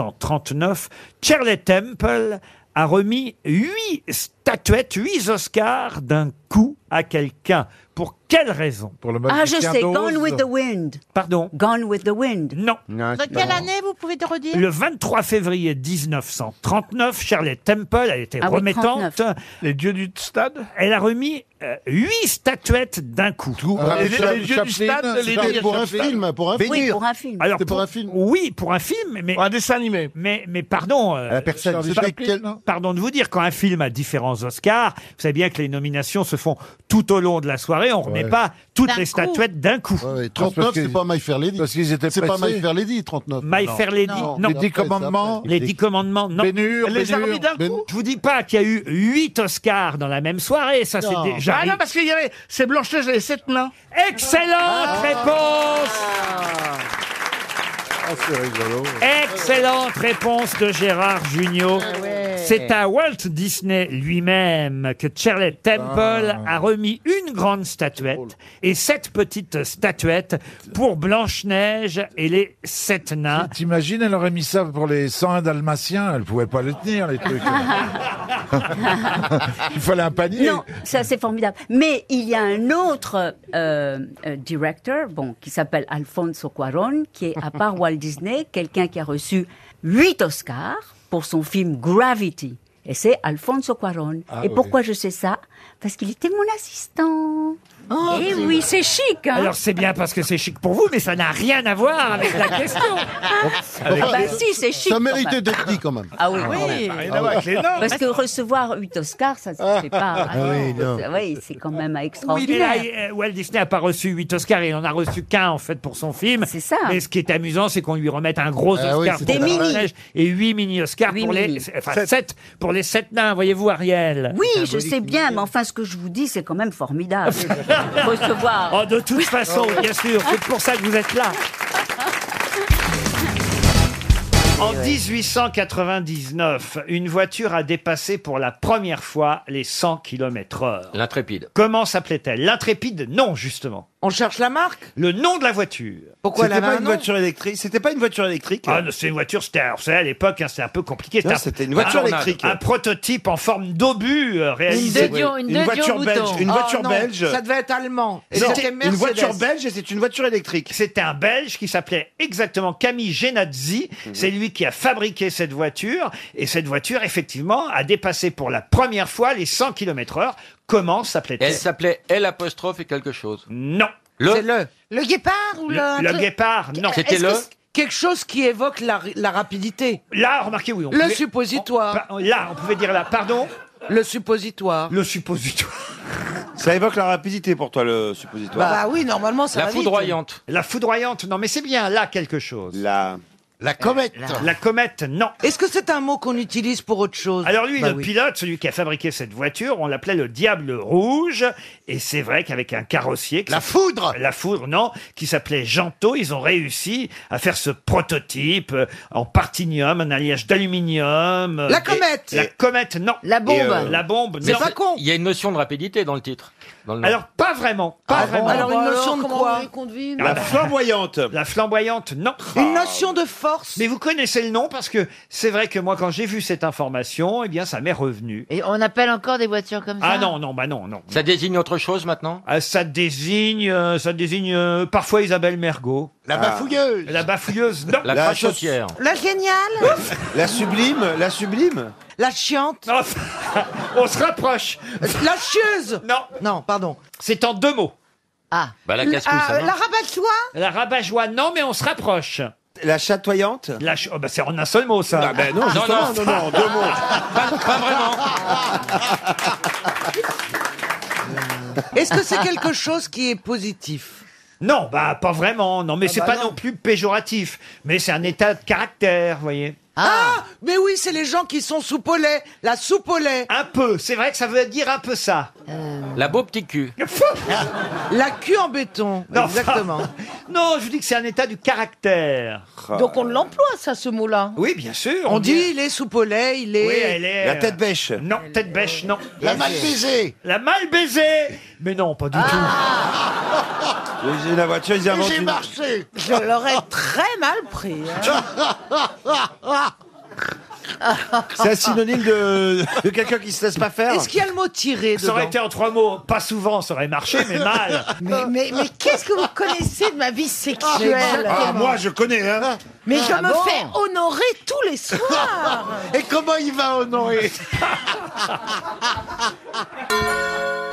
Speaker 1: 1939, Shirley Temple a remis huit statuettes, huit Oscars d'un coup à quelqu'un. Pour quelle raison Pour le
Speaker 28: Ah, je sais, Gone with the Wind.
Speaker 1: Pardon
Speaker 28: Gone with the Wind.
Speaker 1: Non.
Speaker 28: De Euh, quelle année vous pouvez te redire
Speaker 1: Le 23 février 1939, Shirley Temple a été
Speaker 28: Ah oui,
Speaker 1: remettante. Les dieux du stade Elle a remis euh, huit statuettes d'un coup.
Speaker 19: Ah, Les- les Chaplin, dieux du stade, les c'était dieux du pour un Chaplin. film, pour un film.
Speaker 28: Oui, pour un film.
Speaker 1: Alors,
Speaker 19: C'était pour un film.
Speaker 1: Oui, pour un film, mais un dessin animé. Mais mais pardon. euh,
Speaker 19: la personne,
Speaker 1: Charlie
Speaker 19: c'est pas-
Speaker 1: Chaplin, non pardon de vous dire quand un film a différents Oscars, vous savez bien que les nominations se font tout au long de la soirée. On remet
Speaker 19: Ouais.
Speaker 1: pas toutes
Speaker 19: D'un
Speaker 1: les
Speaker 19: coup.
Speaker 1: statuettes d'un coup.
Speaker 19: Ouais, 39 c'est pas My Fair Lady. Parce qu'ils étaient C'est pas pressés. My Fair Lady 39.
Speaker 1: My
Speaker 19: Non.
Speaker 1: Fair Lady,
Speaker 19: Non.
Speaker 1: non.
Speaker 19: Les Dix Commandements.
Speaker 1: Les Dix Commandements, non.
Speaker 19: Bénur,
Speaker 1: les
Speaker 19: Bénur,
Speaker 1: armées d'un coup. Je vous dis pas qu'il y a eu huit Oscars dans la même soirée, ça c'est déjà.
Speaker 26: Ah non, parce qu'il y avait. C'est Blanche-Neige et les sept nains.
Speaker 1: Excellente réponse
Speaker 19: Ah, c'est rigolo.
Speaker 1: Excellente réponse de Gérard Junior.
Speaker 26: Ah,
Speaker 1: C'est à Walt Disney lui-même que Shirley Temple
Speaker 19: Ah.
Speaker 1: a remis une grande statuette et sept petites statuettes pour Blanche-Neige et les sept nains.
Speaker 31: T'imagines, elle aurait mis ça pour les 101 dalmatiens, elle pouvait pas le tenir, les trucs. Il fallait un panier.
Speaker 28: Non, ça c'est formidable. Mais il y a un autre euh, euh, directeur, bon, qui s'appelle Alfonso Cuarón, qui est à part Walt Disney, quelqu'un qui a reçu huit Oscars pour son film Gravity. Et c'est Alfonso Cuarón.
Speaker 1: Ah
Speaker 28: Et
Speaker 1: oui.
Speaker 28: pourquoi je sais ça Parce qu'il était mon assistant.
Speaker 19: Oh,
Speaker 28: Eh oui, c'est chic. Hein
Speaker 1: Alors c'est bien parce que c'est chic pour vous, mais ça n'a rien à voir avec la question.
Speaker 28: Avec- Bah si, c'est chic,
Speaker 19: Ça
Speaker 28: quand
Speaker 19: méritait
Speaker 28: même.
Speaker 19: d'être dit quand même.
Speaker 28: Ah oui,
Speaker 19: Ah,
Speaker 28: quand
Speaker 19: oui.
Speaker 28: même.
Speaker 19: Ça n'a rien à voir avec les noms.
Speaker 28: Parce que recevoir huit Oscars, ça ne se fait pas.
Speaker 19: Ah oui, non.
Speaker 28: C'est- oui, c'est quand même
Speaker 1: Oui, mais là,
Speaker 28: extraordinaire.
Speaker 1: euh, Walt Disney n'a pas reçu 8 Oscars, il en a reçu qu'un en fait pour son film. C'est
Speaker 28: ça.
Speaker 1: Mais ce qui est amusant, c'est qu'on lui remette un gros
Speaker 28: Ah oui,
Speaker 1: Oscar
Speaker 28: c'est
Speaker 1: pour
Speaker 28: Des
Speaker 1: Blanche
Speaker 28: mini.
Speaker 1: Neige et 8 mini Oscars
Speaker 28: Huit
Speaker 1: pour les
Speaker 28: mini.
Speaker 1: enfin
Speaker 28: Sept.
Speaker 1: 7 pour les 7 nains, voyez-vous Ariel.
Speaker 28: Oui, je sais bien, mais enfin, ce que je vous dis, c'est quand même formidable. Recevoir.
Speaker 1: Oh, de toute façon, bien sûr, c'est pour ça que vous êtes là. En 1899, une voiture a dépassé pour la première fois les 100 km heure. L'intrépide. Comment s'appelait-elle L'intrépide, non, justement. On cherche la marque Le nom de la voiture.
Speaker 3: Pourquoi C'était la pas marque, une non voiture
Speaker 1: électrique C'était pas une voiture électrique Ah, non, c'est une voiture, c'était, alors, vous savez, à l'époque, hein, c'était un peu compliqué.
Speaker 3: Non, c'était une voiture
Speaker 1: un-
Speaker 3: électrique.
Speaker 1: Un prototype en forme d'obus euh, réalisé.
Speaker 3: Dedion, une Une Dedion voiture Mouton. belge, une
Speaker 1: Oh,
Speaker 3: voiture
Speaker 1: non,
Speaker 3: belge.
Speaker 1: ça devait
Speaker 12: être allemand.
Speaker 1: Et c'était
Speaker 3: une voiture
Speaker 1: Mercedes.
Speaker 3: belge et c'est une voiture électrique.
Speaker 1: C'était un Belge qui s'appelait exactement Camille Genazzi.
Speaker 3: Mhm.
Speaker 1: C'est lui qui a fabriqué cette voiture. Et cette voiture, effectivement, a dépassé pour la première fois les 100 km heure. Comment s'appelait-elle
Speaker 25: Elle s'appelait L apostrophe et quelque chose.
Speaker 1: Non.
Speaker 25: Le. le.
Speaker 12: Le guépard ou
Speaker 1: Le-
Speaker 12: le...
Speaker 1: le guépard, non. C'était
Speaker 12: Est-ce que
Speaker 1: le-
Speaker 12: c'est Quelque chose qui évoque la, ri- la rapidité.
Speaker 1: Là, remarquez, oui. on
Speaker 12: le
Speaker 1: pouvait-
Speaker 12: suppositoire.
Speaker 1: on- pa- là, on pouvait dire là, pardon
Speaker 12: Le suppositoire.
Speaker 1: Le suppositoire.
Speaker 3: Ça évoque la rapidité pour toi, le suppositoire.
Speaker 12: Bah, normalement,
Speaker 1: La foudroyante, non, mais c'est bien là quelque chose.
Speaker 3: La.
Speaker 1: La comète. La comète, non.
Speaker 12: Est-ce que c'est un mot qu'on utilise pour autre chose
Speaker 1: Alors lui,
Speaker 12: Bah
Speaker 1: le
Speaker 12: oui.
Speaker 1: pilote, celui qui a fabriqué cette voiture, on l'appelait le Diable Rouge. Et c'est vrai qu'avec un carrossier... La foudre La foudre, non, qui s'appelait Gento, ils ont réussi à faire ce prototype euh, en partinium, un alliage d'aluminium. euh,
Speaker 12: La
Speaker 1: et-
Speaker 12: comète
Speaker 1: La comète, non. La
Speaker 12: bombe. Et, euh,
Speaker 1: La bombe,
Speaker 12: C'est
Speaker 1: non.
Speaker 12: pas con.
Speaker 25: Il y a une notion de rapidité dans le titre. Dans le nom.
Speaker 1: Alors, pas vraiment, pas
Speaker 12: Ah bon
Speaker 1: vraiment.
Speaker 12: Alors, une notion de quoi
Speaker 17: Ah,
Speaker 12: Ah bah.
Speaker 1: La
Speaker 17: bah.
Speaker 1: flamboyante. La flamboyante, non. Une notion
Speaker 12: de force.
Speaker 1: Mais vous connaissez le nom parce que c'est vrai que moi, quand j'ai vu cette information, eh bien, ça m'est revenu.
Speaker 15: Et on appelle encore des voitures comme ça
Speaker 1: Ah non, non, bah non, non.
Speaker 25: Ça désigne autre chose maintenant
Speaker 1: Ah, ça désigne, euh, ça désigne euh, parfois Isabelle Mergot.
Speaker 25: La Ah. bafouilleuse.
Speaker 1: La bafouilleuse, non.
Speaker 25: La La crachotière.
Speaker 12: La géniale
Speaker 3: La sublime, la sublime.
Speaker 12: La chiante
Speaker 1: On se rapproche
Speaker 12: La chieuse
Speaker 1: Non
Speaker 12: Non, pardon.
Speaker 1: C'est en deux mots.
Speaker 12: Ah
Speaker 25: Bah la
Speaker 12: rabat-joie
Speaker 1: La rabat-joie, non, mais on se rapproche. La chatoyante La ch- oh, bah, c'est en un seul mot, ça. Ah
Speaker 3: ben non, justement, non, non, en deux mots.
Speaker 25: Pas, pas vraiment.
Speaker 12: Est-ce que c'est quelque chose qui est positif
Speaker 1: Non, bah pas vraiment, non, mais c'est
Speaker 12: bah
Speaker 1: pas
Speaker 12: non.
Speaker 1: non. plus péjoratif, mais c'est un état de caractère, vous voyez.
Speaker 12: Ah, mais oui, c'est les gens qui sont soupe au lait, la soupe au lait.
Speaker 1: Un peu, c'est vrai que ça veut dire un peu ça.
Speaker 25: La beau petit cul.
Speaker 12: Euh. La queue en béton,
Speaker 1: Non,
Speaker 12: exactement. Ah.
Speaker 1: non, je vous dis que c'est un état du caractère.
Speaker 12: Donc on l'emploie ça, ce mot-là.
Speaker 1: Oui, bien sûr.
Speaker 12: On dit il est soupe au lait, il est.
Speaker 1: Oui, elle est.
Speaker 12: La
Speaker 1: tête bêche. Non, tête bêche, non.
Speaker 12: La mal
Speaker 1: baisée. La mal baisée. Mais non, pas du
Speaker 3: J'ai la voiture, ils inventent une...
Speaker 12: marché. Je l'aurais très mal pris. hein.
Speaker 3: C'est un synonyme de, de quelqu'un qui se laisse pas faire.
Speaker 12: Est-ce qu'il y a le mot tiré
Speaker 1: tout. Ça aurait
Speaker 12: dedans
Speaker 1: été en trois mots. Pas souvent, ça aurait marché, mais mal.
Speaker 17: Mais, mais- mais qu'est-ce que vous connaissez de ma vie sexuelle
Speaker 3: Ah, moi, je connais, hein.
Speaker 17: Mais je
Speaker 3: Ah
Speaker 17: me
Speaker 3: bon
Speaker 17: fais honorer tous les soirs
Speaker 3: Et comment il va honorer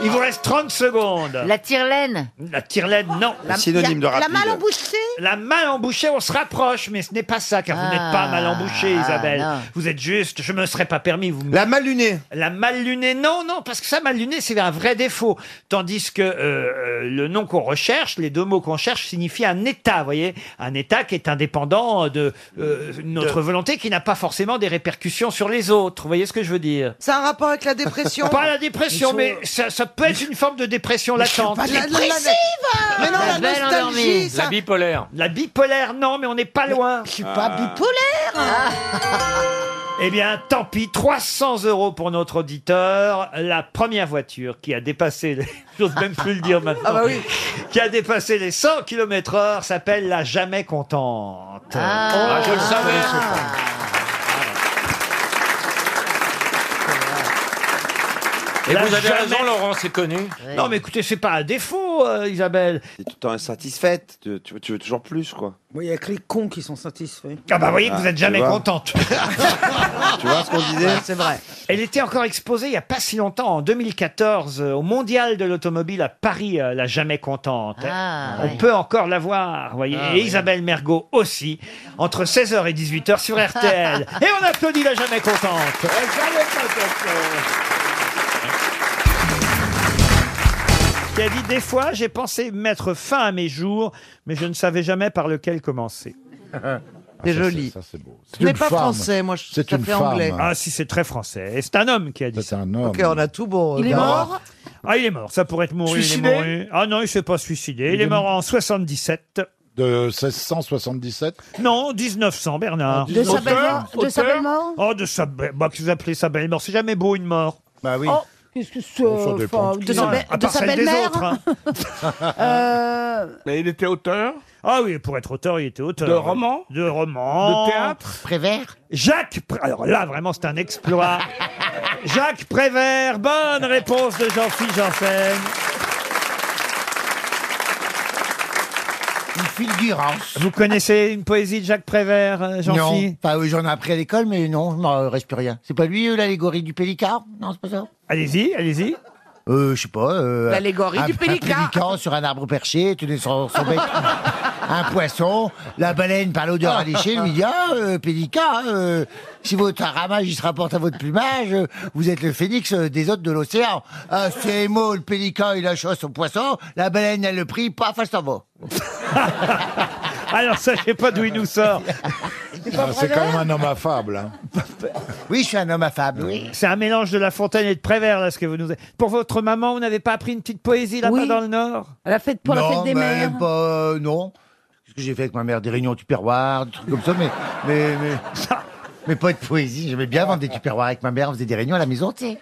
Speaker 1: Il vous reste 30 secondes.
Speaker 15: La tirelaine
Speaker 1: La tirelaine, non.
Speaker 15: La- Synonyme de la- la rapide. malle embouchée
Speaker 1: La malle embouchée, on se rapproche, mais ce n'est pas ça, car vous n'êtes pas mal embouchée,
Speaker 17: Ah,
Speaker 1: Isabelle.
Speaker 17: non.
Speaker 1: Vous êtes juste, je me serais pas permis. Vous la mal lunée. La mal lunée, non, non, parce que ça, mal lunée, c'est un vrai défaut. Tandis que euh, euh, le nom qu'on recherche, les deux mots qu'on cherche, signifient un état, vous voyez Un état qui est indépendant de euh, notre volonté, qui n'a pas forcément des répercussions sur les autres. Vous voyez ce que je veux dire
Speaker 12: C'est un rapport avec la dépression
Speaker 1: Pas la dépression, mais ça, ça peut être une forme de dépression latente.
Speaker 12: pas La- la- la- dépressive Mais non, La la belle nostalgie, endormie. ça-
Speaker 25: La bipolaire.
Speaker 1: La bipolaire, non, mais on n'est pas loin. Je suis
Speaker 25: pas
Speaker 15: Ah.
Speaker 1: bipolaire. Eh bien, tant pis, 300 euros pour notre auditeur. La première voiture qui a dépassé, les- j'ose même plus le dire
Speaker 25: Ah
Speaker 1: maintenant,
Speaker 25: bah
Speaker 1: qui a dépassé les 100 km heure s'appelle la jamais contente.
Speaker 25: Ah, je le savais. Et
Speaker 1: La
Speaker 25: vous avez
Speaker 1: jamais-
Speaker 25: raison, Laurent, c'est connu.
Speaker 1: Non, mais écoutez, c'est pas un défaut, euh, Isabelle.
Speaker 7: T'es tout le temps insatisfaite, tu, tu veux- tu veux toujours plus, quoi.
Speaker 17: Moi, il y a que les cons qui sont satisfaits.
Speaker 1: Ah bah, vous voyez que vous
Speaker 7: Ah,
Speaker 1: êtes
Speaker 7: tu
Speaker 1: jamais
Speaker 7: vois.
Speaker 1: contente.
Speaker 7: Tu vois ce qu'on disait
Speaker 1: C'est vrai. Elle était encore exposée il n'y a pas si longtemps, en 2014, euh, au Mondial de l'automobile à Paris, euh, la jamais contente.
Speaker 17: Ah,
Speaker 1: On
Speaker 17: ouais.
Speaker 1: peut encore la voir, vous voyez.
Speaker 17: Ah,
Speaker 1: et
Speaker 17: oui.
Speaker 1: Isabelle Mergot aussi, entre 16h et 18h sur RTL. et on applaudit la jamais contente. Qui a dit Des fois, j'ai pensé mettre fin à mes jours, mais je ne savais jamais par lequel commencer.
Speaker 7: Ah,
Speaker 12: C'est joli.
Speaker 1: Ça, c'est beau.
Speaker 12: Ce n'est pas français, moi, je, ça fait anglais.
Speaker 1: Ah si, c'est très français. Et c'est un homme qui a dit ça. C'est un homme.
Speaker 12: Ok, on a tout bon. euh, d'abord.
Speaker 1: Ah, il est mort. Ça pourrait être mouru. il est
Speaker 12: Suicidé
Speaker 1: mouru. Ah non, il s'est pas suicidé. Il,
Speaker 12: Il
Speaker 1: est
Speaker 12: est
Speaker 1: mort en 77.
Speaker 32: de 1677
Speaker 1: Non, 1900, Bernard.
Speaker 32: De sa belle mort-
Speaker 1: Ah, Auteur,
Speaker 32: de sa
Speaker 1: auteur.
Speaker 32: belle mort
Speaker 1: Oh, de sa belle mort. Qu'est-ce que vous appelez sa belle mort C'est jamais beau, une mort. Bah oui.
Speaker 17: Oh, qu'est-ce que c'est
Speaker 1: Oh, ça dépend
Speaker 17: enfin,
Speaker 1: de
Speaker 17: De
Speaker 1: qui.
Speaker 17: sa,
Speaker 1: Non,
Speaker 17: belle-
Speaker 1: à
Speaker 17: de
Speaker 1: part
Speaker 17: sa
Speaker 1: celle des
Speaker 17: belle-mère
Speaker 1: autres, hein.
Speaker 17: Euh,
Speaker 1: Mais il était auteur Ah oui, pour être auteur, il était auteur.
Speaker 17: De romans
Speaker 1: De romans.
Speaker 17: De théâtre
Speaker 1: Prévert Jacques Pré- Alors là, vraiment, c'est un exploit. Jacques Prévert, bonne réponse de Jean-Philippe Janssen.
Speaker 14: Une fulgurance.
Speaker 1: Vous connaissez une poésie de Jacques Prévert, euh,
Speaker 14: Non,
Speaker 1: Jean-Philippe
Speaker 14: pas oui, j'en ai appris à l'école, mais non, je m'en euh, reste plus rien. C'est pas lui, euh, l'allégorie du pélican Non, c'est pas ça
Speaker 1: Allez-y, allez-y.
Speaker 14: Euh, je sais pas. euh, L'allégorie un- du pélican. Un pélican sur un arbre perché, tu descends son bec. un poisson, la baleine par l'odeur alléchée lui dit Ah, euh, pélican, euh, si votre ramage il se rapporte à votre plumage, euh, vous êtes le phénix euh, des hôtes de l'océan. Ah, c'est mot, le pélican, il lâche son poisson, la baleine, elle le prie, paf, elle s'en va.
Speaker 1: Alors, ça, je sais pas d'où il nous sort.
Speaker 14: pas
Speaker 32: Ah, C'est quand
Speaker 14: Prévert
Speaker 32: même un homme affable. hein.
Speaker 14: Oui, je suis un homme affable, oui.
Speaker 1: C'est un mélange de La Fontaine et de Prévert, là, ce que vous nous... Pour votre maman, vous n'avez pas appris une petite poésie là-bas
Speaker 14: Oui.
Speaker 1: dans le Nord
Speaker 14: La fête
Speaker 1: pour la fête des
Speaker 14: mais
Speaker 1: mères.
Speaker 14: pas, euh, non. Qu'est-ce que j'ai fait avec ma mère Des réunions tupperware, des trucs comme ça, mais. Mais, mais, mais pas de poésie. J'aimais bien vendre des tupperwares avec ma mère. On faisait des réunions à la maison, tu sais.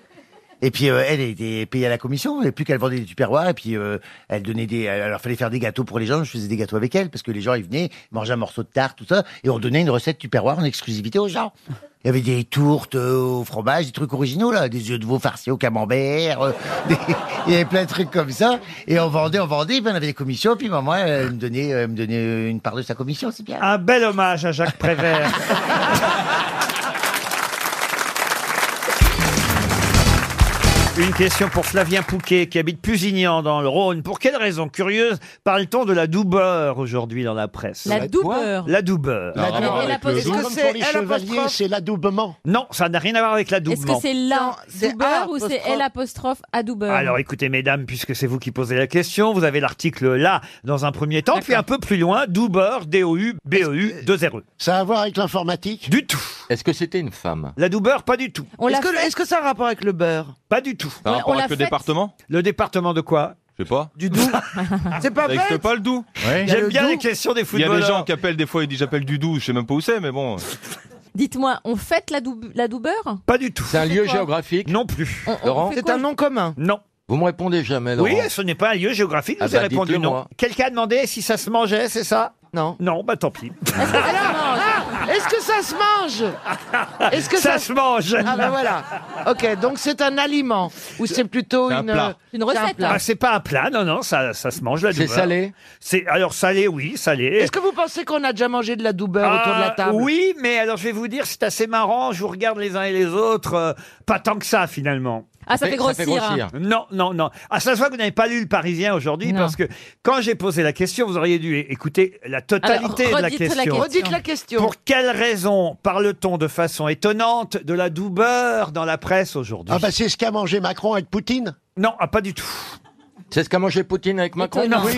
Speaker 14: Et puis euh, elle elle était payée à la commission, et plus qu'elle vendait des tupperwares, et puis euh, elle donnait des, elle elle leur fallait faire des gâteaux pour les gens. Je faisais des gâteaux avec elle parce que les gens ils venaient, ils mangeaient un morceau de tarte, tout ça, et on donnait une recette tupperware en exclusivité aux gens. Il y avait des tourtes euh, au fromage, des trucs originaux là, des yeux de veau farcis au camembert, euh, des- il y avait plein de trucs comme ça. Et on vendait, on vendait, puis on avait des commissions, puis maman elle, elle me donnait, elle me donnait une part de sa commission, c'est bien.
Speaker 1: Un bel hommage à Jacques Prévert. Une question pour Flavien Pouquet qui habite Pusignan dans le Rhône. Pour quelle raison curieuse parle-t-on de la doubeur aujourd'hui dans la presse
Speaker 9: La La quoi doubeur
Speaker 1: La doubeur.
Speaker 9: La doubeur. Et l'apostrophe. Est-ce que
Speaker 1: Comme
Speaker 9: c'est
Speaker 1: pour les
Speaker 9: L apostrophe
Speaker 1: chevaliers, c'est l'adoubement. Non, ça n'a rien à voir avec
Speaker 9: Est-ce que
Speaker 1: l'adoubement.
Speaker 9: c'est là doubeur ou c'est L apostrophe à doubeur
Speaker 1: Alors écoutez mesdames, puisque c'est vous qui posez la question, vous avez l'article là dans un premier temps, puis un peu plus loin, doubeur, D-O-U-B-E-U, 2-R-E. Ça a à voir avec l'informatique Du tout.
Speaker 8: Est-ce que c'était une femme
Speaker 1: La doubeur, pas du tout.
Speaker 9: On l'a
Speaker 12: Est-ce que, est-ce que ça a un rapport avec le beurre
Speaker 1: Pas du tout.
Speaker 12: Ça a On- rapport on avec l'a le faite. département
Speaker 1: Le département de quoi
Speaker 7: Je sais pas.
Speaker 1: Du doux.
Speaker 12: C'est pas
Speaker 7: Ça
Speaker 12: bête
Speaker 7: n'existe pas le doux.
Speaker 1: Il y a J'aime le bien doux. les questions
Speaker 7: Il
Speaker 1: des
Speaker 7: y a
Speaker 1: footballeurs.
Speaker 7: des gens qui appellent des fois, ils disent j'appelle du doux, je sais même pas où c'est, mais bon.
Speaker 9: Dites-moi, on fête la, doub- la doubeur
Speaker 1: Pas du tout.
Speaker 7: C'est un
Speaker 9: lieu quoi
Speaker 8: géographique
Speaker 1: Non plus.
Speaker 9: On- on Laurent fait
Speaker 8: C'est
Speaker 9: quoi
Speaker 8: un
Speaker 1: nom commun Non.
Speaker 8: Vous me répondez jamais, Laurent.
Speaker 1: Oui, ce n'est pas un lieu géographique,
Speaker 8: Ah
Speaker 1: vous avez
Speaker 8: bah,
Speaker 1: répondu
Speaker 8: dites-le
Speaker 1: non.
Speaker 8: moi.
Speaker 1: Quelqu'un a demandé si ça se mangeait, c'est ça Non. Non, bah tant pis.
Speaker 12: Ah, Est-ce que ça se mange Est-ce que
Speaker 1: Ça
Speaker 12: ça,
Speaker 1: se mange.
Speaker 12: Ah ben voilà. Ok, donc c'est un aliment ou c'est plutôt une c'est un plat.
Speaker 1: Ah, c'est pas un plat, non, non, ça, ça se mange la
Speaker 12: C'est
Speaker 1: douleur.
Speaker 12: salé
Speaker 1: C'est alors salé, oui, salé.
Speaker 12: Est-ce que vous pensez qu'on a déjà mangé de la doubeur autour de la
Speaker 1: Ah,
Speaker 12: table
Speaker 1: Oui, mais alors je vais vous dire, c'est assez marrant. Je vous regarde les uns et les autres, euh, pas tant que ça finalement.
Speaker 9: Ah, ça Ça fait fait- ça fait grossir, grossir. hein.
Speaker 1: Non, non, non. Ah, ça se voit que vous n'avez pas lu le Parisien aujourd'hui parce que quand j'ai posé la question, vous auriez dû é- écouter la totalité
Speaker 12: Alors,
Speaker 1: de la
Speaker 12: redites la
Speaker 1: question.
Speaker 12: question. Redites la question.
Speaker 1: Pour quelle raison parle-t-on de façon étonnante de la doubeur dans la presse aujourd'hui Ah bah c'est ce qu'a mangé Macron avec Poutine Non, ah, pas du tout.
Speaker 8: C'est ce qu'a mangé Poutine avec Macron
Speaker 9: Étonnant. Oui.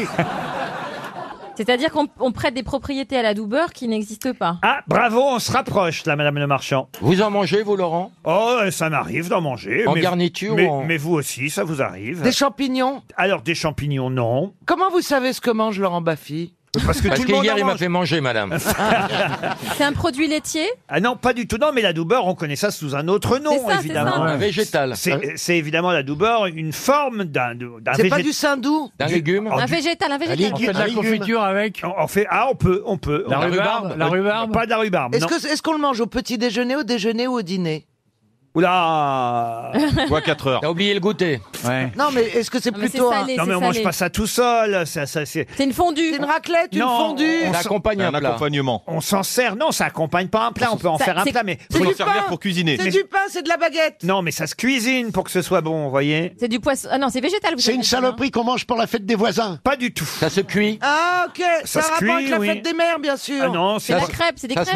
Speaker 9: C'est-à-dire qu'on on prête des propriétés à la doubeur qui n'existent pas.
Speaker 1: Ah, bravo, on se rapproche là, Madame le Marchand. Vous en mangez, vous, Laurent Oh, ça m'arrive d'en manger.
Speaker 8: En
Speaker 1: mais-
Speaker 8: garniture
Speaker 1: mais,
Speaker 8: ou en-
Speaker 1: mais vous aussi, ça vous arrive.
Speaker 12: Des champignons
Speaker 1: Alors, des champignons, non.
Speaker 12: Comment vous savez ce que mange Laurent Baffy
Speaker 1: Parce que tout le monde
Speaker 8: qu'hier,
Speaker 1: en
Speaker 8: il m'a
Speaker 1: mange.
Speaker 8: fait manger, madame.
Speaker 9: C'est un produit laitier
Speaker 1: Ah non, pas du tout. Non, mais la doubeur, on connaît ça sous un autre nom,
Speaker 9: ça, c'est
Speaker 1: évidemment.
Speaker 8: ça. Un végétal. Hein
Speaker 1: C'est euh, c'est évidemment la doubeur, une forme d'un d'un
Speaker 12: C'est pas
Speaker 1: végé-
Speaker 12: du saindoux
Speaker 8: D'un légume
Speaker 1: Oh,
Speaker 9: Un
Speaker 1: du-
Speaker 9: végétal, un végétal.
Speaker 1: avec on, on fait ah on peut on peut
Speaker 9: La
Speaker 1: On-
Speaker 9: rhubarbe, la
Speaker 1: rhubarbe pas de la rhubarbe
Speaker 12: Est-ce
Speaker 1: Ah, non.
Speaker 12: que est-ce qu'on le mange au petit déjeuner, au déjeuner ou au dîner
Speaker 1: Oula
Speaker 7: Quoi 4 heures.
Speaker 8: T'as oublié le goûter.
Speaker 1: Ouais.
Speaker 12: Non, mais est-ce que c'est
Speaker 9: mais c'est
Speaker 12: plutôt
Speaker 9: salé,
Speaker 1: Non mais on mange pas ça tout seul, ça, ça c'est
Speaker 9: C'est une fondue.
Speaker 12: une raclette, une
Speaker 1: Non,
Speaker 12: fondue
Speaker 1: on s'en-
Speaker 7: accompagne un Un plat. accompagnement.
Speaker 1: On s'en sert, non, ça accompagne pas un plat, on peut en
Speaker 12: Ça-
Speaker 1: faire un
Speaker 12: c'est-
Speaker 1: plat, mais
Speaker 12: c'est du pain. C'est
Speaker 1: Mais-
Speaker 12: du pain, c'est de la baguette.
Speaker 1: Non, mais ça se cuisine pour que ce soit bon, vous voyez.
Speaker 9: C'est du poisson. Ah non, c'est végétal. vous
Speaker 1: C'est
Speaker 9: avez
Speaker 1: une
Speaker 9: raison, hein.
Speaker 1: saloperie qu'on mange pour la fête des voisins. Pas du tout. Ça
Speaker 8: se cuit.
Speaker 12: Ah ok,
Speaker 1: Ça
Speaker 12: ça, a
Speaker 1: se
Speaker 12: rapport
Speaker 1: cuit,
Speaker 12: avec la
Speaker 1: oui.
Speaker 12: fête des mères, bien sûr.
Speaker 1: Ah non,
Speaker 12: hein.
Speaker 1: hein.
Speaker 9: C'est la crêpe, c'est des crêpes.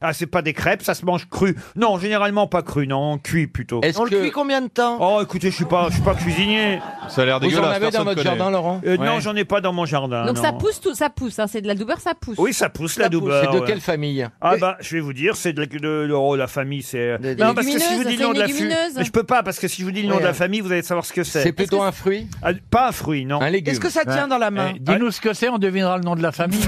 Speaker 1: Ah, c'est pas des crêpes, ça se mange cru. Non, généralement pas cru, non. on cuit plutôt.
Speaker 12: Est-ce On le que- cuit combien de temps
Speaker 1: Oh, écoutez, je suis pas, je suis pas cuisinier. Ça a l'air
Speaker 12: Vous en dégueulasse, avez dans personne votre connaît. jardin, Laurent
Speaker 1: Non,
Speaker 12: Ouais.
Speaker 1: j'en ai pas dans mon jardin.
Speaker 21: Donc
Speaker 1: Ah non.
Speaker 21: ça pousse, tout, ça pousse. hein, c'est de la doubeur, ça pousse.
Speaker 1: Oui, ça pousse la doubeur. ouais.
Speaker 21: famille
Speaker 1: Ah bah, je vais vous dire, c'est de, la- de- de- oh, la famille, c'est...
Speaker 21: légumineuses,
Speaker 1: Non, parce que si je vous dis
Speaker 21: c'est
Speaker 1: le nom
Speaker 21: une
Speaker 1: de la fu-
Speaker 21: légumineuse.
Speaker 1: Mais Je peux pas, parce que si je vous dis le nom
Speaker 21: Ouais.
Speaker 1: de la famille, vous allez savoir ce que c'est.
Speaker 25: C'est plutôt
Speaker 1: Est-ce que-
Speaker 25: un fruit
Speaker 1: Ah, Pas un fruit, non. Un Eh,
Speaker 25: légume. Est-ce que ça tient dans la main
Speaker 1: Dis-nous ce que c'est, on devinera le nom de la famille.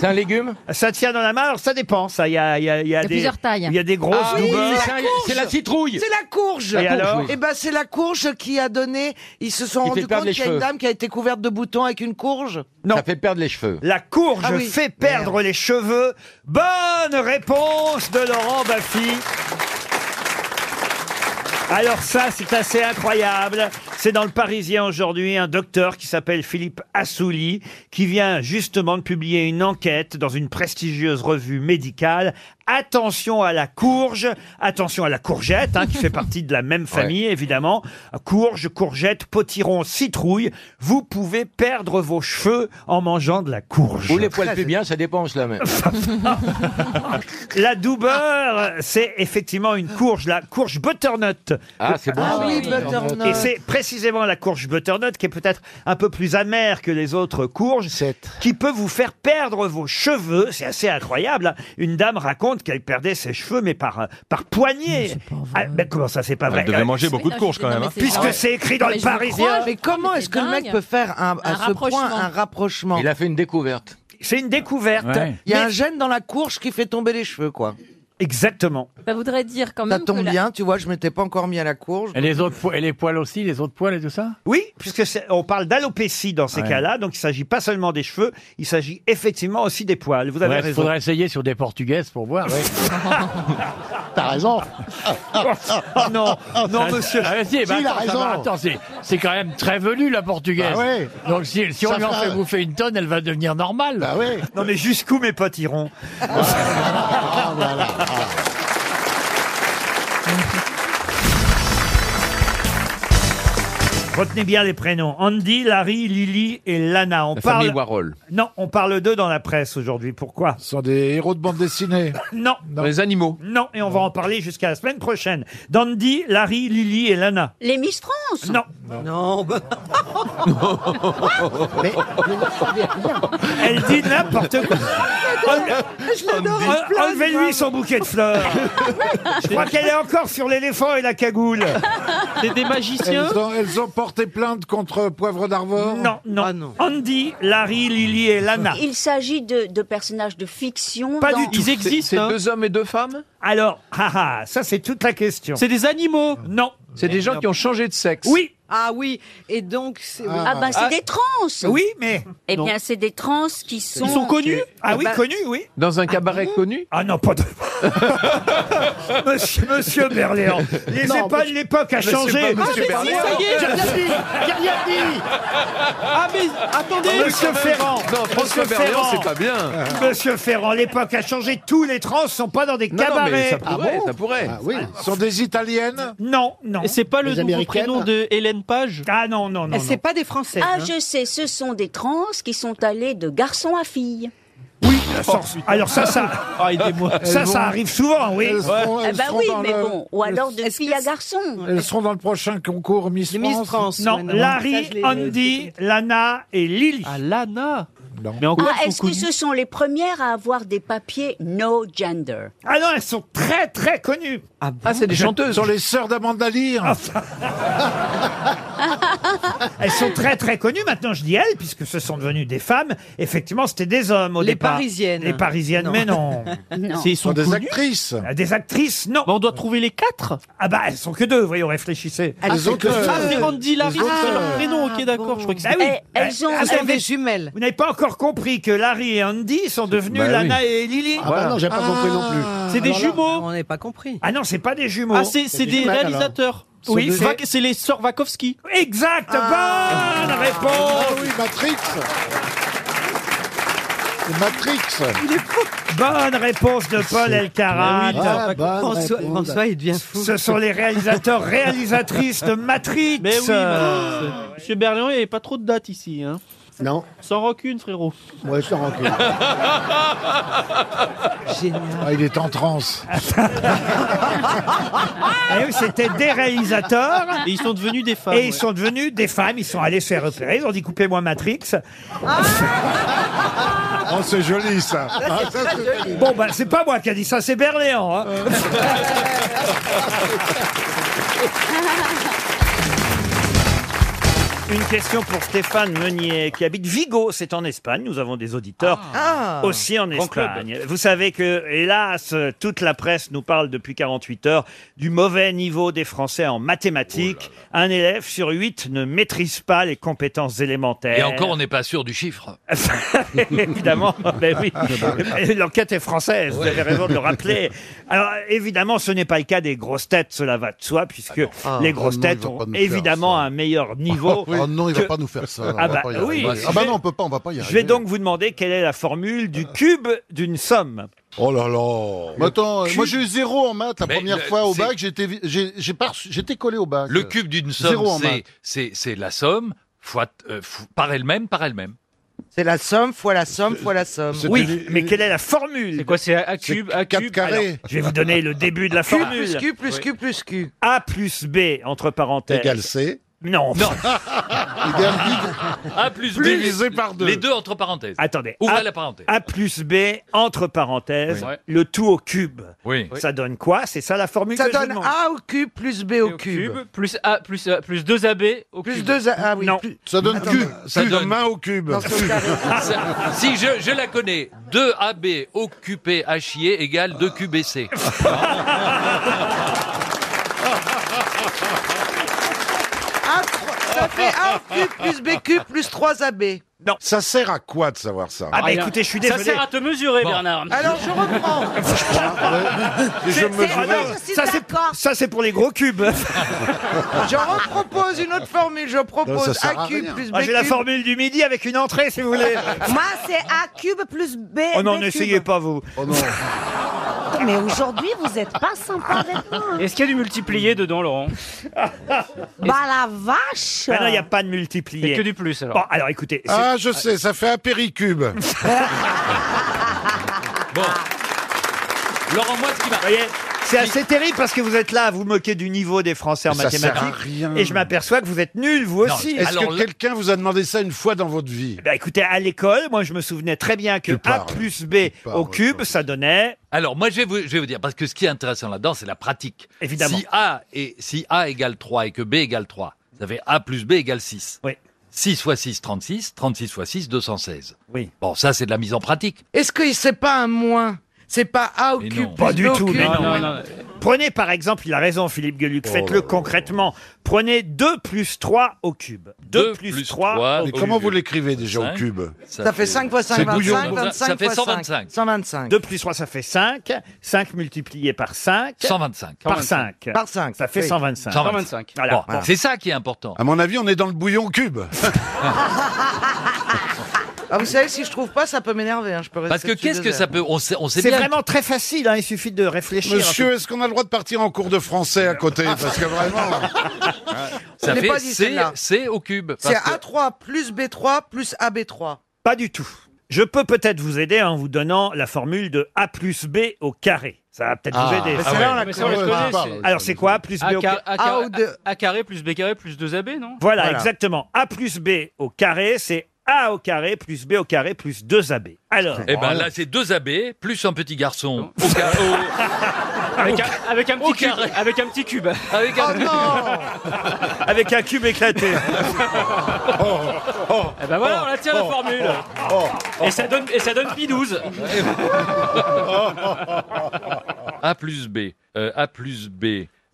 Speaker 1: c'est un légume Ça tient dans la main, alors ça dépend, ça. Il y a, il y a- il
Speaker 21: Il y
Speaker 1: y a
Speaker 21: a
Speaker 1: des...
Speaker 21: plusieurs tailles.
Speaker 1: Il y a des grosses
Speaker 12: Ah oui,
Speaker 1: doubeurs.
Speaker 12: c'est la courge. C'est la courge.
Speaker 1: Et alors
Speaker 12: Eh ben c'est la courge qui a donné. Ils se sont
Speaker 25: Qui fait
Speaker 12: rendus
Speaker 25: perdre
Speaker 12: compte
Speaker 25: les
Speaker 12: qu'il y a une
Speaker 25: cheveux.
Speaker 12: dame qui a été couverte de boutons avec une courge.
Speaker 25: Ça fait perdre les cheveux.
Speaker 1: La courge
Speaker 12: Ah oui.
Speaker 1: fait perdre les cheveux. Bonne réponse de Laurent Baffy. Alors ça, c'est assez incroyable. C'est dans le Parisien aujourd'hui un docteur qui s'appelle Philippe Assouli qui vient justement de publier une enquête dans une prestigieuse revue médicale. Attention à la courge, attention à la courgette, hein, qui fait partie de la même famille évidemment. Courge, courgette, potiron, citrouille. Vous pouvez perdre vos cheveux en mangeant de la courge.
Speaker 25: Ou les poils pubiens, ça dépend, je la mets.
Speaker 1: La doubeur, c'est effectivement une courge, la courge butternut.
Speaker 25: Ah, c'est bon, Ah ça. oui, butternut.
Speaker 1: Et c'est précisément la courge butternut qui est peut-être un peu plus amère que les autres courges, qui peut vous faire perdre vos cheveux. C'est assez incroyable. hein. Une dame raconte qu'elle perdait ses cheveux, mais par, euh, par poignée. Ah, ben comment ça, c'est pas
Speaker 25: Elle
Speaker 1: vrai
Speaker 25: devait
Speaker 1: Euh,
Speaker 25: manger
Speaker 1: c'est-
Speaker 25: beaucoup de courges, quand même, hein.
Speaker 1: Puisque c'est écrit dans le Parisien.
Speaker 12: Mais comment est-ce que le mec peut faire un- à ce point un rapprochement
Speaker 25: Il a fait une découverte.
Speaker 1: C'est une découverte.
Speaker 25: Ouais.
Speaker 12: Il y a
Speaker 25: Mais-
Speaker 12: un gène dans la courge qui fait tomber les cheveux, quoi.
Speaker 1: Exactement.
Speaker 21: Ça voudrait dire quand
Speaker 12: Ça
Speaker 21: même. que
Speaker 12: tombe
Speaker 21: la-
Speaker 12: bien, tu vois, je m'étais pas encore mis à la courge.
Speaker 2: Et les, autres, po- et les poils aussi, les autres poils et tout ça
Speaker 1: Oui, puisque c'est- on parle d'alopécie dans ces
Speaker 2: Ouais.
Speaker 1: cas-là, donc il s'agit pas seulement des cheveux, il s'agit effectivement aussi des poils. Vous avez
Speaker 2: Il
Speaker 1: raison.
Speaker 2: faudrait essayer sur des portugaises pour voir. T'as raison.
Speaker 1: Ah non, non, monsieur.
Speaker 2: Ah, si, eh ben,
Speaker 1: Si, il a
Speaker 2: attends, ça va,
Speaker 1: raison.
Speaker 2: attends, c'est, c'est quand même très velu la portugaise.
Speaker 1: Bah ouais.
Speaker 2: Donc si, si on
Speaker 1: Ça
Speaker 2: lui en
Speaker 1: fera-
Speaker 2: fait bouffer une tonne, elle va devenir normale.
Speaker 1: Non mais jusqu'où mes potes iront Retenez bien les prénoms. Andy, Larry, Lily et Lana. On
Speaker 25: La
Speaker 1: parle...
Speaker 25: famille Warhol.
Speaker 1: Non, on parle d'eux dans la presse aujourd'hui. Pourquoi Ce sont des héros de bande dessinée. non. Les animaux. Non, et on va en parler jusqu'à la semaine prochaine. D'Andy, Larry, Lily et Lana.
Speaker 28: Les Miss France
Speaker 1: Non.
Speaker 28: Non,
Speaker 1: Elle dit n'importe quoi. En- Enlevez-lui son bouquet de fleurs. Je crois qu'elle est encore sur l'éléphant et la cagoule.
Speaker 31: elles ont, elles ont porté plainte contre Poivre d'Arvor
Speaker 1: Non, Ah, non. Andy, Larry, Lily et Lana.
Speaker 28: Il s'agit de, de personnages de fiction.
Speaker 1: Pas
Speaker 28: dans-
Speaker 1: du tout.
Speaker 6: hein.
Speaker 28: hein.
Speaker 1: hommes et deux femmes Alors, haha, ça c'est toute la question. C'est des animaux Non. C'est des gens qui ont changé de sexe Oui.
Speaker 6: Ah oui, et donc... c'est-
Speaker 28: Ah, ben c'est des trans
Speaker 1: Oui, mais...
Speaker 28: Eh
Speaker 6: Non.
Speaker 28: bien, c'est des trans qui sont...
Speaker 1: Ah oui,
Speaker 28: bah-
Speaker 1: connus, oui.
Speaker 6: Dans un cabaret connu
Speaker 1: Ah non, pas de... Monsieur, monsieur Berléand, les
Speaker 6: Non,
Speaker 1: épaules de l'époque a
Speaker 6: Monsieur-
Speaker 1: changé.
Speaker 6: Ah, mais si, ça y est, j'ai rien dit, j'ai rien dit.
Speaker 1: Ah mais attendez Monsieur Ferrand
Speaker 6: Non, François
Speaker 1: Monsieur
Speaker 6: Berléand,
Speaker 1: Ferrand.
Speaker 6: c'est pas bien.
Speaker 1: Monsieur Ferrand, l'époque a changé, tous les trans sont pas dans des
Speaker 6: non, mais
Speaker 1: cabarets
Speaker 6: ça pourrait, ça
Speaker 1: pourrait
Speaker 6: Ah oui.
Speaker 1: Sont des Italiennes Non, non.
Speaker 6: Et c'est pas le Les nouveau Américaines prénom de
Speaker 1: Hélène Page Ah non, non, non. non.
Speaker 6: eh, des hein. Français.
Speaker 28: Ah, je sais, ce sont des trans qui sont allés de garçon à fille.
Speaker 1: Ça, Alors ça, ça...
Speaker 6: Ah,
Speaker 1: Ça, ça arrive souvent, oui.
Speaker 31: Elles seront-
Speaker 28: Eh
Speaker 31: elles
Speaker 28: ben
Speaker 31: seront
Speaker 28: oui,
Speaker 31: dans
Speaker 28: mais
Speaker 31: le-
Speaker 28: bon, ou
Speaker 31: elles-
Speaker 28: alors de fille à garçon.
Speaker 31: Elles seront dans le prochain concours Miss France.
Speaker 1: Non, Larry, Andy, Lana et Lily. Ah, Lana Mais
Speaker 28: Ah, est-ce que ce sont les premières à avoir des papiers no gender
Speaker 1: Ah non, elles sont très très connues.
Speaker 31: Ah,
Speaker 28: c'est des chanteuses.
Speaker 31: Ce sont les sœurs d'Amanda Lear.
Speaker 1: Ah, Elles sont très très connues maintenant, je dis elles, puisque ce sont devenues des femmes. Effectivement, c'était des hommes au
Speaker 6: Les
Speaker 1: départ.
Speaker 6: Parisiennes.
Speaker 1: Les Parisiennes,
Speaker 6: Non.
Speaker 1: mais non.
Speaker 6: Non. C'est- ils sont
Speaker 1: des
Speaker 6: connues
Speaker 1: actrices. Ah, Des actrices, non. on doit trouver les quatre. Ah bah, elles sont que deux, voyons, réfléchissez.
Speaker 6: Ah, c'est que- Ah, c'est Randy Larry,
Speaker 1: euh, Les euh,
Speaker 6: c'est leur
Speaker 1: auteurs.
Speaker 6: prénom, ok, d'accord, je crois que c'est-
Speaker 1: Ah oui.
Speaker 6: Eh, elles ont-
Speaker 1: Ah,
Speaker 6: elles
Speaker 1: vous
Speaker 6: sont
Speaker 1: avez-
Speaker 6: des
Speaker 1: Vous n'avez pas encore compris que Larry et Andy sont devenus
Speaker 6: Bah oui.
Speaker 1: Lana et Lily
Speaker 6: Ah bah non, j'ai pas compris non plus. C'est des jumeaux.
Speaker 12: On n'est pas compris.
Speaker 1: Ah non, c'est pas des jumeaux.
Speaker 6: Ah, c'est, c'est des réalisateurs.
Speaker 1: Oui,
Speaker 6: c'est,
Speaker 1: c'est-
Speaker 6: c'est les sœurs Wachowski.
Speaker 1: Exact, bonne réponse.
Speaker 31: Ah oui, Matrix. Matrix.
Speaker 1: Bonne réponse de Paul Elkarat.
Speaker 6: Mais oui, Ah, bonne François- réponse. François, il devient fou.
Speaker 1: Ce sont les réalisateurs, réalisatrices de Matrix.
Speaker 6: Mais oui,
Speaker 1: Euh,
Speaker 6: madame. Monsieur Berlion, il n'y avait pas trop de dates ici. Hein. Non. Sans rancune, frérot.
Speaker 9: Ouais, sans rancune.
Speaker 31: Ah, il est en transe.
Speaker 1: Ah oui, C'était des réalisateurs.
Speaker 6: Et ils sont devenus des femmes,
Speaker 1: Et
Speaker 6: ouais.
Speaker 1: ils sont devenus des femmes. Ils sont allés se faire repérer. Ils ont dit coupez-moi Matrix.
Speaker 31: Ah,
Speaker 7: Oh, c'est joli ça.
Speaker 17: Euh,
Speaker 1: Bon, bah, c'est pas moi qui a dit ça, c'est Berléand. hein.
Speaker 31: Euh.
Speaker 1: Une question pour Stéphane Meunier qui habite Vigo, c'est en Espagne. Nous avons des auditeurs
Speaker 4: Ah.
Speaker 1: aussi en
Speaker 4: Grand club.
Speaker 1: Espagne. Vous savez que, hélas, euh, toute la presse nous parle depuis 48 heures du mauvais niveau des Français en mathématiques.
Speaker 4: Oh
Speaker 1: Un élève sur huit ne maîtrise pas les compétences élémentaires.
Speaker 11: Et encore, on n'est pas sûr du chiffre.
Speaker 1: évidemment, ben oui.
Speaker 19: Ah,
Speaker 1: L'enquête est française, vous
Speaker 11: Ouais.
Speaker 1: avez raison de le rappeler. Alors, évidemment, ce n'est pas le cas des grosses têtes, cela va de soi, puisque les grosses
Speaker 19: Oh non, il va
Speaker 1: têtes
Speaker 19: pas
Speaker 1: ont
Speaker 19: nous faire
Speaker 1: évidemment un meilleur niveau.
Speaker 19: Oh non, il va
Speaker 1: que-
Speaker 19: pas nous faire ça. on
Speaker 1: Ah
Speaker 19: va
Speaker 1: bah
Speaker 19: pas y
Speaker 1: oui.
Speaker 19: arriver. Ah bah non, on peut pas, on va pas y
Speaker 1: Je vais
Speaker 19: arriver.
Speaker 1: donc vous demander quelle est la formule du cube d'une somme.
Speaker 19: Oh là là. attends, euh,
Speaker 1: Cube.
Speaker 19: moi j'ai eu zéro en maths la
Speaker 11: Mais
Speaker 19: première
Speaker 11: le-
Speaker 19: fois au
Speaker 11: c'est-
Speaker 19: bac, j'étais vi- j'ai j'ai pas reçu- j'étais collé au bac.
Speaker 24: Euh,
Speaker 11: Le cube d'une
Speaker 19: Zéro en
Speaker 11: somme, c'est-
Speaker 19: maths.
Speaker 11: c'est c'est la somme fois, euh, fou- par elle-même, par elle-même.
Speaker 12: C'est la somme fois la somme fois la somme.
Speaker 1: Oui, mais quelle est la formule C'est quoi C'est A cube, A cube
Speaker 12: carré.
Speaker 1: Je vais vous donner le début de la
Speaker 12: Q
Speaker 1: formule.
Speaker 12: plus Q plus Q plus Q.
Speaker 1: A plus B, entre parenthèses.
Speaker 11: Égale
Speaker 1: C. Non. Non.
Speaker 11: A plus, B.
Speaker 1: Plus. Divisé par deux.
Speaker 11: Les deux entre parenthèses.
Speaker 1: Attendez.
Speaker 11: Ouvrez
Speaker 24: Ah.
Speaker 1: A,
Speaker 11: la parenthèse.
Speaker 1: A plus B, entre parenthèses,
Speaker 11: Oui.
Speaker 1: le tout au cube.
Speaker 11: Oui.
Speaker 1: Ça donne quoi C'est ça la formule
Speaker 12: Ça
Speaker 1: que je vous
Speaker 12: donne
Speaker 1: demande.
Speaker 12: A au cube plus B au cube.
Speaker 6: Plus A, plus A, plus 2AB au
Speaker 12: Plus
Speaker 6: cube.
Speaker 12: 2 A. Ah oui.
Speaker 1: Non.
Speaker 12: plus-
Speaker 19: Ça donne
Speaker 12: Attends,
Speaker 19: cube.
Speaker 11: Ça
Speaker 19: Cube.
Speaker 11: donne-
Speaker 19: main au cube.
Speaker 12: Non, c'est au carré.
Speaker 11: Ça- si je, je la connais, 2AB occupé à chier E égale 2QBC.
Speaker 12: A, ça fait A au cube plus B cube plus 3 AB.
Speaker 1: Non.
Speaker 31: Ça sert à quoi de savoir ça
Speaker 1: Ah bah écoutez, je suis désolé.
Speaker 6: mesurer,
Speaker 1: Bernard.
Speaker 12: Alors je reprends.
Speaker 1: C'est-
Speaker 12: Je me
Speaker 1: c'est-
Speaker 12: jouais.
Speaker 1: ah non,
Speaker 12: Je suis
Speaker 1: ça, c'est- Ça, c'est pour les gros cubes.
Speaker 12: Je repropose une autre formule. Je propose
Speaker 1: Non, ça sert à
Speaker 12: A cube
Speaker 1: rien.
Speaker 12: plus B
Speaker 1: Ah, J'ai la
Speaker 12: cube.
Speaker 1: formule du midi avec une entrée, si vous voulez.
Speaker 4: Moi, c'est A cube plus B.
Speaker 1: Oh non,
Speaker 4: B
Speaker 1: n'essayez
Speaker 4: cube.
Speaker 1: pas, vous.
Speaker 4: Attends, Mais aujourd'hui, vous n'êtes pas sympa avec moi.
Speaker 6: Est-ce qu'il y a du multiplié dedans, Laurent
Speaker 4: Bah la vache
Speaker 1: Ah non, il n'y a pas de multiplier.
Speaker 6: Et que du plus, alors.
Speaker 1: Bon, alors écoutez. c'est-
Speaker 31: Ah, je sais, ça fait un péricube.
Speaker 11: Bon. Laurent, moi, ce qui m'a.
Speaker 1: C'est assez terrible parce que vous êtes là à vous moquer du niveau des Français en
Speaker 31: Mais ça sert à
Speaker 1: mathématiques.
Speaker 31: rien.
Speaker 1: Et je m'aperçois que vous êtes nuls, vous
Speaker 31: Non,
Speaker 1: aussi.
Speaker 31: est-ce que Alors là-
Speaker 1: quelqu'un vous a demandé ça une fois dans votre vie Bah écoutez, à l'école, moi je me souvenais très bien que A plus B au cube, ça donnait.
Speaker 11: Alors, moi, je vais, vous, je vais vous dire, parce que ce qui est intéressant là-dedans, c'est la pratique.
Speaker 1: Évidemment.
Speaker 11: Si A, et, si A égale 3 et que B égale 3, ça fait A plus B égale 6.
Speaker 1: Oui.
Speaker 11: 6 fois 6, 36. 36 fois 6, 216.
Speaker 1: Oui.
Speaker 11: Bon, ça, c'est de la mise en pratique.
Speaker 12: Est-ce que c'est pas un moins C'est pas A au
Speaker 11: Mais
Speaker 12: cube
Speaker 11: non.
Speaker 12: plus
Speaker 1: Pas du
Speaker 12: B au
Speaker 1: tout,
Speaker 12: cube
Speaker 1: mais non. Oh Prenez par exemple, il a raison Philippe Gueluc, faites-le concrètement. Prenez 2 plus 3 au cube. 2 plus 3
Speaker 31: Mais comment vous l'écrivez déjà au
Speaker 1: Cinq.
Speaker 31: cube
Speaker 1: Ça
Speaker 12: Ça fait 5 fois 5,
Speaker 1: C'est bouillon.
Speaker 12: 25, 25
Speaker 1: Ça fait
Speaker 12: fois
Speaker 1: 125.
Speaker 12: 5. 125.
Speaker 1: 2 plus 3, ça fait 5. 5 multiplié par 5.
Speaker 11: 125.
Speaker 1: Par 5.
Speaker 12: Par 5.
Speaker 1: Ça fait
Speaker 12: oui.
Speaker 1: 125. Voilà.
Speaker 11: Bon, C'est ça qui est important.
Speaker 31: À mon avis, on est dans le bouillon cube.
Speaker 12: Ah, vous savez, si je trouve pas, ça peut m'énerver. hein, Je peux rester
Speaker 11: Parce que
Speaker 12: dessus
Speaker 11: qu'est-ce
Speaker 12: deux
Speaker 11: que ça
Speaker 12: heures.
Speaker 11: peut. On sait, on sait
Speaker 1: C'est
Speaker 11: bien.
Speaker 1: vraiment très facile, hein, il suffit de réfléchir.
Speaker 31: Monsieur, est-ce qu'on a le droit de partir en cours de français à côté Parce que vraiment.
Speaker 11: Ça
Speaker 12: Je l'ai
Speaker 11: fait
Speaker 12: pas dit,
Speaker 11: C,
Speaker 12: celle-là.
Speaker 11: C au cube.
Speaker 12: C'est
Speaker 11: parce que-
Speaker 12: A3 plus B3 plus AB3.
Speaker 1: Pas du tout. Je peux peut-être vous aider en vous donnant la formule de A plus B au carré. Ça va peut-être vous
Speaker 12: Ah.
Speaker 1: aider.
Speaker 12: Mais celle-là, Ah on la ouais, connaît. mais ça, on la
Speaker 1: Ah.
Speaker 12: connaît, c'est-
Speaker 1: Alors c'est quoi A plus B
Speaker 6: A,
Speaker 1: au
Speaker 6: car-
Speaker 1: carré
Speaker 6: A, car- A carré plus B carré plus 2AB, non
Speaker 1: Voilà, exactement. A plus B au carré, c'est A au carré plus B au carré plus 2AB. Alors.
Speaker 11: Eh ben là, c'est deux abbés, plus un petit garçon. Au ca- au-
Speaker 6: Avec
Speaker 11: au-
Speaker 6: un, avec un
Speaker 11: au
Speaker 6: petit cube.
Speaker 11: carré.
Speaker 6: Avec un petit cube.
Speaker 11: Avec un-
Speaker 1: Oh, Avec un cube éclaté.
Speaker 6: Oh, Eh ben voilà, on la tient la formule. Et ça donne, et ça donne pi 12. Oh,
Speaker 11: A plus B. euh, A plus B.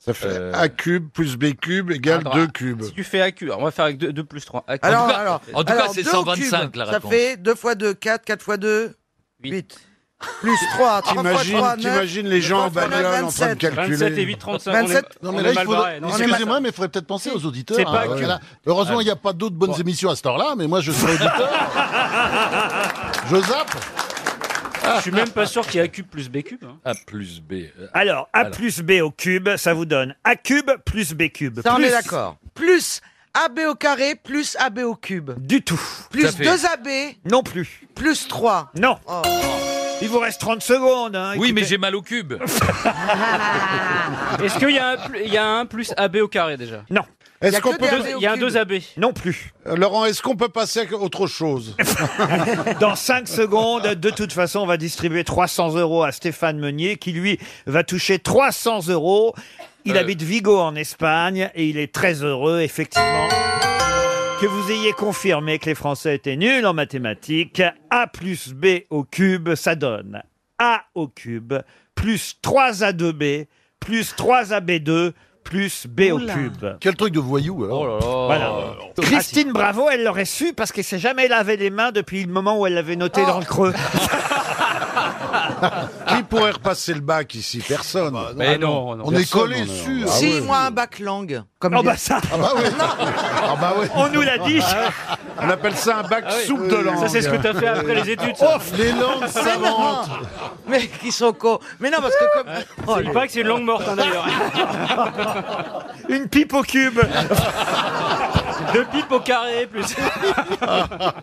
Speaker 11: Euh,
Speaker 31: Ça fait A cube plus B cube égale
Speaker 11: Attends,
Speaker 31: 2 cubes.
Speaker 6: Ah, Si tu fais AQ, alors on va faire avec 2, plus 3.
Speaker 12: Alors, alors,
Speaker 11: en tout cas,
Speaker 12: alors,
Speaker 11: c'est
Speaker 12: deux au
Speaker 11: 125,
Speaker 12: cube,
Speaker 11: la
Speaker 12: Ça
Speaker 11: réponse.
Speaker 12: fait 2 fois 2, 4, 4 fois 2, 8. Plus 3, 3 fois 3, 9.
Speaker 31: T'imagines les gens en bagnole en train de calculer.
Speaker 6: 27 et 8, 35. on est-
Speaker 12: 27.
Speaker 19: Non,
Speaker 6: on
Speaker 19: mais
Speaker 6: est
Speaker 19: là, il
Speaker 6: mal
Speaker 19: faudrait-
Speaker 6: barré, non
Speaker 19: Excusez-moi, mais il faudrait peut-être penser aux auditeurs.
Speaker 6: C'est pas
Speaker 19: hein,
Speaker 6: que-
Speaker 19: voilà. Heureusement, il n'y a pas d'autres bonnes émissions à cette heure-là, mais moi, je serai auditeur. je zappe.
Speaker 6: Je suis même pas sûr qu'il y ait A cube plus B cube. hein.
Speaker 11: A plus B. euh,
Speaker 1: Alors, A plus B au cube, ça vous donne A cube plus B cube.
Speaker 12: Ça, on
Speaker 1: plus-
Speaker 12: est d'accord. Plus AB au carré plus AB au cube.
Speaker 1: Du tout.
Speaker 12: Plus
Speaker 1: fait.
Speaker 12: 2 AB
Speaker 1: Non plus.
Speaker 12: plus Oh. 3.
Speaker 1: Non. Il vous reste 30 secondes. hein,
Speaker 11: Oui, mais
Speaker 1: écoutez.
Speaker 11: j'ai mal au cube.
Speaker 31: Ah
Speaker 6: Est-ce qu'il y, a un pl- il y a un plus AB au carré déjà
Speaker 1: Non.
Speaker 6: Il y
Speaker 19: Est-ce
Speaker 6: a,
Speaker 19: qu'on
Speaker 6: que
Speaker 19: peut-
Speaker 6: des AB au Il y a un 2 AB.
Speaker 1: Non plus.
Speaker 19: Euh, Laurent, est-ce qu'on peut passer à autre chose
Speaker 1: Dans 5 secondes, de toute façon, on va distribuer 300 euros à Stéphane Meunier, qui lui va toucher 300 euros. Il
Speaker 6: Euh.
Speaker 1: habite Vigo en Espagne et il est très heureux, effectivement. Que vous ayez confirmé que les Français étaient nuls en mathématiques, A plus B au cube, ça donne A au cube plus 3A2B plus 3AB2 plus B au
Speaker 19: Oula.
Speaker 1: cube.
Speaker 19: Quel truc de voyou alors
Speaker 1: Voilà. Euh, Christine Bravo, elle l'aurait su parce qu'elle s'est jamais lavé les mains depuis le moment où elle l'avait noté dans
Speaker 12: Oh.
Speaker 1: le creux.
Speaker 19: Qui pourrait repasser le bac ici Personne.
Speaker 12: Mais
Speaker 19: Ah
Speaker 12: non, non.
Speaker 19: On est
Speaker 12: Personne,
Speaker 19: collé
Speaker 12: non, non.
Speaker 19: sur.
Speaker 12: si, moi, un bac langue. Comme
Speaker 1: Oh
Speaker 12: il
Speaker 1: Ah bah
Speaker 12: est.
Speaker 1: ça
Speaker 19: Ah bah oui. Ah bah oui.
Speaker 1: On nous l'a dit.
Speaker 19: On appelle ça un bac
Speaker 12: Ah oui.
Speaker 19: soupe de
Speaker 12: Oui.
Speaker 19: langue.
Speaker 12: Ça, c'est ce que t'as fait après les études, ça.
Speaker 19: Oh, les langues
Speaker 12: Mais non.
Speaker 19: savantes.
Speaker 12: Mais qui sont cons. Mais non, parce que comme. Oh,
Speaker 6: Il paraît que Ah, c'est une langue morte hein, d'ailleurs.
Speaker 1: Une pipe au cube.
Speaker 6: Deux pipes au carré plus.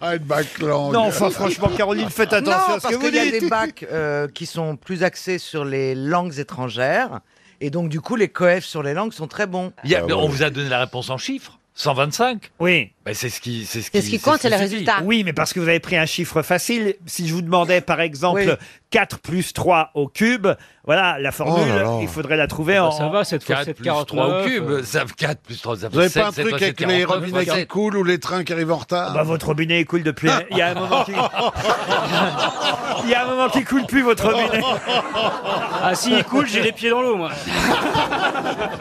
Speaker 19: Ah, une bac langue.
Speaker 1: Non, enfin, franchement, Caroline, faites attention
Speaker 12: non,
Speaker 1: à ce
Speaker 12: parce
Speaker 1: que vous
Speaker 12: qu'il y a
Speaker 1: dites.
Speaker 12: des bacs euh, qui sont plus axés sur les langues étrangères. Et donc, du coup, les coefs sur les langues sont très bons.
Speaker 11: Il y a-
Speaker 31: bah
Speaker 11: mais on vous a donné la réponse en chiffres 125
Speaker 1: Oui.
Speaker 11: Bah, c'est ce qui, c'est ce
Speaker 1: C'est
Speaker 11: qui,
Speaker 12: le
Speaker 11: se dit.
Speaker 12: résultat.
Speaker 1: Oui, mais parce que vous avez pris un chiffre facile. Si je vous demandais, par exemple, 4 plus 3 au cube, voilà, la formule,
Speaker 11: Oh là là.
Speaker 1: il faudrait la trouver en...
Speaker 6: Ah bah ça va, cette fois,
Speaker 11: 4
Speaker 6: 7,
Speaker 11: plus 3 au
Speaker 6: 49,
Speaker 11: cube,
Speaker 6: euh.
Speaker 11: ça fait 4 plus 3, ça fait
Speaker 19: Vous avez
Speaker 11: 7,
Speaker 19: pas un
Speaker 11: cette
Speaker 19: truc
Speaker 11: fois,
Speaker 19: avec
Speaker 11: c'est
Speaker 19: les
Speaker 11: 49,
Speaker 19: robinets qui
Speaker 11: regarde.
Speaker 19: coulent ou les trains qui arrivent en retard
Speaker 1: Bah, votre robinet il coule depuis... Il y a un moment qui... Il y a un moment qui coule plus, votre robinet.
Speaker 6: Ah si, il coule, j'ai les pieds dans l'eau moi.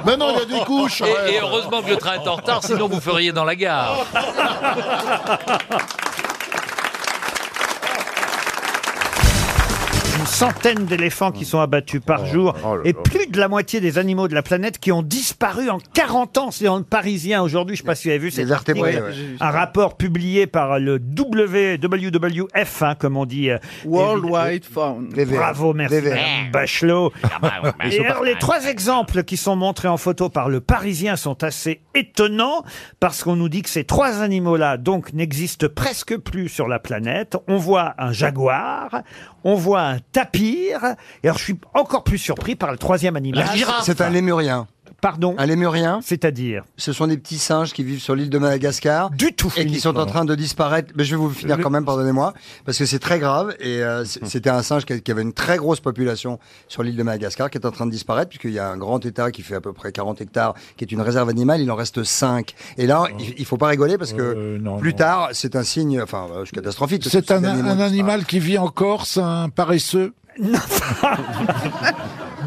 Speaker 19: Mais non, il y a des couches. hein.
Speaker 11: Et, et heureusement que le train est en retard, sinon vous feriez dans la gare.
Speaker 1: Une centaine d'éléphants qui sont abattus
Speaker 10: Oh
Speaker 1: par jour et plus de la moitié des animaux de la planète qui ont disparu en 40 ans. C'est dans le Parisien aujourd'hui, je ne sais pas si vous avez vu cet article.
Speaker 10: ouais, ouais.
Speaker 1: Un rapport publié par le WWF, hein, comme on dit. euh,
Speaker 10: Worldwide Found.
Speaker 1: Bravo, merci Madame Bachelot.
Speaker 10: Ils
Speaker 1: Et
Speaker 10: sont
Speaker 1: alors,
Speaker 10: bah, pas
Speaker 1: les
Speaker 10: mal.
Speaker 1: trois exemples qui sont montrés en photo par le Parisien sont assez étonnants parce qu'on nous dit que ces trois animaux-là, donc, n'existent presque plus sur la planète. On voit un jaguar, on voit un tapir. Et alors, je suis encore plus surpris par le troisième animal.
Speaker 8: C'est un lémurien.
Speaker 1: Pardon
Speaker 8: Un lémurien
Speaker 1: C'est-à-dire
Speaker 8: Ce sont des petits singes qui vivent sur l'île de Madagascar.
Speaker 1: Du tout Euh,
Speaker 8: Et qui sont en train de disparaître. Mais je vais vous finir quand même, pardonnez-moi, parce que c'est très grave. Et euh,
Speaker 1: Hum.
Speaker 8: c- c'était un singe qui a- qui avait une très grosse population sur l'île de Madagascar qui est en train de disparaître, puisqu'il y a un grand état qui fait à peu près 40 hectares, qui est une réserve animale. Il en reste 5. Et là,
Speaker 1: Oh.
Speaker 8: il, il faut pas rigoler, parce que
Speaker 1: Euh,
Speaker 8: plus tard, c'est un signe, enfin, euh, je suis catastrophique.
Speaker 31: C'est
Speaker 8: Tous
Speaker 31: un,
Speaker 8: ces animaux
Speaker 31: un
Speaker 8: disparaissent.
Speaker 31: animal qui vit en Corse, un paresseux.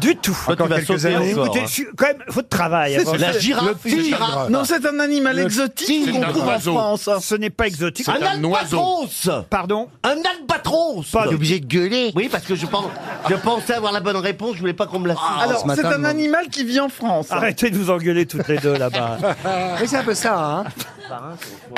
Speaker 1: du tout.
Speaker 8: Encore
Speaker 31: vas
Speaker 8: quelques
Speaker 31: sauter
Speaker 8: années.
Speaker 31: encore,
Speaker 1: Écoutez,
Speaker 31: hein.
Speaker 1: je suis- quand même, votre travail.
Speaker 8: C'est
Speaker 1: avant-
Speaker 8: la girafe,
Speaker 1: Le
Speaker 8: une
Speaker 1: tigre.
Speaker 8: girafe. Non, c'est un animal exotique tigre, qu'on c'est un trouve en oiseau. France.
Speaker 1: Ce n'est pas exotique.
Speaker 8: C'est Un un oiseau.
Speaker 1: Pardon
Speaker 14: Un albatros
Speaker 1: Pas
Speaker 14: T'es obligé de gueuler Oui, parce que je, pense, je pensais avoir la bonne réponse, je voulais pas qu'on me la cite.
Speaker 8: Alors, Ah, ce matin, c'est un moi.
Speaker 14: animal qui vit en France. hein.
Speaker 1: Arrêtez de vous engueuler toutes les deux là-bas.
Speaker 8: Oui, c'est un peu ça, hein.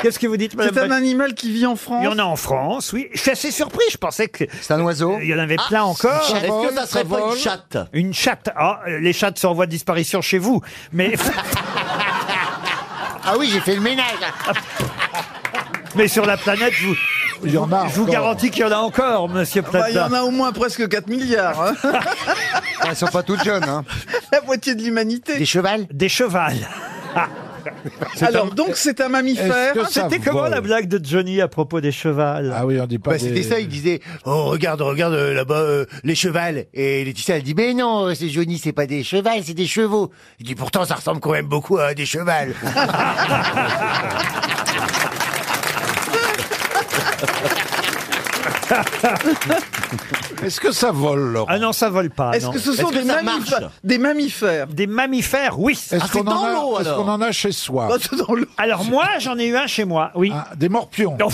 Speaker 1: Qu'est-ce que vous dites, madame Bach-
Speaker 8: animal qui vit en
Speaker 1: Il y en a en France, oui. Je suis assez surpris, je pensais que.
Speaker 8: C'est un oiseau
Speaker 1: Il y en avait plein encore.
Speaker 14: Ah, Est-ce que ça serait pas une chatte
Speaker 1: Une chatte. Ah, euh, les chattes sont en voie de disparition chez vous. Mais,
Speaker 14: Ah oui, j'ai fait le ménage.
Speaker 1: mais sur la planète, vous.
Speaker 31: Il y en a
Speaker 1: Je vous
Speaker 8: encore.
Speaker 1: garantis qu'il y en a encore, monsieur Platin.
Speaker 8: Bah, il y en
Speaker 1: a
Speaker 8: au moins presque 4 milliards. hein. Elles Ah, sont pas toutes jeunes. Hein.
Speaker 14: La moitié de l'humanité. Des chevals
Speaker 1: Des chevals.
Speaker 14: Alors, donc, c'est un mammifère. Est-ce que ça
Speaker 1: C'était comment
Speaker 14: vole
Speaker 1: la blague de Johnny à propos des chevals
Speaker 31: Ah oui, on dit pas.
Speaker 14: Bah, c'était ça, il disait Oh, regarde, regarde euh, là-bas euh, les chevals. Et Laetitia, elle dit Mais non, euh, c'est Johnny, c'est pas des chevals, c'est des chevaux. Il dit Pourtant, ça ressemble quand même beaucoup à des chevals.
Speaker 31: Est-ce que ça vole, Laurent
Speaker 1: Ah non, ça vole pas.
Speaker 8: Est-ce
Speaker 1: non.
Speaker 8: que ce sont des, mammifères, des mammifères
Speaker 1: Des mammifères, oui. Bah,
Speaker 8: Ah,
Speaker 31: Est-ce
Speaker 8: c'est
Speaker 31: qu'on en,
Speaker 8: dans l'eau,
Speaker 31: a- est-ce
Speaker 8: alors.
Speaker 31: qu'on en a chez soi Ah,
Speaker 8: Ah, c'est dans l'eau.
Speaker 1: Alors moi, j'en ai eu un chez moi, oui.
Speaker 31: Des morpions.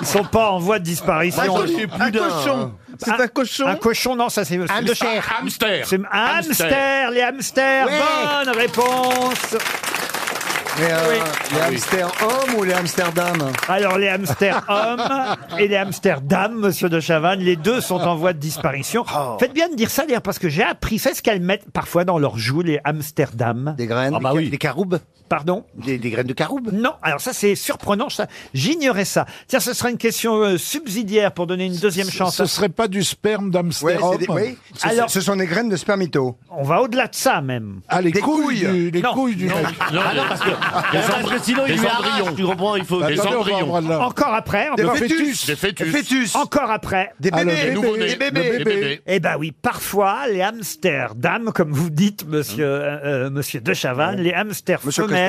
Speaker 1: Ils sont pas en voie de disparition.
Speaker 8: Un cochon. Un cochon. C'est un cochon
Speaker 1: Ah, Un cochon, non, ça c'est. c'est-
Speaker 8: Hamster.
Speaker 1: Ah,
Speaker 8: Hamster.
Speaker 1: C'est un hamster, les hamsters.
Speaker 8: Ouais.
Speaker 1: Bonne réponse.
Speaker 8: Mais, euh,
Speaker 1: Oui.
Speaker 8: Les hamsters hommes ou les Amsterdam
Speaker 1: Alors, les hamsters hommes et les Amsterdam, monsieur de Chavannes, les deux sont en voie de disparition. Faites bien de dire ça, d'ailleurs, parce que j'ai appris, c'est ce qu'elles mettent parfois dans leurs joues, les Amsterdam. Des
Speaker 7: Ah
Speaker 1: graines
Speaker 14: bah oui.
Speaker 1: Des caroubes Pardon des, graines de caroube Non, alors ça c'est surprenant, ça. j'ignorais ça. Tiens, ce sera une question euh, subsidiaire pour donner une deuxième chance.
Speaker 7: Ce serait pas du sperme d'Amsterdam
Speaker 1: Ouais, c'est des- oui. Ce-
Speaker 8: Alors,
Speaker 1: Alors-
Speaker 8: ce sont des graines de spermito.
Speaker 1: On va au-delà de ça même.
Speaker 7: Ah, les
Speaker 8: Des
Speaker 7: couilles, du-
Speaker 8: couilles.
Speaker 7: les
Speaker 8: Non.
Speaker 7: couilles du
Speaker 8: Non.
Speaker 7: mec.
Speaker 8: Non, Ah non, parce que- parce que sinon, il lui arrache, tu comprends, il faut-
Speaker 1: Bah,
Speaker 8: Des
Speaker 7: Attendez, on va
Speaker 8: embryons.
Speaker 7: voir là.
Speaker 1: Encore après,
Speaker 7: Des
Speaker 1: encore-
Speaker 7: fœtus. Des fœtus.
Speaker 1: Encore après,
Speaker 7: Des Ah, le bébés, bébé. des bébés. Le bébé.
Speaker 1: Eh ben oui, parfois les Amsterdam, comme vous dites, monsieur, euh, euh, monsieur de Chavannes, les hamsters
Speaker 8: Monsieur
Speaker 1: femelles,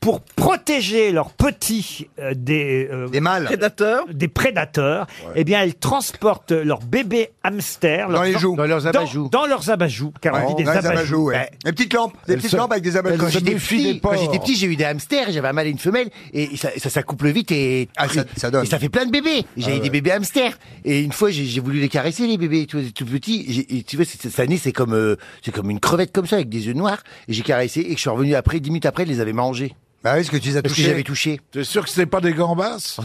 Speaker 1: pour protéger leurs petits euh, des des mâles
Speaker 33: prédateurs,
Speaker 1: des prédateurs, eh bien elles transportent leurs bébés hamsters
Speaker 8: Dans les joues.
Speaker 1: dans leurs abajoues, dans, leurs abajoues, car on
Speaker 8: Ouais,
Speaker 1: dit des Eh,
Speaker 8: dans les
Speaker 1: abajoues.
Speaker 8: abajoues, ouais. Des petites lampes, des
Speaker 14: Elles
Speaker 8: petites
Speaker 14: se-
Speaker 8: lampes avec des abajoues.
Speaker 14: Quand j'étais petit, quand j'étais petit, j'ai eu des hamsters, j'avais un mâle et une femelle, et ça, ça, ça couple vite et,
Speaker 8: ça- ça donne.
Speaker 14: et Ah, ça fait plein de bébés. J'ai
Speaker 8: Ah
Speaker 14: eu
Speaker 8: ouais.
Speaker 14: des bébés hamsters, et une fois j'ai j'ai voulu les caresser les bébés, tu vois, tout petit. J'ai- et Tu vois, c'est- ça naît, c'est comme euh, c'est comme une crevette comme ça avec des yeux noirs, et j'ai caressé et que je suis revenu après, dix minutes après, ils les avaient mangés.
Speaker 8: Bah oui, ce que tu les as
Speaker 14: Parce que
Speaker 8: touchés.
Speaker 14: j'avais touché.
Speaker 7: T'es sûr que c'est pas des gambasses